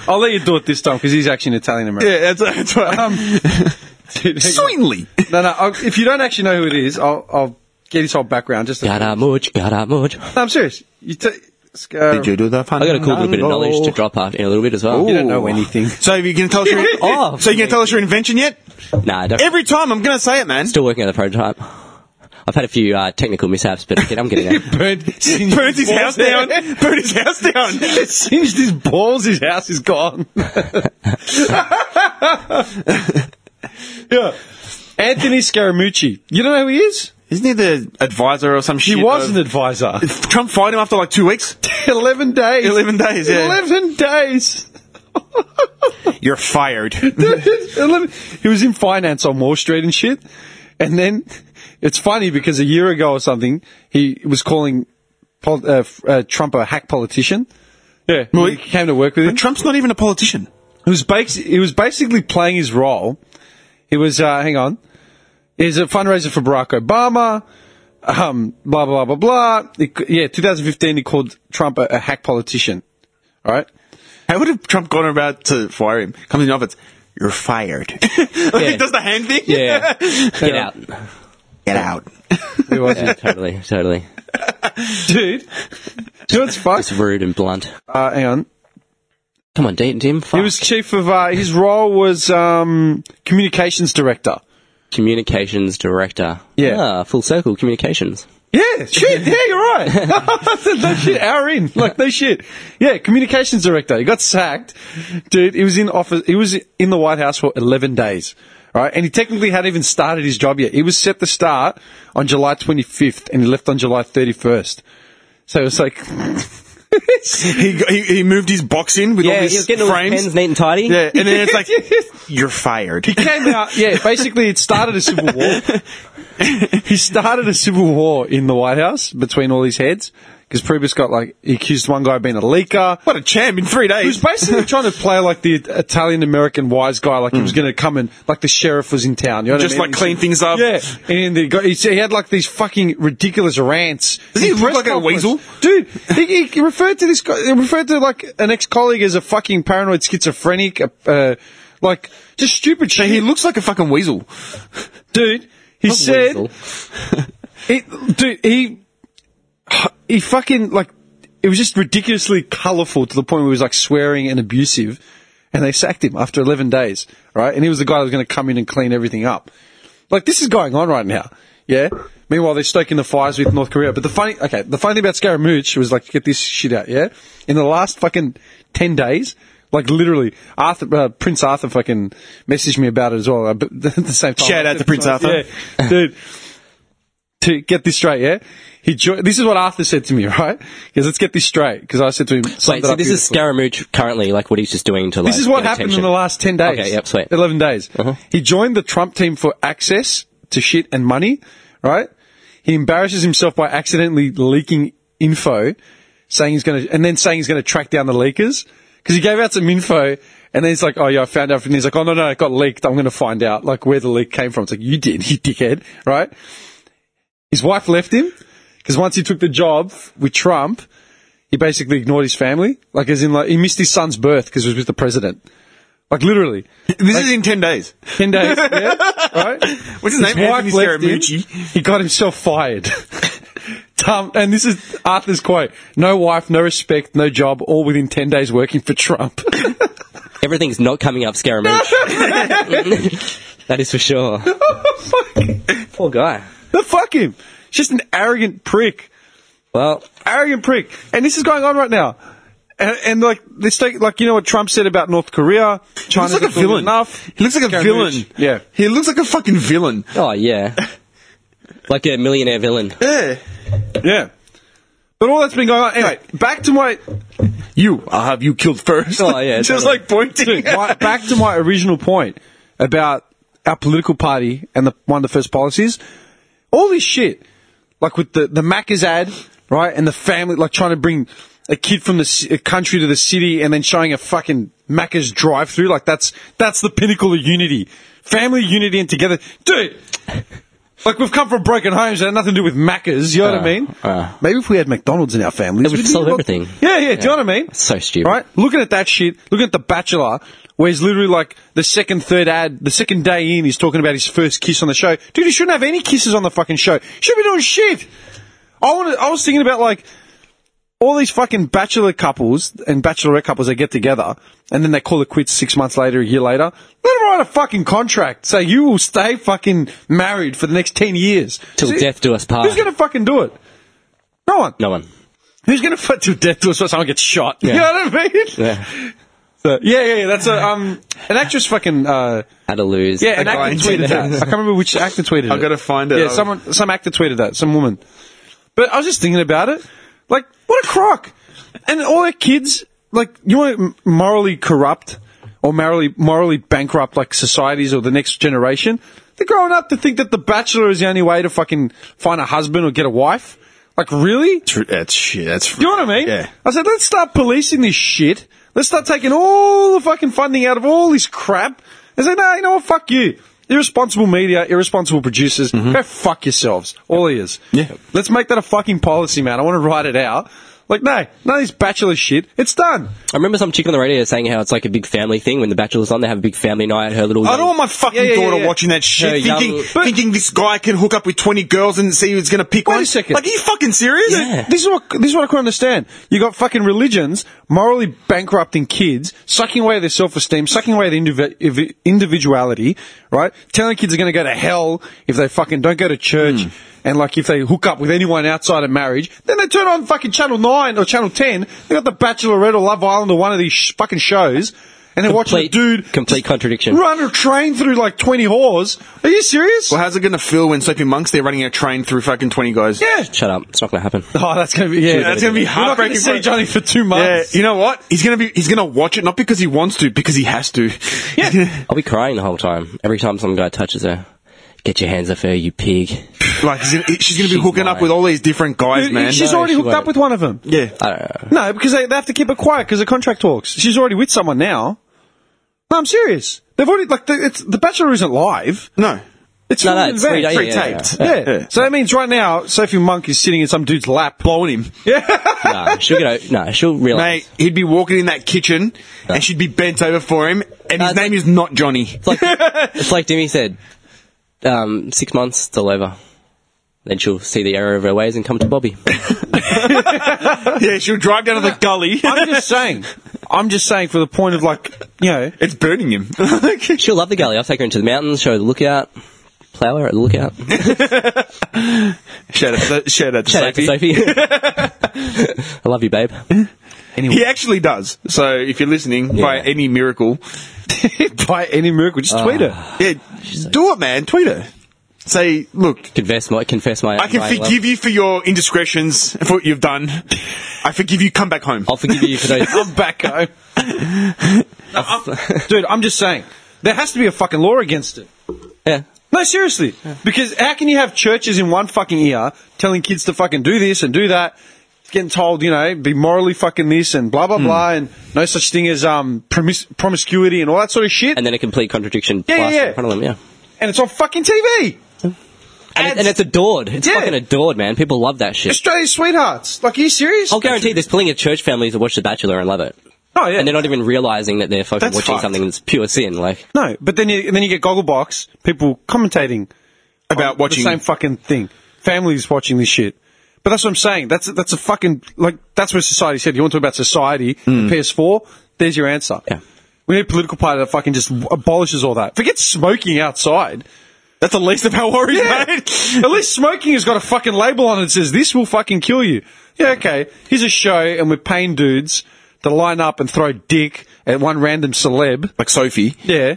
Speaker 4: I'll let you do it this time because he's actually an Italian American.
Speaker 6: Yeah, that's, that's right.
Speaker 4: Um, dude, hang on.
Speaker 6: Sweetly.
Speaker 4: no, no. I'll, if you don't actually know who it is, I'll, I'll get his whole background. Just
Speaker 5: Scada
Speaker 4: no,
Speaker 5: mooch, scada mooch.
Speaker 4: I'm serious. You t- uh, Scar-
Speaker 6: Did you do the fun?
Speaker 5: I got a cool little bit of knowledge to drop out in a little bit as well.
Speaker 4: You don't know anything.
Speaker 6: So you can tell us your,
Speaker 5: Oh.
Speaker 6: so you can tell us your invention yet?
Speaker 5: Nah, I don't,
Speaker 6: Every time I'm going to say it, man.
Speaker 5: still working on the prototype. I've had a few uh, technical mishaps, but I'm I'm getting there.
Speaker 4: Burnt,
Speaker 6: Burnt his house down. Burnt his house down.
Speaker 4: Singed his balls. His house is gone. yeah. Anthony Scaramucci. You don't know who he is?
Speaker 6: Isn't he the advisor or some
Speaker 4: He
Speaker 6: shit?
Speaker 4: was an
Speaker 6: of-
Speaker 4: advisor.
Speaker 6: Trump fired him after like two weeks.
Speaker 4: 11 days.
Speaker 6: 11 days, yeah.
Speaker 4: 11 days.
Speaker 6: You're fired.
Speaker 4: 11 he was in finance on Wall Street and shit. And then it's funny because a year ago or something, he was calling pol- uh, f- uh, Trump a hack politician. Yeah. He
Speaker 6: Really?
Speaker 4: came to work with him.
Speaker 6: But Trump's not even a politician.
Speaker 4: He was, bas- he was basically playing his role. He was, uh, hang on. He's a fundraiser for Barack Obama. Um, blah, blah, blah, blah, blah. He c- yeah, 2015, he called Trump a, a hack politician. All right.
Speaker 6: How would have Trump gone about to fire him? Comes in the office. You're fired. like, Does the hand thing?
Speaker 5: Yeah. Get out.
Speaker 6: Get out.
Speaker 4: Who was it?
Speaker 5: Yeah, totally, totally.
Speaker 4: Dude. Do you know what's fucked?
Speaker 5: It's rude and blunt.
Speaker 4: Uh, hang on.
Speaker 5: Come on, Dean, Tim. Fuck.
Speaker 4: He was chief of, uh, his role was um, communications director.
Speaker 5: communications director.
Speaker 4: Yeah.
Speaker 5: Ah, full circle communications.
Speaker 4: Yeah, shit. Yeah, you're right. no shit. Hour in, like no shit. Yeah, communications director. He got sacked, dude. He was in office. He was in the White House for 11 days, right? And he technically hadn't even started his job yet. He was set to start on July 25th, and he left on July 31st. So it was like,
Speaker 6: He, he, he moved his box in with all
Speaker 5: Yeah, he
Speaker 6: his
Speaker 5: was getting all his
Speaker 6: frames.
Speaker 5: pens neat and tidy.
Speaker 6: yeah, and then it's like, you're fired.
Speaker 4: He came out, yeah, basically it started a civil war. he started a civil war in the White House between all these heads because Priebus got like, he accused one guy of being a leaker.
Speaker 6: What a champ in three
Speaker 4: He was
Speaker 6: days.
Speaker 4: basically trying to play like the Italian American wise guy, like he was going to come and, like the sheriff was in town. You know what I
Speaker 6: Hmm. Just,
Speaker 4: mean?
Speaker 6: like, clean things up.
Speaker 4: Yeah. And he, got, he, said- he had like these fucking ridiculous rants.
Speaker 6: Does he
Speaker 4: in
Speaker 6: look
Speaker 4: press
Speaker 6: like a
Speaker 4: conference.
Speaker 6: weasel?
Speaker 4: Dude, he, he- he referred to this guy, he referred to like an ex colleague as a fucking paranoid schizophrenic, uh, uh, like just stupid shit.
Speaker 6: He looks like a fucking weasel.
Speaker 4: Dude, he said,
Speaker 5: Weasel.
Speaker 4: he, dude, he, he fucking, like, it was just ridiculously colourful to the point where he was, like, swearing and abusive. And they sacked him after 11 days, right? And he was the guy that was going to come in and clean everything up. Like, this is going on right now. Yeah. Meanwhile, they're stoking the fires with North Korea. But the funny, okay, the funny thing about Scaramouche was like, get this shit out, yeah? In the last fucking 10 days, like literally, Arthur, uh, Prince Arthur fucking messaged me about it as well, uh, but at the same time.
Speaker 6: Shout out to Prince Arthur.
Speaker 4: Yeah. Dude. To get this straight, yeah? He jo- this is what Arthur said to me, right? Because let's get this straight. Because I said to him, summed
Speaker 5: Wait,
Speaker 4: it
Speaker 5: so
Speaker 4: up
Speaker 5: this is
Speaker 4: beautifully.
Speaker 5: Scaramouche currently, like what he's just doing to like.
Speaker 4: This is what
Speaker 5: get
Speaker 4: happened in
Speaker 5: attention.
Speaker 4: the last 10 days.
Speaker 5: Okay, yep, sweet.
Speaker 4: 11 days.
Speaker 5: Uh-huh.
Speaker 4: He joined the Trump team for access to shit and money, right? He embarrasses himself by accidentally leaking info, saying he's going to, and then saying he's going to track down the leakers. Because he gave out some info, and then he's like, oh yeah, I found out from He's like, oh no, no, it got leaked. I'm going to find out, like, where the leak came from. It's like, you did, you dickhead, right? His wife left him, because once he took the job with Trump, he basically ignored his family. Like, as in, like, he missed his son's birth because he was with the president. Like literally,
Speaker 6: This is in 10 days.
Speaker 4: ten days. Yeah, right.
Speaker 6: What's his name? Anthony
Speaker 4: left him,
Speaker 6: Scaramucci.
Speaker 4: He got himself fired. Tom, and this is Arthur's quote: "No wife, no respect, no job, all within ten days working for Trump."
Speaker 5: Everything's not coming up Scaramouche. that is for sure. Poor guy.
Speaker 4: the fuck him. He's just an arrogant prick.
Speaker 5: Well,
Speaker 4: arrogant prick. And this is going on right now. And, and like this, take, like you know what Trump said about North Korea,
Speaker 6: He looks
Speaker 4: China's
Speaker 6: like a
Speaker 4: not doing
Speaker 6: villain.
Speaker 4: Enough.
Speaker 6: He looks like a
Speaker 4: Scaramucci.
Speaker 6: villain.
Speaker 4: Yeah.
Speaker 6: He looks like a fucking villain.
Speaker 5: oh yeah, like a millionaire villain.
Speaker 4: Yeah. But all that's been going on. Anyway, back to my
Speaker 6: You, I'll have you killed first.
Speaker 5: Oh, yeah,
Speaker 6: Just
Speaker 5: totally.
Speaker 6: like pointing.
Speaker 4: my, back to my original point about our political party and the, one of the first policies. All this shit, like with the the Macca's ad, right, and the family, like trying to bring a kid from the ci- a country to the city, and then showing a fucking Macca's drive through, like that's that's the pinnacle of unity, family unity, and together, dude. Like we've come from broken homes, it had nothing to do with Macca's. You know
Speaker 6: Ah,
Speaker 4: what I mean? Maybe if we had McDonald's in our families,
Speaker 5: It would
Speaker 4: we'd be
Speaker 5: solve
Speaker 4: a lot-
Speaker 5: everything.
Speaker 4: Yeah, yeah. Do you know what I mean?
Speaker 5: So stupid.
Speaker 4: Right? Looking at that shit, looking at The Bachelor, where he's literally like the second, third ad, the second day in, he's talking about his first kiss on the show. Dude, he shouldn't have any kisses on the fucking show. Should be doing shit. I wanted, I was thinking about like all these fucking bachelor couples and bachelorette couples that get together and then they call it quits six months later, a year later. Let them write a fucking contract. Say you will stay fucking married for the next ten years
Speaker 5: Till
Speaker 4: See,
Speaker 5: death do us part.
Speaker 4: Who's gonna fucking do it? No one.
Speaker 5: No one.
Speaker 4: Who's going to fight till death to us when someone gets shot? You
Speaker 5: Yeah.
Speaker 4: know what I mean?
Speaker 5: Yeah.
Speaker 4: So, yeah, yeah, yeah. That's a, um, an actress fucking, uh,
Speaker 5: Had to lose.
Speaker 4: yeah, an
Speaker 6: guy
Speaker 4: actor
Speaker 6: tweeted
Speaker 4: tweeted that. I
Speaker 6: that.
Speaker 4: can't remember which actor tweeted it.
Speaker 6: I've gotta find it.
Speaker 4: Yeah,
Speaker 6: I'll-
Speaker 4: someone, some actor tweeted that, some woman. But I was just thinking about it. Like, what a crock. And all their kids, like, you want to morally corrupt or morally, morally bankrupt, like, societies or the next generation? They're growing up to think that The Bachelor is the only way to fucking find a husband or get a wife. Like, really?
Speaker 6: Tr- That's shit. That's.
Speaker 4: Do you know what I mean?
Speaker 6: Yeah.
Speaker 4: I said, let's start policing this shit. Let's start taking all the fucking funding out of all this crap. I said, no, you know what? Fuck you. Irresponsible media, irresponsible producers, go fuck yourselves. All ears.
Speaker 6: Mm-hmm. Yeah.
Speaker 4: Let's make that a fucking policy, man. I want to write it out. Like, no, none of this bachelor shit. It's done.
Speaker 5: I remember some chick on the radio saying how it's like a big family thing when The Bachelor's on. They have a big family night. Her little.
Speaker 6: I
Speaker 5: young-
Speaker 6: don't want my fucking
Speaker 4: Yeah, yeah, yeah,
Speaker 6: daughter
Speaker 4: yeah.
Speaker 6: watching that shit,
Speaker 5: No, young-
Speaker 6: thinking
Speaker 5: But-
Speaker 6: thinking this guy can hook up with twenty girls and see who's going to pick
Speaker 4: Wait
Speaker 6: one.
Speaker 4: a second.
Speaker 6: Like, are you fucking serious?
Speaker 5: Yeah.
Speaker 4: This is what this is what I couldn't understand. You got fucking religions morally bankrupting kids, sucking away their self esteem, sucking away their indiv- iv- individuality, right? Telling kids are going to go to hell if they fucking don't go to church and like if they hook up with anyone outside of marriage. Then they turn on fucking Channel Nine or Channel Ten. They got the Bachelorette or Love Island or one of these sh- fucking shows, and they're watching a
Speaker 5: Complete,
Speaker 4: dude
Speaker 5: complete contradiction.
Speaker 4: run a train through like twenty whores. Are you serious?
Speaker 6: Well, how's it going to feel when Sleeping Monks they're running a train through fucking twenty guys?
Speaker 4: yeah.
Speaker 5: Shut up. It's not going to happen.
Speaker 4: Oh, that's gonna be yeah.
Speaker 6: that's gonna be
Speaker 4: We're not gonna
Speaker 6: heartbreaking
Speaker 4: see
Speaker 6: for-
Speaker 4: Johnny for two
Speaker 6: Yeah,
Speaker 4: months.
Speaker 6: you know what? He's gonna be he's gonna watch it not because he wants to, because he has to. Yeah.
Speaker 5: I'll be crying the whole time. Every time some guy touches her. Get your hands off her, you pig.
Speaker 6: like he's gonna, she's gonna be
Speaker 5: She's
Speaker 6: hooking up
Speaker 5: lying.
Speaker 6: with all these different guys,
Speaker 4: Dude,
Speaker 6: man.
Speaker 4: She's
Speaker 5: No,
Speaker 4: already
Speaker 5: she
Speaker 4: hooked up
Speaker 5: won't.
Speaker 4: with one of them.
Speaker 6: yeah.
Speaker 5: I don't know.
Speaker 4: No, because they, they have to keep it quiet because the contract talks. She's already with someone now. No, I'm serious. They've already like the, it's, the Bachelor isn't live.
Speaker 6: No.
Speaker 4: It's
Speaker 5: No,
Speaker 4: filmed
Speaker 5: no,
Speaker 4: in
Speaker 5: it's free-
Speaker 4: advance.
Speaker 5: yeah, yeah, yeah,
Speaker 4: Pre-taped. Yeah. So that means right now Sophie Monk is sitting in some dude's lap.
Speaker 6: Blowing him.
Speaker 5: Nah, she'll get out. Nah, she'll realize.
Speaker 6: Mate, he'd be walking in that kitchen and she'd be bent over for him and his
Speaker 5: Uh,
Speaker 6: name is not Johnny.
Speaker 5: It's like, it's like Demi said. Um, six months, it's all over. Then she'll see the error of her ways and come to Bobby.
Speaker 6: yeah, she'll drive down to the gully.
Speaker 4: I'm just saying. I'm just saying for the point of like you know
Speaker 6: it's burning him.
Speaker 5: She'll love the gully. I'll take her into the mountains, show her the lookout, flower at the lookout.
Speaker 4: Shout out, shout out to
Speaker 5: Shout out to
Speaker 4: Sophie.
Speaker 5: Sophie. I love you, babe.
Speaker 6: He actually does. So if you're listening, by any miracle, Ah.
Speaker 4: By any miracle, just tweet her.
Speaker 6: yeah, do it, man. Tweet her. Say, look,
Speaker 5: Confess my confess my.
Speaker 6: I can
Speaker 5: my love.
Speaker 6: forgive you for your indiscretions, for what you've done. I forgive you. Come back home.
Speaker 5: I'll forgive you for those.
Speaker 4: I'm back home. No, I'm- dude, I'm just saying. There has to be a fucking law against it.
Speaker 5: yeah.
Speaker 4: No, seriously. Because how can you have churches in one fucking ear telling kids to fucking do this and do that, getting told, you know, be morally fucking this and blah,
Speaker 5: Hmm.
Speaker 4: blah, blah, and no such thing as um, promis- promiscuity and all that sort of shit.
Speaker 5: And
Speaker 4: And,
Speaker 5: then a complete contradiction
Speaker 4: Yeah, yeah,
Speaker 5: plastered
Speaker 4: yeah.
Speaker 5: in front of them. Yeah.
Speaker 4: it's on fucking TV.
Speaker 5: And, it- and it's adored. It's
Speaker 4: Yeah.
Speaker 5: fucking adored, man. People love that shit.
Speaker 4: Australia's sweethearts. Like, are you serious?
Speaker 5: I'll guarantee there's plenty of church families that watch The Bachelor and love it,
Speaker 4: Oh, yeah.
Speaker 5: and they're not even realizing that they're fucking
Speaker 4: That's
Speaker 5: watching
Speaker 4: fucked.
Speaker 5: something that's pure sin. Like,
Speaker 4: no, but then you, then you get Gogglebox, people commentating
Speaker 6: About
Speaker 4: on
Speaker 6: watching-
Speaker 4: the same fucking thing. Families watching this shit. But that's what I'm saying. That's that's a fucking like that's where society said. You want to talk about society? and PS4. There's your answer.
Speaker 5: Yeah.
Speaker 4: We need a political party that fucking just abolishes all that. Forget smoking outside.
Speaker 6: That's the least of our worries,
Speaker 4: Yeah.
Speaker 6: mate.
Speaker 4: At least smoking has got a fucking label on it that says this will fucking kill you. Yeah, okay. Here's a show, and we're paying dudes to line up and throw dick at one random celeb.
Speaker 6: Like Sophie.
Speaker 4: Yeah.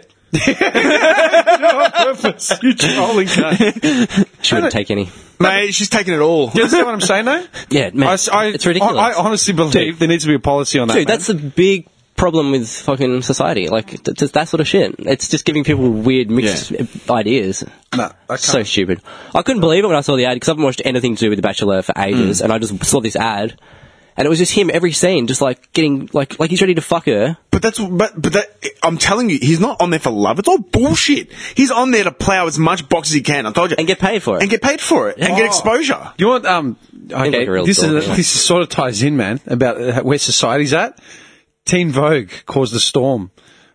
Speaker 4: on purpose, you trolling cunt.
Speaker 5: she wouldn't take any.
Speaker 6: Mate, she's taking it all.
Speaker 4: You understand what I'm saying, though?
Speaker 5: Yeah, man.
Speaker 4: I s- I-
Speaker 5: it's ridiculous.
Speaker 4: I, I honestly believe
Speaker 5: Dude.
Speaker 4: there needs to be a policy on that.
Speaker 5: Dude,
Speaker 4: man.
Speaker 5: that's the big problem with fucking society. Like, th- just that sort of shit. It's just giving people weird mixed ideas.
Speaker 4: Nah, I can't.
Speaker 5: So stupid. I couldn't believe it when I saw the ad because I haven't watched anything to do with The Bachelor for
Speaker 4: Mm.
Speaker 5: ages, and I just saw this ad, and it was just him every scene, just like getting like like he's ready to fuck her.
Speaker 6: But that's but but that I'm telling you, he's not on there for love. It's all bullshit. He's on there to plow as much box as he can. I told you,
Speaker 5: And get paid for it.
Speaker 6: and get paid for it, and get
Speaker 4: Oh.
Speaker 6: exposure.
Speaker 4: You want um? Okay,
Speaker 5: like a real
Speaker 4: this
Speaker 5: dog,
Speaker 4: is
Speaker 5: yeah.
Speaker 4: this is sort of ties in, man, about uh, where society's at. Teen Vogue caused the storm.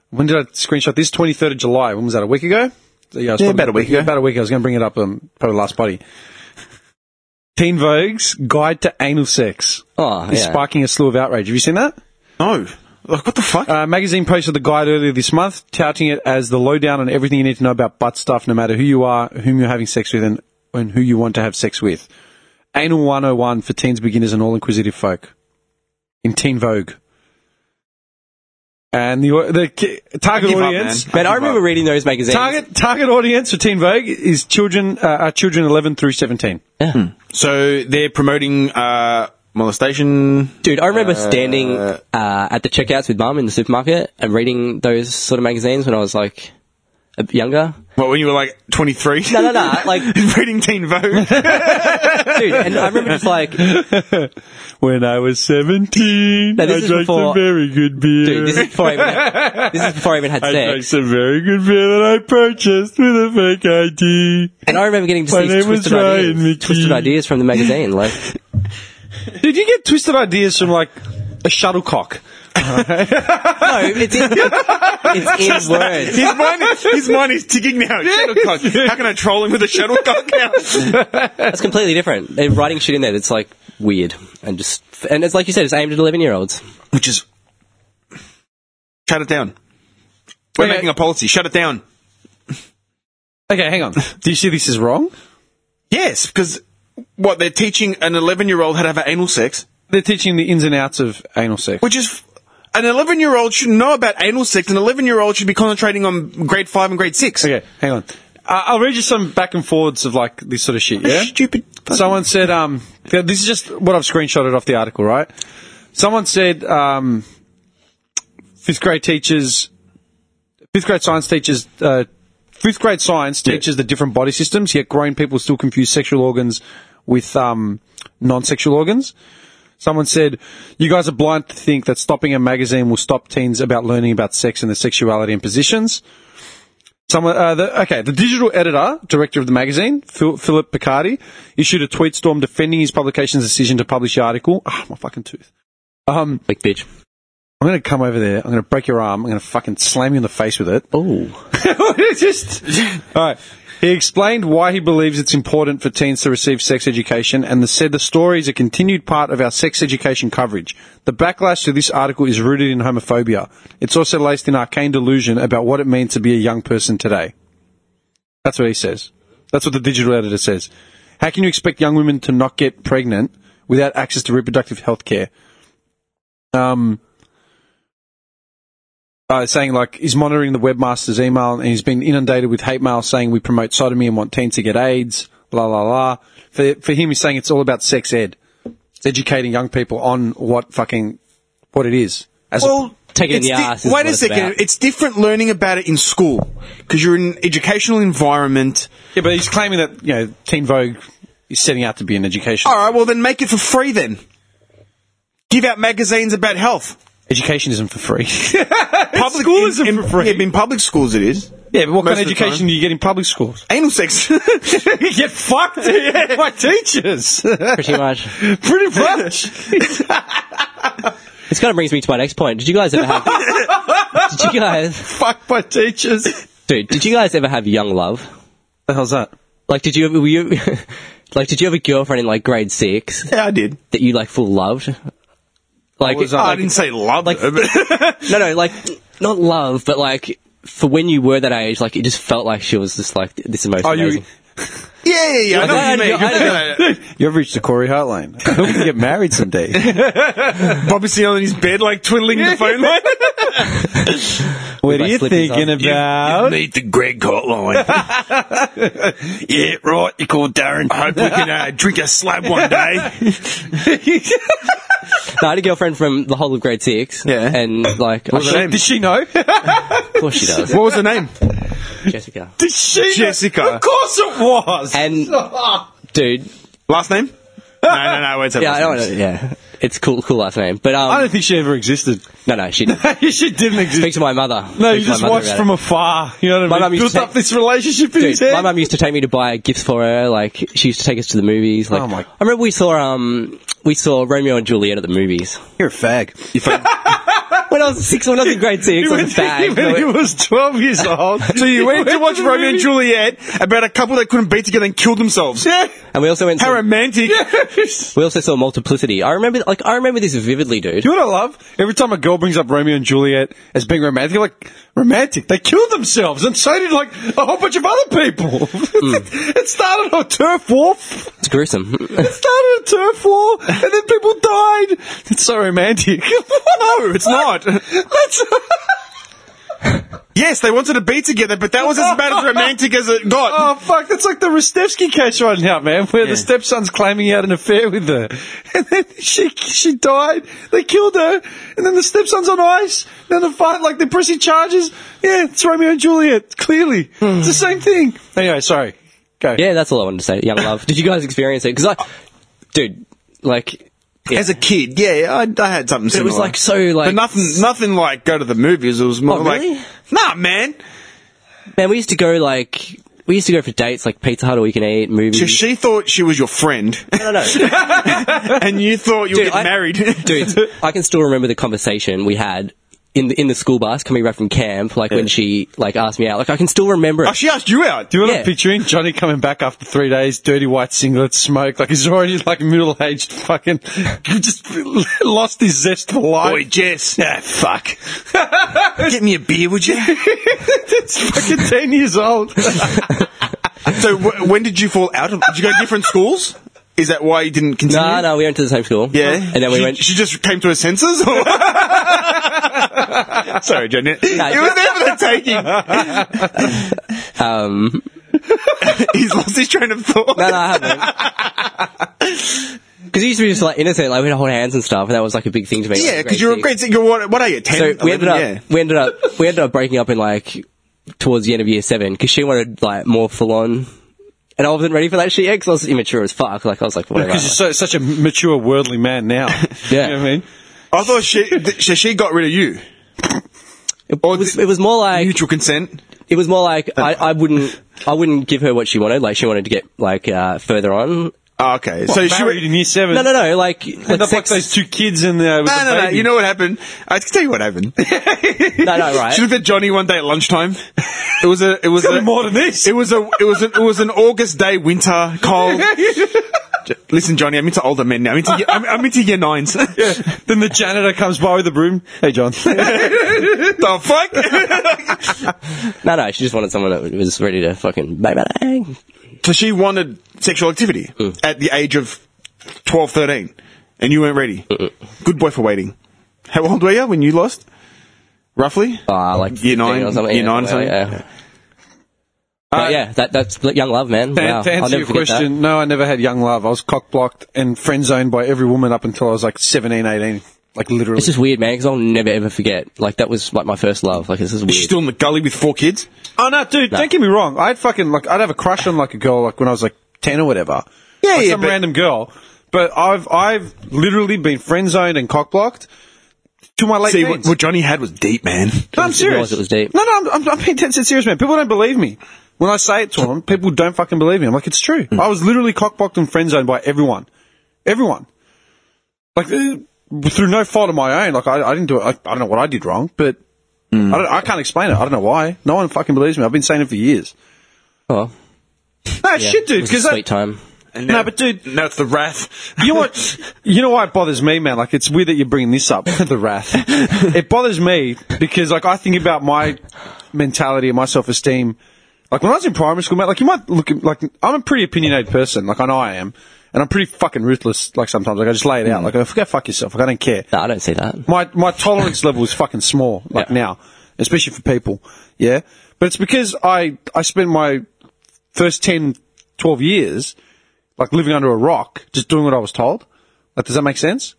Speaker 4: When did I screenshot this? Twenty third of July. When was that? A week ago. Yeah, I was
Speaker 6: Yeah,
Speaker 4: talking-
Speaker 6: about a week ago.
Speaker 4: About a week. I was going to bring it up. Um, probably last body. Teen Vogue's Guide to Anal Sex
Speaker 5: Oh,
Speaker 4: is
Speaker 5: yeah.
Speaker 4: sparking a slew of outrage. Have you seen that?
Speaker 6: No, like what the fuck?
Speaker 4: Uh, magazine posted the guide earlier this month, touting it as the lowdown on everything you need to know about butt stuff, no matter who you are, whom you're having sex with, and, and who you want to have sex with. Anal 101 for teens, beginners, and all inquisitive folk. In Teen Vogue. And the, the ki- target
Speaker 6: give up,
Speaker 4: audience.
Speaker 6: man.
Speaker 5: Man, I remember reading those magazines.
Speaker 4: Target, target audience for Teen Vogue is children, uh, are children 11 through 17.
Speaker 6: so they're promoting uh, molestation.
Speaker 5: Dude, I remember standing uh, at the checkouts with mum in the supermarket and reading those sort of magazines when I was like a- younger.
Speaker 6: What when you were like 23?
Speaker 5: No, no, no. Like,
Speaker 6: reading Teen Vogue.
Speaker 5: dude, and I remember just like,
Speaker 4: When I was 17,
Speaker 5: No, this
Speaker 4: I
Speaker 5: is
Speaker 4: drank
Speaker 5: before-
Speaker 4: some very good beer.
Speaker 5: dude, this is before I even had, this is before I even had
Speaker 4: I drank
Speaker 5: sex.
Speaker 4: some very good beer that I purchased with a fake ID.
Speaker 5: And I remember getting just
Speaker 4: My
Speaker 5: these
Speaker 4: name was
Speaker 5: twisted
Speaker 4: Ryan
Speaker 5: ideas,
Speaker 4: Mickey.
Speaker 5: twisted ideas from the magazine. Like,
Speaker 4: Did you get twisted ideas from like a shuttlecock?
Speaker 5: no, it's in, it's in words.
Speaker 6: his mind, his mind is ticking now. Shuttlecock. How can I troll him with a shuttlecock now?
Speaker 5: That's completely different. They're writing shit in there that's like weird and just, and it's like you said, it's aimed at 11 year olds.
Speaker 6: Which is shut it down. We're
Speaker 4: Okay.
Speaker 6: making a policy. Shut it down.
Speaker 4: Okay, hang on. Do you see this is wrong?
Speaker 6: Yes, because what they're teaching an 11 year old how to have anal sex,
Speaker 4: They're teaching the ins and outs of anal sex.
Speaker 6: which is an 11 year old should know about anal sex. An 11 year old should be concentrating on grade five and grade six.
Speaker 4: Okay, hang on. Uh, I'll read you some back and forwards of like this sort of shit. Yeah.
Speaker 6: Stupid. fucking-
Speaker 4: Someone said, um, yeah, this is just what I've screenshotted off the article, right? Someone said, um, fifth grade teachers, fifth grade science teachers, uh, fifth grade science teaches the different body systems, yet grown people still confuse sexual organs with, um, non sexual organs. Someone said, you guys are blind to think that stopping a magazine will stop teens about learning about sex and their sexuality and positions. Someone, uh, the, okay, the digital editor, director of the magazine, Phil, Philip Picardi, issued a tweet storm defending his publication's decision to publish the article. Ah, my fucking tooth. Um,
Speaker 5: Big bitch.
Speaker 4: I'm going to come over there. I'm going to break your arm. I'm going to fucking slam you in the face with it.
Speaker 5: Oh.
Speaker 4: It's just all right. He explained why he believes it's important for teens to receive sex education and the, said the story is a continued part of our sex education coverage. The backlash to this article is rooted in homophobia. It's also laced in arcane delusion about what it means to be a young person today. That's what he says. That's what the digital editor says. How can you expect young women to not get pregnant without access to reproductive health care? Um, uh, saying like he's monitoring the webmaster's email and he's been inundated with hate mail saying we promote sodomy and want teens to get AIDS. La la la. For for him, he's saying it's all about sex ed. It's educating young people on what fucking what it is. As a-
Speaker 6: Well,
Speaker 5: Take it in
Speaker 6: it's
Speaker 5: the arse is
Speaker 6: Wait
Speaker 5: what
Speaker 6: a
Speaker 5: it's
Speaker 6: second.
Speaker 5: about.
Speaker 6: It's different learning about it in school because you're in an educational environment.
Speaker 4: yeah, but he's claiming that you know Teen Vogue is setting out to be an education.
Speaker 6: All right, well then make it for free then. Give out magazines about health.
Speaker 4: Education isn't for free.
Speaker 6: Public
Speaker 4: school
Speaker 6: in-
Speaker 4: isn't
Speaker 6: in-
Speaker 4: for free.
Speaker 6: Yeah, in public schools it is.
Speaker 4: yeah, but what
Speaker 6: Most
Speaker 4: kind of
Speaker 6: of the time.
Speaker 4: education do you get in public schools?
Speaker 6: Anal sex.
Speaker 4: you get fucked by teachers.
Speaker 5: Pretty much.
Speaker 4: Pretty much.
Speaker 5: This kind of brings me to my next point. Did you guys ever have? did you guys,
Speaker 4: Fucked by teachers.
Speaker 5: dude? Did you guys ever have young love?
Speaker 4: the hell's that?
Speaker 5: Like, did you ever? Were you, like, did you have a girlfriend in like grade six
Speaker 6: yeah, I did.
Speaker 5: that you like full loved? Like,
Speaker 4: was
Speaker 6: Oh, I
Speaker 5: like
Speaker 6: didn't say love.
Speaker 5: like-
Speaker 6: her, but-
Speaker 5: no, no, like not love, but like for when you were that age, like it just felt like she was just like this emotion.
Speaker 4: Oh, you-
Speaker 5: amazing.
Speaker 6: yeah, yeah, yeah. I know
Speaker 5: I
Speaker 6: what you
Speaker 5: had- I had-
Speaker 6: mean.
Speaker 4: You've reached the Corey Hotline. We're going to get married someday.
Speaker 6: Bobby's sitting on his bed, like twiddling the phone line.
Speaker 4: what are
Speaker 5: like
Speaker 4: you
Speaker 5: slippers
Speaker 4: thinking
Speaker 5: on.
Speaker 4: about?
Speaker 6: need the Greg hotline.
Speaker 4: yeah, right. You called Darren.
Speaker 6: I hope we can uh, drink a slab one day.
Speaker 5: No, I had a girlfriend from the whole of grade six.
Speaker 6: Yeah.
Speaker 5: and like,
Speaker 6: What was her name?
Speaker 4: Did she know?
Speaker 5: of course she does,
Speaker 6: What was her name?
Speaker 5: Jessica.
Speaker 4: Did she? know?
Speaker 6: Jessica.
Speaker 4: Of course it was.
Speaker 5: And dude,
Speaker 6: Last name? No, no, no. Wait,
Speaker 5: yeah, I don't know. Yeah, it's cool, cool last name, but um,
Speaker 4: I don't think she ever existed.
Speaker 5: no, no, she.
Speaker 4: she didn't
Speaker 5: Speak
Speaker 4: exist.
Speaker 5: to my mother.
Speaker 4: No,
Speaker 5: Speak to my
Speaker 4: you just
Speaker 5: mother
Speaker 4: watched
Speaker 5: about
Speaker 4: from
Speaker 5: it.
Speaker 4: afar. You know what
Speaker 5: My
Speaker 4: I
Speaker 5: mum
Speaker 4: mean?
Speaker 5: used
Speaker 4: Built
Speaker 5: to
Speaker 4: up this relationship in his
Speaker 5: Dude,
Speaker 4: head.
Speaker 5: my mum used to take me to buy gifts for her. Like she used to take us to the movies. Like
Speaker 4: Oh my-
Speaker 5: I remember we saw um we saw Romeo and Juliet at the movies.
Speaker 4: You're a fag.
Speaker 5: When I was six, when I was in grade six, I was a fag.
Speaker 4: When he was 12 years old.
Speaker 6: So you went to watch
Speaker 4: the
Speaker 6: Romeo and
Speaker 4: movie?
Speaker 6: Juliet about a couple that couldn't be together and killed themselves.
Speaker 5: And we also went.
Speaker 6: How
Speaker 5: To,
Speaker 6: romantic.
Speaker 5: we also saw Multiplicity. I remember, like, I remember this vividly, dude.
Speaker 4: You know what I love? Every time a girl brings up Romeo and Juliet as being romantic, you're like, romantic. They killed themselves, and so did like a whole bunch of other people. it started on turf war.
Speaker 5: It's gruesome.
Speaker 4: It started on turf war, and then people died. It's so romantic. no,
Speaker 6: it's not.
Speaker 4: Let's.
Speaker 6: Yes, they wanted to be together, but that was as about as romantic as it got.
Speaker 4: Oh fuck! That's like the Rostevsky case right now, man, where the stepson's claiming he had an affair with her, and then she she died. They killed her, and then the stepson's on ice. Then the fight, like the pressing charges. Yeah, it's Romeo and Juliet. Clearly, it's the same thing. Anyway, sorry. Go.
Speaker 5: yeah, that's all I wanted to say. Young love. Did you guys experience it? Because I, dude, like, yeah.
Speaker 6: As a kid, yeah, yeah, I, I had something
Speaker 5: it
Speaker 6: similar.
Speaker 5: was like so like
Speaker 6: but nothing, nothing like go to the movies. It was more
Speaker 5: Oh,
Speaker 6: like,
Speaker 5: really?
Speaker 6: nah, man.
Speaker 5: Man, we used to go like we used to go for dates like Pizza Hut or we can eat movies.
Speaker 6: So she thought she was your friend,
Speaker 5: no, no, no.
Speaker 6: and you thought you were
Speaker 5: Dude,
Speaker 6: getting
Speaker 5: I-
Speaker 6: married.
Speaker 5: dude. I can still remember the conversation we had in the in the school bus coming back from camp. Like when she like asked me out. Like I can still remember
Speaker 6: oh,
Speaker 5: it.
Speaker 6: she asked you out.
Speaker 4: Do you know what
Speaker 5: Yeah.
Speaker 4: I'm picturing? Johnny coming back after three days, dirty white singlet, smoke, like he's already like middle aged fucking, just lost his zest for life.
Speaker 6: Boy, Oh, Jess,
Speaker 4: Ah, fuck.
Speaker 6: get me a beer, would you?
Speaker 4: it's fucking 10 years old.
Speaker 6: so, w- when did you fall out of? Did you go to different schools? Is that why you didn't continue?
Speaker 5: No, no, we went to the same school.
Speaker 6: Yeah.
Speaker 5: and then we
Speaker 6: she,
Speaker 5: went.
Speaker 6: She just came to her senses. or- Sorry, Jenny. it was there for the taking.
Speaker 5: Um,
Speaker 6: He's lost his train of thought.
Speaker 5: no, no, I haven't. Because it used to be just like innocent, like we'd hold hands and stuff, and that was like a big thing to me.
Speaker 6: yeah,
Speaker 5: like,
Speaker 6: because you're a
Speaker 5: six.
Speaker 6: great. You're what? What are you? Ten?
Speaker 5: So we
Speaker 6: 11?
Speaker 5: ended up,
Speaker 6: Yeah.
Speaker 5: we ended up, we ended up breaking up in like towards the end of year seven because she wanted like more full on, and I wasn't ready for that shit yet 'cause I was immature as fuck. Like I was like, whatever.
Speaker 4: Because you're so, such a mature, worldly man now.
Speaker 5: Yeah.
Speaker 4: You know what I mean?
Speaker 6: I thought she. th- so she got rid of you.
Speaker 5: it, was, it was more like
Speaker 6: Mutual consent.
Speaker 5: it was more like I, I wouldn't, I wouldn't give her what she wanted. Like she wanted to get like uh, further on.
Speaker 6: Oh, okay. so she.
Speaker 4: married
Speaker 6: went-
Speaker 4: in year seven.
Speaker 5: No, no, no. Like
Speaker 4: End
Speaker 5: the
Speaker 4: up like
Speaker 5: sex,
Speaker 4: those two kids in there with
Speaker 6: No,
Speaker 4: the
Speaker 6: no, no.
Speaker 4: baby.
Speaker 6: You know what happened? I can tell you what happened.
Speaker 5: no, no, right.
Speaker 6: She looked at Johnny one day at lunchtime. It was a. It was
Speaker 4: Tell me
Speaker 6: a,
Speaker 4: more than this.
Speaker 6: It was a. It was an. It was an August day, winter, cold. Listen, Johnny, I'm into older men now. I'm into, year- I'm, I'm into year nines.
Speaker 4: Yeah. Then the janitor comes by with a broom. Hey, John.
Speaker 6: the fuck?
Speaker 5: No, no, she just wanted someone that was ready to fucking bang, bang, bang.
Speaker 6: so she wanted sexual activity at the age of 12, 13, and you weren't ready. Good boy for waiting. How old were you when you lost? Roughly?
Speaker 5: Ah, like
Speaker 6: Year
Speaker 5: 15
Speaker 6: nine,
Speaker 5: or something.
Speaker 6: year
Speaker 5: yeah,
Speaker 6: nine or something.
Speaker 5: Yeah. But yeah, that, that's young love, man.
Speaker 4: To-
Speaker 5: wow.
Speaker 4: to
Speaker 5: I'll
Speaker 4: answer
Speaker 5: never
Speaker 4: your
Speaker 5: forget that.
Speaker 4: question, no, I never had young love. I was cock blocked and friend zoned by every woman up until I was like 17, 18. Like literally.
Speaker 5: It's just weird, man, because I'll never ever forget. Like that was like my first love. Like this is weird.
Speaker 6: She's still in the gully with four kids.
Speaker 4: oh no, dude, don't get me wrong. I'd fucking like, I'd have a crush on like a girl like when I was like 10 or whatever.
Speaker 6: Yeah,
Speaker 4: Like,
Speaker 6: yeah,
Speaker 4: Some
Speaker 6: but-
Speaker 4: random girl. But I've, I've literally been friend zoned and cock blocked to my late
Speaker 6: See, what,
Speaker 4: teens.
Speaker 6: what Johnny had was deep, man.
Speaker 4: No, I'm
Speaker 5: Didn't realise
Speaker 4: serious.
Speaker 5: it was deep.
Speaker 4: No, no, I'm, I'm, I'm being dead set serious, man. People don't believe me. When I say it to them, people don't fucking believe me. I'm like, it's true.
Speaker 5: Hmm.
Speaker 4: I was literally cockblocked and friend zoned by everyone. Everyone. Like, eh, through no fault of my own. Like, I, I didn't do it. I, I don't know what I did wrong, but
Speaker 5: Hmm.
Speaker 4: I, don't, I can't explain it. I don't know why. No one fucking believes me. I've been saying it for years.
Speaker 5: Oh,
Speaker 4: No,
Speaker 5: yeah.
Speaker 4: shit,
Speaker 5: It
Speaker 4: dude.
Speaker 5: was a
Speaker 4: Because
Speaker 5: sweet time.
Speaker 4: no, but dude,
Speaker 6: Now it's the wrath.
Speaker 4: you know what? You know why it bothers me, man. Like it's weird that you're bringing this up, the wrath. It bothers me because like I think about my mentality and my self esteem. Like when I was in primary school, mate. Like you might look at, like I'm a pretty opinionated person. Like I know I am, and I'm pretty fucking ruthless. Like sometimes, like I just lay it out.
Speaker 6: Hmm.
Speaker 4: Like go fuck yourself. Like I don't care
Speaker 5: No, I don't see that.
Speaker 4: my my tolerance level is fucking small like
Speaker 5: Yeah.
Speaker 4: now, especially for people. Yeah, but it's because I I spent my first 10, 12 years like living under a rock, just doing what I was told. Like, does that make sense?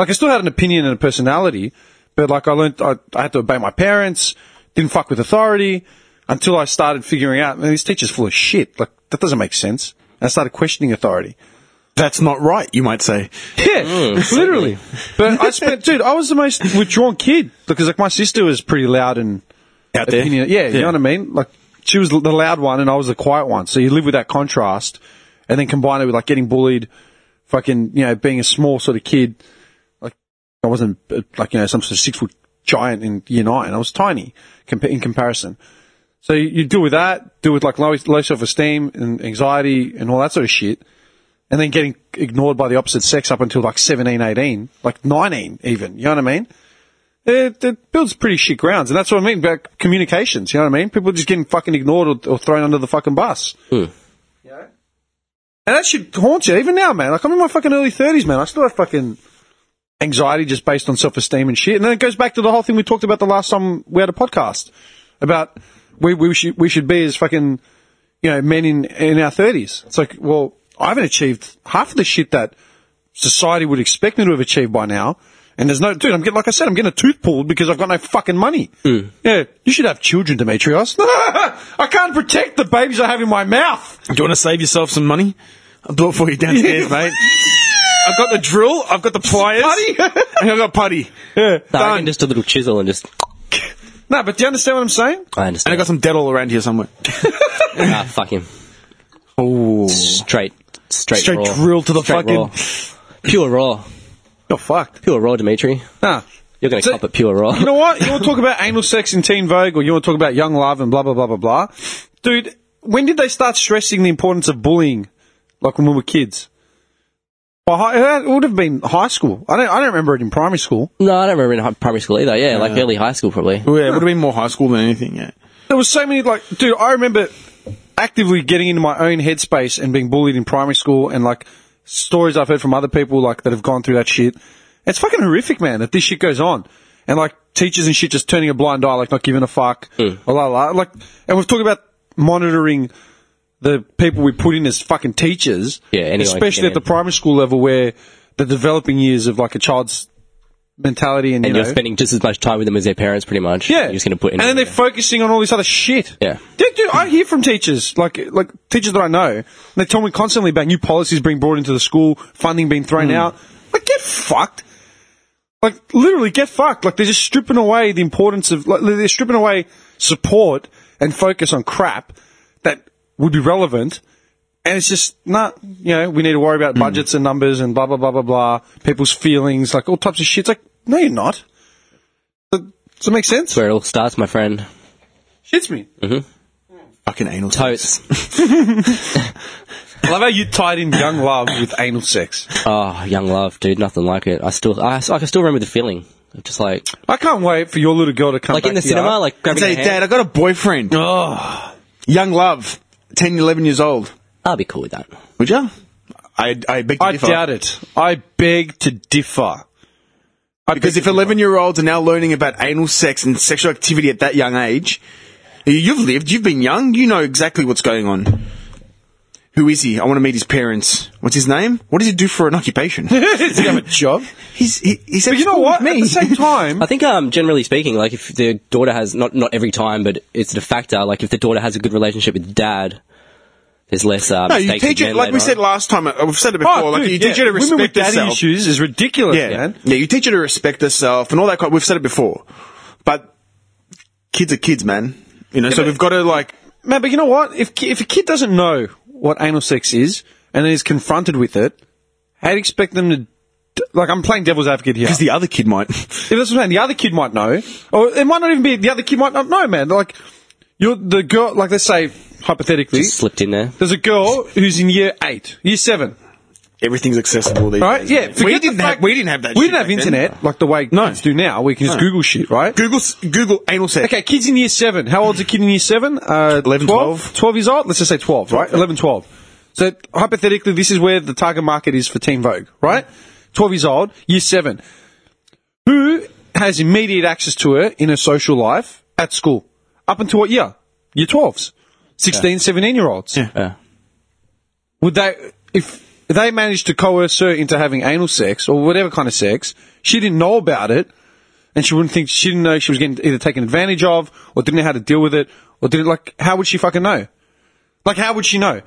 Speaker 4: Like, I still had an opinion and a personality, but like I learned I, I had to obey my parents, didn't fuck with authority until I started figuring out man, these teachers full of shit. Like that doesn't make sense. And I started questioning authority.
Speaker 6: That's not right, you might say.
Speaker 4: Yeah, literally. But I spent, dude, I was the most withdrawn kid because like my sister was pretty loud and
Speaker 6: Out there.
Speaker 4: opinion- Yeah, you know what I mean. Like she was the loud one and I was the quiet one. So you live with that contrast, and then combine it with like getting bullied, fucking you know being a small sort of kid. Like I wasn't uh, like you know some sort of six foot giant in year nine. I was tiny compa- in comparison. So you, you deal with that, deal with like low, low self esteem and anxiety and all that sort of shit and then getting ignored by the opposite sex up until like 17, 18, like 19 even. You know what I mean? It, it builds pretty shit grounds. And that's what I mean about communications. You know what I mean? People just getting fucking ignored or, or thrown under the fucking bus. Yeah. And that shit haunts you even now, man. Like I'm in my fucking early 30s, man. I still have fucking anxiety just based on self esteem and shit. And then it goes back to the whole thing we talked about the last time we had a podcast about we, we should, we should be as fucking you know, men in, in our thirties. It's like, well, I haven't achieved half of the shit that society would expect me to have achieved by now. And there's no, dude, I'm getting, like I said, I'm getting a tooth pulled because I've got no fucking money.
Speaker 6: Mm.
Speaker 4: Yeah. You should have children, Demetrios. I can't protect the babies I have in my mouth.
Speaker 6: Do you want to save yourself some money? I'll do it for you downstairs, mate. I've got the drill, I've got the pliers,
Speaker 4: Putty?
Speaker 6: and I've got putty.
Speaker 5: No, I
Speaker 6: Done.
Speaker 5: reckon just a little chisel and just.
Speaker 4: no, but do you understand what I'm saying?
Speaker 5: I
Speaker 6: And I
Speaker 5: understand.
Speaker 6: got some dead all around here somewhere.
Speaker 5: ah, fuck him.
Speaker 6: Oh,
Speaker 5: Straight, straight,
Speaker 6: Straight
Speaker 5: raw.
Speaker 6: drill to the
Speaker 5: Straight
Speaker 6: fucking-
Speaker 5: raw. pure raw,
Speaker 4: You're fucked.
Speaker 5: pure raw, Dimitri.
Speaker 4: Nah.
Speaker 5: You're gonna
Speaker 4: So-
Speaker 5: cop it pure raw.
Speaker 4: You know what? You want to talk about anal sex in Teen Vogue, or you want to talk about young love and blah blah blah blah blah. Dude, when did they start stressing the importance of bullying? Like when we were kids. Well, hi- it would have been high school. I don't. I don't remember it in primary school.
Speaker 5: no, I don't remember in hi- primary school either. Yeah, like early high school probably.
Speaker 6: yeah, it would have been more high school than anything, yeah.
Speaker 4: There was so many like, dude. I remember actively getting into my own headspace and being bullied in primary school, and like stories I've heard from other people like that have gone through that shit. It's fucking horrific, man. That this shit goes on, and like teachers and shit just turning a blind eye, like not giving a fuck,
Speaker 5: Mm.
Speaker 4: blah, blah, blah. Like, and we've talked about monitoring the people we put in as fucking teachers,
Speaker 5: Yeah, anyone can
Speaker 4: especially
Speaker 5: get
Speaker 4: at the
Speaker 5: in.
Speaker 4: primary school level where the developing years of like a child's mentality and,
Speaker 5: And
Speaker 4: you
Speaker 5: you're
Speaker 4: know,
Speaker 5: spending just as much time with them as their parents, pretty much.
Speaker 4: yeah,
Speaker 5: You're just gonna put in.
Speaker 4: And then they're focusing on all this other shit.
Speaker 5: Yeah.
Speaker 4: dude, dude, I hear from teachers, like like teachers that I know, and they tell me constantly about new policies being brought into the school, funding being thrown
Speaker 5: Hmm.
Speaker 4: out. Like, get fucked. Like, literally, get fucked. Like, they're just stripping away the importance of, like, they're stripping away support and focus on crap that would be relevant. And it's just not, you know, we need to worry
Speaker 5: Hmm.
Speaker 4: about budgets and numbers and blah, blah, blah, blah, blah, people's feelings, like all types of shit. It's like, no, you're not. But- Does that make sense?
Speaker 5: where it all starts, my friend. Mm-hmm.
Speaker 4: Shits me.
Speaker 6: Fucking anal.
Speaker 5: Totes.
Speaker 4: I love how you tied in young love with anal sex.
Speaker 5: Oh, young love, dude, nothing like it. I still, I, I can still remember the feeling. of Just like,
Speaker 4: I can't wait for your little girl to come
Speaker 5: like
Speaker 4: back
Speaker 5: in the
Speaker 4: to
Speaker 5: cinema,
Speaker 4: you.
Speaker 5: like grabbing
Speaker 6: Say,
Speaker 5: your hand.
Speaker 6: Dad, I got a boyfriend.
Speaker 4: Oh,
Speaker 6: Young love. 10, 11 years old.
Speaker 5: I'll be cool with that.
Speaker 6: Would you? I, I beg to
Speaker 4: I
Speaker 6: differ.
Speaker 4: doubt it. I beg to differ. I
Speaker 6: Because
Speaker 4: beg
Speaker 6: if
Speaker 4: to differ.
Speaker 6: 11 year olds are now learning about anal sex and sexual activity at that young age, you've lived, you've been young, you know exactly what's going on. Who is he? I want to meet his parents. What's his name? What does he do for an occupation?
Speaker 4: Does he have a job?
Speaker 6: he's he, he's
Speaker 4: But you know what? At
Speaker 6: Me.
Speaker 4: the same time,
Speaker 5: I think, um, generally speaking, like if the daughter has not not every time, but it's a factor. Like if the daughter has a good relationship with dad, there's less. Uh,
Speaker 6: no, you
Speaker 5: mistakes
Speaker 6: teach
Speaker 5: with
Speaker 6: it
Speaker 5: men
Speaker 6: like we
Speaker 5: later
Speaker 6: said
Speaker 5: on.
Speaker 6: last time. uh, We've said it before. like you teach her to
Speaker 4: Oh, women with
Speaker 6: respect
Speaker 4: daddy
Speaker 6: herself.
Speaker 4: issues is ridiculous,
Speaker 6: yeah,
Speaker 4: man.
Speaker 6: yeah. You teach her to respect herself and all that. kind- We've said it before, but kids are kids, man. You know, so we've got to like
Speaker 4: Man, but you know what? If ki- if a kid doesn't know what anal sex is and then is confronted with it, how do you expect them to? d- Like, I'm playing devil's advocate here.
Speaker 6: because the other kid might.
Speaker 4: If that's what I'm saying, the other kid might know, or it might not even be the other kid might not know, man. Like, you're the girl. Like, let's say hypothetically,
Speaker 5: Just slipped in there.
Speaker 4: there's a girl who's in year eight, year seven,
Speaker 6: Everything's accessible these
Speaker 4: right?
Speaker 6: days.
Speaker 4: Yeah,
Speaker 6: mate. we
Speaker 4: forget the
Speaker 6: didn't have
Speaker 4: fact-
Speaker 6: we didn't have that.
Speaker 4: We
Speaker 6: shit
Speaker 4: didn't have
Speaker 6: back then.
Speaker 4: internet like the way kids do now. We can just
Speaker 6: No.
Speaker 4: Google shit, right?
Speaker 6: Google s- Google anal sex.
Speaker 4: Okay, kids in year seven. How old's a kid in year seven? Uh,
Speaker 6: 11, 12.
Speaker 4: 12 years old? Let's just say 12, right? 11, 12. So hypothetically, this is where the target market is for Teen Vogue, right? 12 years old, year seven. Who has immediate access to her in her social life at school? Up until what year? Year 12s. 16, 17 year olds.
Speaker 5: Yeah.
Speaker 4: Would they, if they managed to coerce her into having anal sex or whatever kind of sex, she didn't know about it and she wouldn't think, she didn't know she was getting either taken advantage of or didn't know how to deal with it or didn't, like, how would she fucking know? Like, how would she know?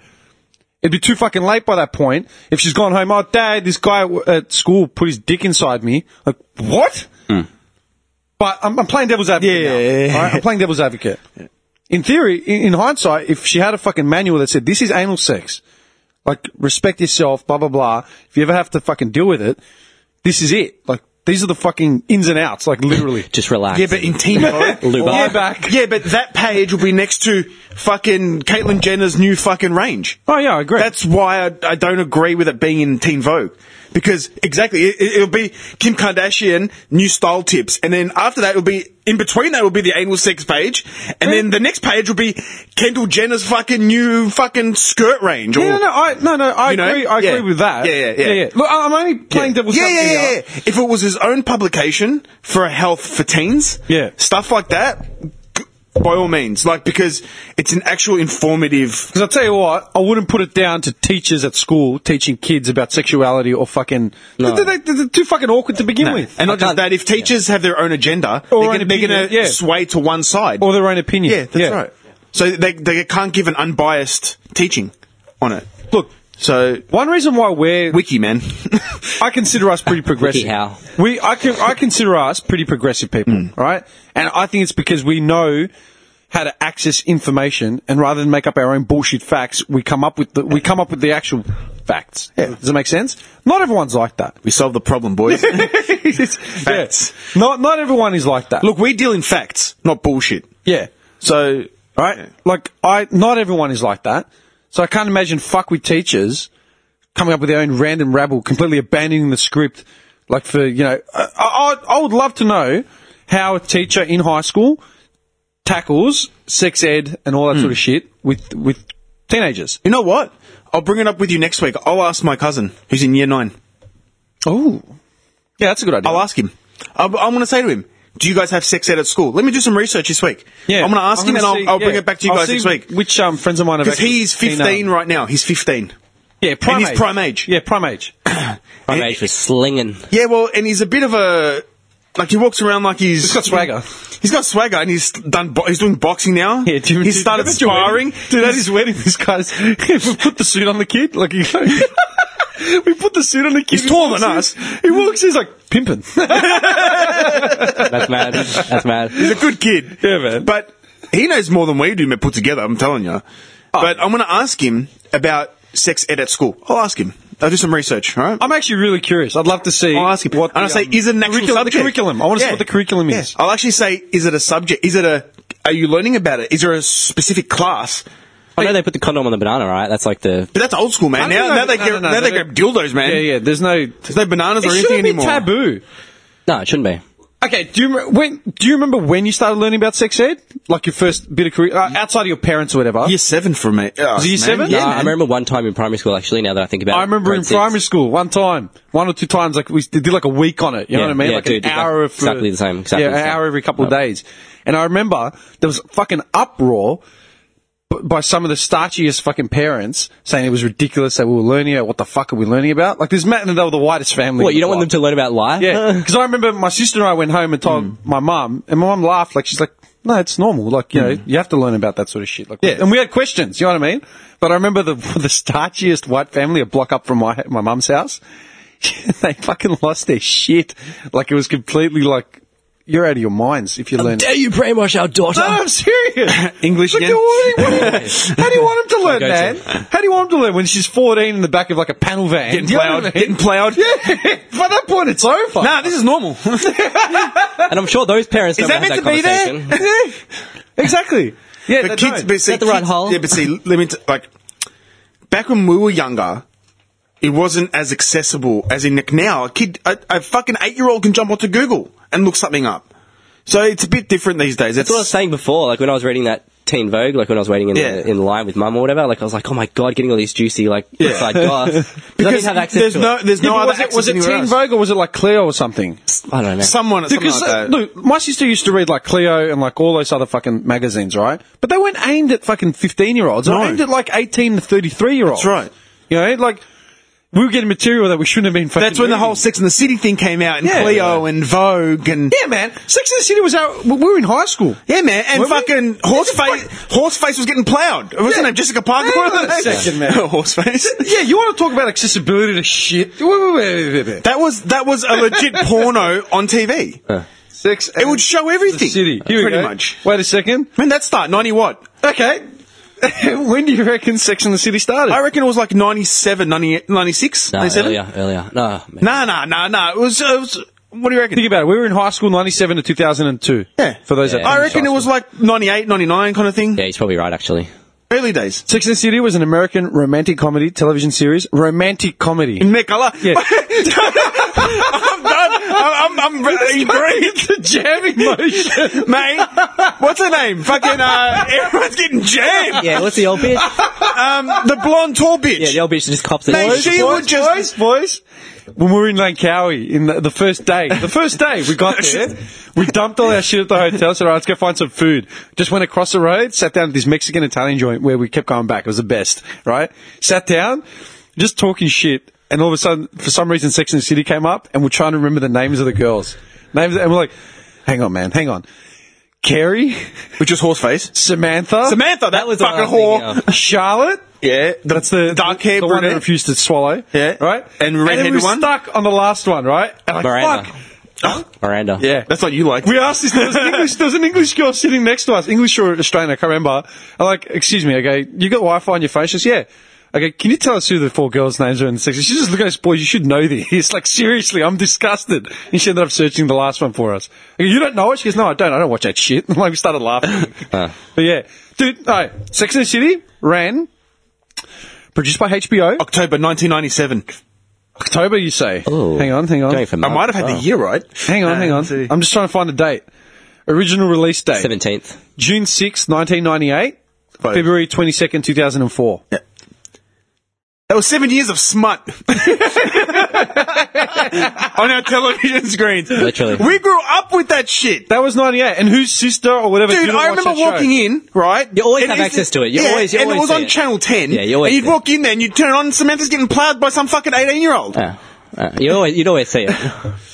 Speaker 4: It'd be too fucking late by that point if she's gone home, oh, dad, this guy w- at school put his dick inside me. Like, what? But I'm, I'm playing devil's advocate.
Speaker 6: Hmm. Yeah,
Speaker 4: now,
Speaker 6: yeah, yeah, yeah.
Speaker 4: alright? I'm playing devil's advocate. In theory, in, in hindsight, if she had a fucking manual that said, this is anal sex, like respect yourself, blah blah blah. If you ever have to fucking deal with it, this is it. Like these are the fucking ins and outs. Like literally.
Speaker 5: Just relax.
Speaker 6: Yeah, but in Teen Vogue,
Speaker 5: Lube
Speaker 6: yeah,
Speaker 5: up.
Speaker 6: but, yeah, but that page will be next to fucking Caitlyn Jenner's new fucking range.
Speaker 4: oh yeah, I agree.
Speaker 6: That's why I, I don't agree with it being in Teen Vogue. Because exactly, it, it'll be Kim Kardashian new style tips, and then after that, it'll be in between that will be the anal sex page, and then the next page will be Kendall Jenner's fucking new fucking skirt range. Or,
Speaker 4: yeah, no, no, I, no, no, I
Speaker 6: You know?
Speaker 4: agree. I
Speaker 6: Yeah.
Speaker 4: agree with that.
Speaker 6: Yeah, yeah, yeah.
Speaker 4: Look, I- I'm only playing devil's
Speaker 6: yeah,
Speaker 4: advocate.
Speaker 6: yeah, yeah,
Speaker 4: here.
Speaker 6: yeah. If it was his own publication for health for teens,
Speaker 4: Yeah.
Speaker 6: stuff like that, g- by all means, like because it's an actual informative.
Speaker 4: Because I'll tell you what, I wouldn't put it down to teachers at school teaching kids about sexuality or fucking. They're, they're- they're too fucking awkward to begin with.
Speaker 6: And not just
Speaker 5: can't-
Speaker 6: that, if teachers have their own agenda,
Speaker 4: Or
Speaker 6: they're
Speaker 4: an
Speaker 6: gonna- they're
Speaker 4: opinion,
Speaker 6: going to
Speaker 4: yeah.
Speaker 6: sway to one side.
Speaker 4: or their own opinion.
Speaker 6: yeah, that's right. So they, they can't give an unbiased teaching on it.
Speaker 4: Look,
Speaker 6: So
Speaker 4: one reason why we're
Speaker 6: wiki man,
Speaker 4: I consider us pretty progressive.
Speaker 5: how.
Speaker 4: We, I, can, I consider us pretty progressive people, right? And I think it's because we know how to access information, and rather than make up our own bullshit facts, we come up with the we come up with the actual facts. Yeah. Does it make sense? Not everyone's like that.
Speaker 6: we solve the problem, boys.
Speaker 4: facts. Not not everyone is like that.
Speaker 6: Look, we deal in facts, not bullshit.
Speaker 4: yeah.
Speaker 6: So
Speaker 4: right?
Speaker 6: Yeah.
Speaker 4: Like I, not everyone is like that. So I can't imagine fuck with teachers coming up with their own random rabble, completely abandoning the script. Like for you know, I, I, I would love to know how a teacher in high school tackles sex ed and all that sort of
Speaker 6: Hmm.
Speaker 4: shit with with teenagers.
Speaker 6: You know what? I'll bring it up with you next week. I'll ask my cousin, who's in year nine.
Speaker 4: Oh, yeah, that's a good idea.
Speaker 6: I'll ask him. I'm, I'm going to say to him, do you guys have sex ed at school? Let me do some research this week.
Speaker 4: yeah,
Speaker 6: I'm going to ask him and
Speaker 4: gonna
Speaker 6: I'll,
Speaker 4: see-
Speaker 6: I'll bring
Speaker 4: yeah.
Speaker 6: it back to you
Speaker 4: I'll
Speaker 6: guys
Speaker 4: see
Speaker 6: next week.
Speaker 4: Which um, friends of mine have
Speaker 6: Because
Speaker 4: actually
Speaker 6: he's
Speaker 4: been,
Speaker 6: 15
Speaker 4: um,
Speaker 6: right now. He's 15.
Speaker 4: yeah, prime
Speaker 6: he's
Speaker 4: age.
Speaker 6: prime age.
Speaker 4: Yeah, prime age.
Speaker 5: My age was slinging.
Speaker 6: Yeah, well, and he's a bit of a... Like, he walks around like he's...
Speaker 4: He's got swagger.
Speaker 6: He's got swagger and he's done... Bo- he's doing boxing now.
Speaker 4: Yeah, do you,
Speaker 6: he's
Speaker 4: do-
Speaker 6: started
Speaker 4: do you remember your
Speaker 6: sparring.
Speaker 4: wedding? Dude, that is wedding. This guy's we put the suit on the kid. Like he, we put the suit on the kid.
Speaker 6: He's taller
Speaker 4: He
Speaker 6: than
Speaker 4: walks in- He walks. He's like pimping.
Speaker 5: That's mad. That's mad.
Speaker 6: He's a good kid.
Speaker 4: Yeah, man.
Speaker 6: But he knows more than we do man, put together, I'm telling you.
Speaker 4: Ah.
Speaker 6: But I'm going to ask him about sex ed at school. I'll ask him. I'll do some research, all right?
Speaker 4: I'm actually really curious. I'd love to see.
Speaker 6: I'll ask him.
Speaker 4: What
Speaker 6: and I'll say,
Speaker 4: um,
Speaker 6: is it an actual
Speaker 4: curriculum,
Speaker 6: subject?
Speaker 4: The curriculum. I want to
Speaker 6: Yeah.
Speaker 4: see what the curriculum is.
Speaker 6: Yeah. I'll actually say, is it a subject? Is it a? Are you learning about it? Is there a specific class?
Speaker 5: I know they put the condom on the banana, right? That's like the.
Speaker 6: But that's old school, man.
Speaker 4: I
Speaker 6: Now,
Speaker 4: don't know-
Speaker 6: now they
Speaker 4: no,
Speaker 6: grab,
Speaker 4: no, no,
Speaker 6: now they
Speaker 4: they
Speaker 6: grab dildos, man.
Speaker 4: Yeah, yeah. There's no.
Speaker 6: There's no bananas or
Speaker 4: It
Speaker 6: anything
Speaker 4: shouldn't be
Speaker 6: anymore.
Speaker 4: taboo.
Speaker 5: No, it shouldn't be.
Speaker 4: Okay, do you rem- when do you remember when you started learning about sex ed? Like your first bit of career uh, outside of your parents or whatever.
Speaker 6: Year seven for me. Oh,
Speaker 4: Year
Speaker 6: man.
Speaker 4: seven?
Speaker 6: Yeah,
Speaker 5: No, I
Speaker 6: man.
Speaker 5: remember one time in primary school, actually, now that I think about it.
Speaker 4: I remember
Speaker 5: grade
Speaker 4: in
Speaker 5: six.
Speaker 4: primary school one time, one or two times, like we s- did like a week on it. You know
Speaker 5: Yeah,
Speaker 4: what I mean?
Speaker 5: yeah,
Speaker 4: like
Speaker 5: dude,
Speaker 4: an
Speaker 5: it's
Speaker 4: hour
Speaker 5: like
Speaker 4: of
Speaker 5: exactly the same, exactly
Speaker 4: yeah,
Speaker 5: the
Speaker 4: an
Speaker 5: same.
Speaker 4: hour every couple of
Speaker 5: No.
Speaker 4: days. And I remember there was fucking uproar b- by some of the starchiest fucking parents saying it was ridiculous that we were learning about what the fuck are we learning about? Like this Matt and they were the whitest family.
Speaker 5: What, you don't
Speaker 4: in
Speaker 5: want them
Speaker 4: the
Speaker 5: to learn about life?
Speaker 4: world. Yeah, because I remember my sister and I went home and told my mum, and my mum laughed like she's like, "No, it's normal. Like you know, you have to learn about that sort of shit." Like,
Speaker 6: Yeah.
Speaker 4: and we had questions. You know what I mean? But I remember the the starchiest white family a block up from my my mum's house. they fucking lost their shit. Like it was completely like you're out of your minds if you learn.
Speaker 5: Dare you brainwash our daughter?
Speaker 4: No, I'm serious.
Speaker 6: English
Speaker 4: Like,
Speaker 6: again?
Speaker 4: what do you- what do you- how do you want him to learn,
Speaker 5: Go to
Speaker 4: man? How do you want him to learn when she's 14 in the back of like a panel van?
Speaker 6: Getting
Speaker 4: Do you know
Speaker 6: plowed.
Speaker 4: what I
Speaker 6: Getting
Speaker 4: mean?
Speaker 6: plowed.
Speaker 4: Yeah. By that point, it's over.
Speaker 6: Nah, this is normal.
Speaker 5: And I'm sure those parents
Speaker 6: Is
Speaker 5: never
Speaker 6: that
Speaker 5: had
Speaker 6: meant
Speaker 5: that
Speaker 6: to be
Speaker 5: conversation.
Speaker 6: there?
Speaker 4: Yeah. exactly. Yeah, they
Speaker 6: but kids,
Speaker 4: don't.
Speaker 6: but see,
Speaker 5: that the right
Speaker 6: kids-
Speaker 5: hole?
Speaker 6: Yeah, but see, let me t- like back when we were younger, it wasn't as accessible as in like now. A kid, a, a fucking eight-year-old can jump onto Google and look something up. So it's a bit different these days.
Speaker 5: That's
Speaker 6: It's
Speaker 5: what I was saying before. Like when I was reading that Teen Vogue, like when I was waiting in,
Speaker 6: Yeah.
Speaker 5: the, in line with mum or whatever, like I was like, oh my god, getting all these juicy like
Speaker 6: Yeah.
Speaker 5: inside goth. Because I didn't have access
Speaker 6: there's
Speaker 5: to
Speaker 6: no,
Speaker 5: it.
Speaker 6: there's
Speaker 4: Yeah,
Speaker 6: no
Speaker 4: but
Speaker 6: other
Speaker 4: was it,
Speaker 6: access
Speaker 4: was it Teen
Speaker 6: anywhere else.
Speaker 4: Vogue or was it like Cleo or something?
Speaker 5: I don't know.
Speaker 6: Someone,
Speaker 4: Because
Speaker 6: something like
Speaker 4: uh, look, my sister used to read like Cleo and like all those other fucking magazines, right? But they weren't aimed at fucking fifteen year olds. They were
Speaker 6: No.
Speaker 4: aimed at like eighteen to thirty three year olds.
Speaker 6: That's right.
Speaker 4: You know, like we were getting material that we shouldn't have been. Fucking
Speaker 6: That's when the
Speaker 4: reading.
Speaker 6: whole Sex and the City thing came out, and
Speaker 4: Yeah.
Speaker 6: Cleo and Vogue and
Speaker 4: yeah, man. Sex and the City was out. We were in high school.
Speaker 6: Yeah, man, and
Speaker 4: Were we?
Speaker 6: fucking Horseface. Horseface was getting plowed. Wasn't
Speaker 4: Yeah.
Speaker 6: her name Jessica Parker?
Speaker 4: Hang
Speaker 6: What was
Speaker 4: on
Speaker 6: her
Speaker 4: a
Speaker 6: name?
Speaker 4: second, man.
Speaker 6: Horseface.
Speaker 4: Yeah, you want to talk about accessibility to shit?
Speaker 6: That was that was a legit porno on TV.
Speaker 5: Uh,
Speaker 4: Sex.
Speaker 6: It would show everything.
Speaker 4: City. Here we
Speaker 6: pretty
Speaker 4: go.
Speaker 6: much.
Speaker 4: Wait a second.
Speaker 6: When that start ninety what?
Speaker 4: Okay. when do you reckon Sex and the City started?
Speaker 6: I reckon it was like 97, 98, 96,
Speaker 5: no,
Speaker 6: 97?
Speaker 5: earlier, earlier. No, man.
Speaker 6: Nah, nah, nah, nah. It was, it was. What do you reckon?
Speaker 4: Think about it. We were in high school, ninety-seven to two thousand and two.
Speaker 6: Yeah.
Speaker 4: For those
Speaker 5: Yeah.
Speaker 4: that
Speaker 6: I reckon it was like 98, 99 kind of thing.
Speaker 5: yeah, he's probably right actually.
Speaker 6: Early days.
Speaker 4: Sex and the City was an American romantic comedy television series. Romantic comedy.
Speaker 6: In Mekala.
Speaker 4: Yeah.
Speaker 6: I'm done. I'm, I'm, I'm re- intrigued.
Speaker 4: Jamming motion.
Speaker 6: Mate, what's her name? Fucking, uh, everyone's getting jammed.
Speaker 5: Yeah, what's the old bitch?
Speaker 6: Um, the blonde tall bitch.
Speaker 5: yeah, the old bitch that just cops
Speaker 6: Mate,
Speaker 5: it.
Speaker 6: she would just.
Speaker 4: boys, boys. When we were in Langkawi, in the, the first day, the first day we got there, we dumped all our shit at the hotel. So, all right, let's go find some food. Just went across the road, sat down at this Mexican Italian joint where we kept going back. It was the best, right? Sat down, just talking shit, and all of a sudden, for some reason, Sex and the City came up, and we're trying to remember the names of the girls, names, and we're like, "Hang on, man, hang on." Carrie,
Speaker 6: Which is Horseface.
Speaker 4: Samantha,
Speaker 6: Samantha, that,
Speaker 5: was
Speaker 6: was
Speaker 5: the one I
Speaker 6: fucking
Speaker 5: was thinking
Speaker 6: whore.
Speaker 5: of.
Speaker 4: Charlotte.
Speaker 6: Yeah,
Speaker 4: That's the
Speaker 6: dark
Speaker 4: the-
Speaker 6: hair
Speaker 4: the one that
Speaker 6: brunette.
Speaker 4: refused to swallow.
Speaker 6: Yeah.
Speaker 4: right.
Speaker 6: And
Speaker 4: then
Speaker 6: redheaded
Speaker 4: we were
Speaker 6: one?
Speaker 4: stuck on the last one, right? And like,
Speaker 5: Miranda.
Speaker 4: fuck.
Speaker 5: Miranda.
Speaker 6: yeah, that's what you like.
Speaker 4: We asked this. There was, an English, there was an English girl sitting next to us, English or Australian, I can't remember. I'm like, excuse me, okay, you got Wi Fi on your phone? She goes, yeah. Okay, can you tell us who the four girls' names are in the section? She's just looking at us, boys, you should know this. Like, seriously, I'm disgusted. And she ended up searching the last one for us. I go, you don't know it? She goes, no, I don't. I don't watch that shit. like, we started laughing. But yeah. Dude, all right. Sex and the City ran, produced by HBO.
Speaker 6: October 1997.
Speaker 4: October, you say?
Speaker 5: Ooh.
Speaker 4: Hang on, hang on.
Speaker 5: Going for Oh.
Speaker 6: I might have had the year right. Ah,
Speaker 4: Hang on, hang on. I'm just trying to find the date. Original release date
Speaker 5: Seventeenth.
Speaker 4: June sixth, 1998, February 22nd, 2004.
Speaker 6: That was seven years of smut on our television screens.
Speaker 5: Literally.
Speaker 6: we grew up with that shit.
Speaker 4: That was 98. And whose sister or whatever?
Speaker 6: Dude,
Speaker 4: didn't
Speaker 6: I
Speaker 4: watch
Speaker 6: remember
Speaker 4: that show?
Speaker 6: walking in, right?
Speaker 5: You always
Speaker 6: and
Speaker 5: have
Speaker 6: it's-
Speaker 5: access to it. You
Speaker 6: yeah,
Speaker 5: always- you
Speaker 6: and
Speaker 5: always
Speaker 6: it was
Speaker 5: see
Speaker 6: on
Speaker 5: it.
Speaker 6: Channel 10.
Speaker 5: Yeah, you always
Speaker 6: And you'd
Speaker 5: see it.
Speaker 6: walk in there and you'd turn it on and Samantha's getting plowed by some fucking 18 year old.
Speaker 5: Uh, uh, you always, you'd always see it.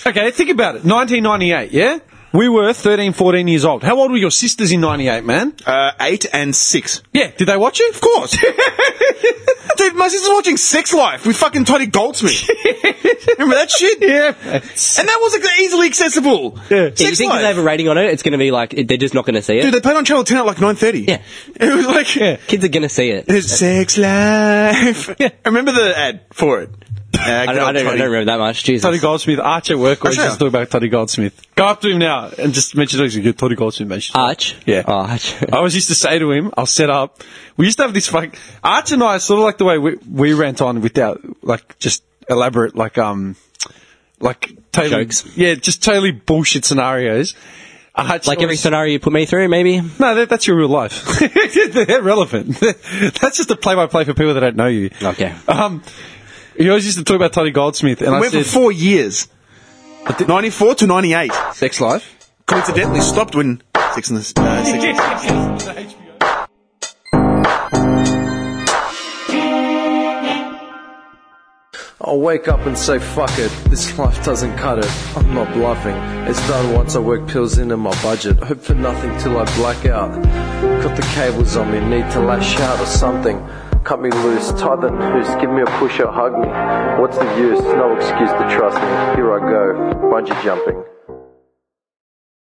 Speaker 4: Okay, think about it. 1998, yeah? We were 13, 14 years old. How old were your sisters in 98, man?
Speaker 6: Uh, eight and six.
Speaker 4: Yeah, did they watch it? Of course.
Speaker 6: Dude, my sister's watching Sex Life with fucking Toddy Goldsmith. Remember that shit?
Speaker 4: yeah.
Speaker 6: And that was like, easily accessible.
Speaker 4: Yeah.
Speaker 5: Yeah, you
Speaker 6: Sex
Speaker 5: think if
Speaker 6: Life.
Speaker 5: they have a rating on it, it's going to be like it- they're just not going to see
Speaker 6: Dude,
Speaker 5: it.
Speaker 6: they played on Channel 10 at like 9.30.
Speaker 5: Yeah.
Speaker 6: It was like...
Speaker 4: Yeah.
Speaker 5: Kids are going to see it.
Speaker 6: There's sex life. I remember the ad for it.
Speaker 5: I don't, I, don't, I don't remember that much. Jesus.
Speaker 4: Toddy Goldsmith, Archer work. We
Speaker 6: Archer.
Speaker 4: just talk about Toddy Goldsmith. Go up to him now and just mention he's a good Toddy Goldsmith. mate.
Speaker 5: Arch?
Speaker 4: Yeah.
Speaker 5: Oh, Arch.
Speaker 4: I always used to say to him, I'll set up. We used to have this fuck. Arch and I, sort of like the way we, we rant on without, like, just elaborate, like, um, like, totally.
Speaker 5: Jokes.
Speaker 4: Yeah, just totally bullshit scenarios. Arch
Speaker 5: like every
Speaker 4: always-
Speaker 5: scenario you put me through, maybe?
Speaker 4: No, that, that's your real life. They're relevant. that's just a play by play for people that don't know you.
Speaker 5: Okay.
Speaker 4: Um, he always used to talk about Toddy Goldsmith, and I
Speaker 6: went
Speaker 4: said,
Speaker 6: for four years. 94 to 98.
Speaker 7: Sex life?
Speaker 6: Coincidentally stopped when Six and the, uh, Six-
Speaker 7: I'll wake up and say, fuck it, this life doesn't cut it. I'm not bluffing. It's done once I work pills into my budget. Hope for nothing till I black out. Got the cables on me, need to lash out or something. Cut me loose, tie the noose, give me a push or hug me. What's the use? No excuse to trust me. Here I go, bungee jumping.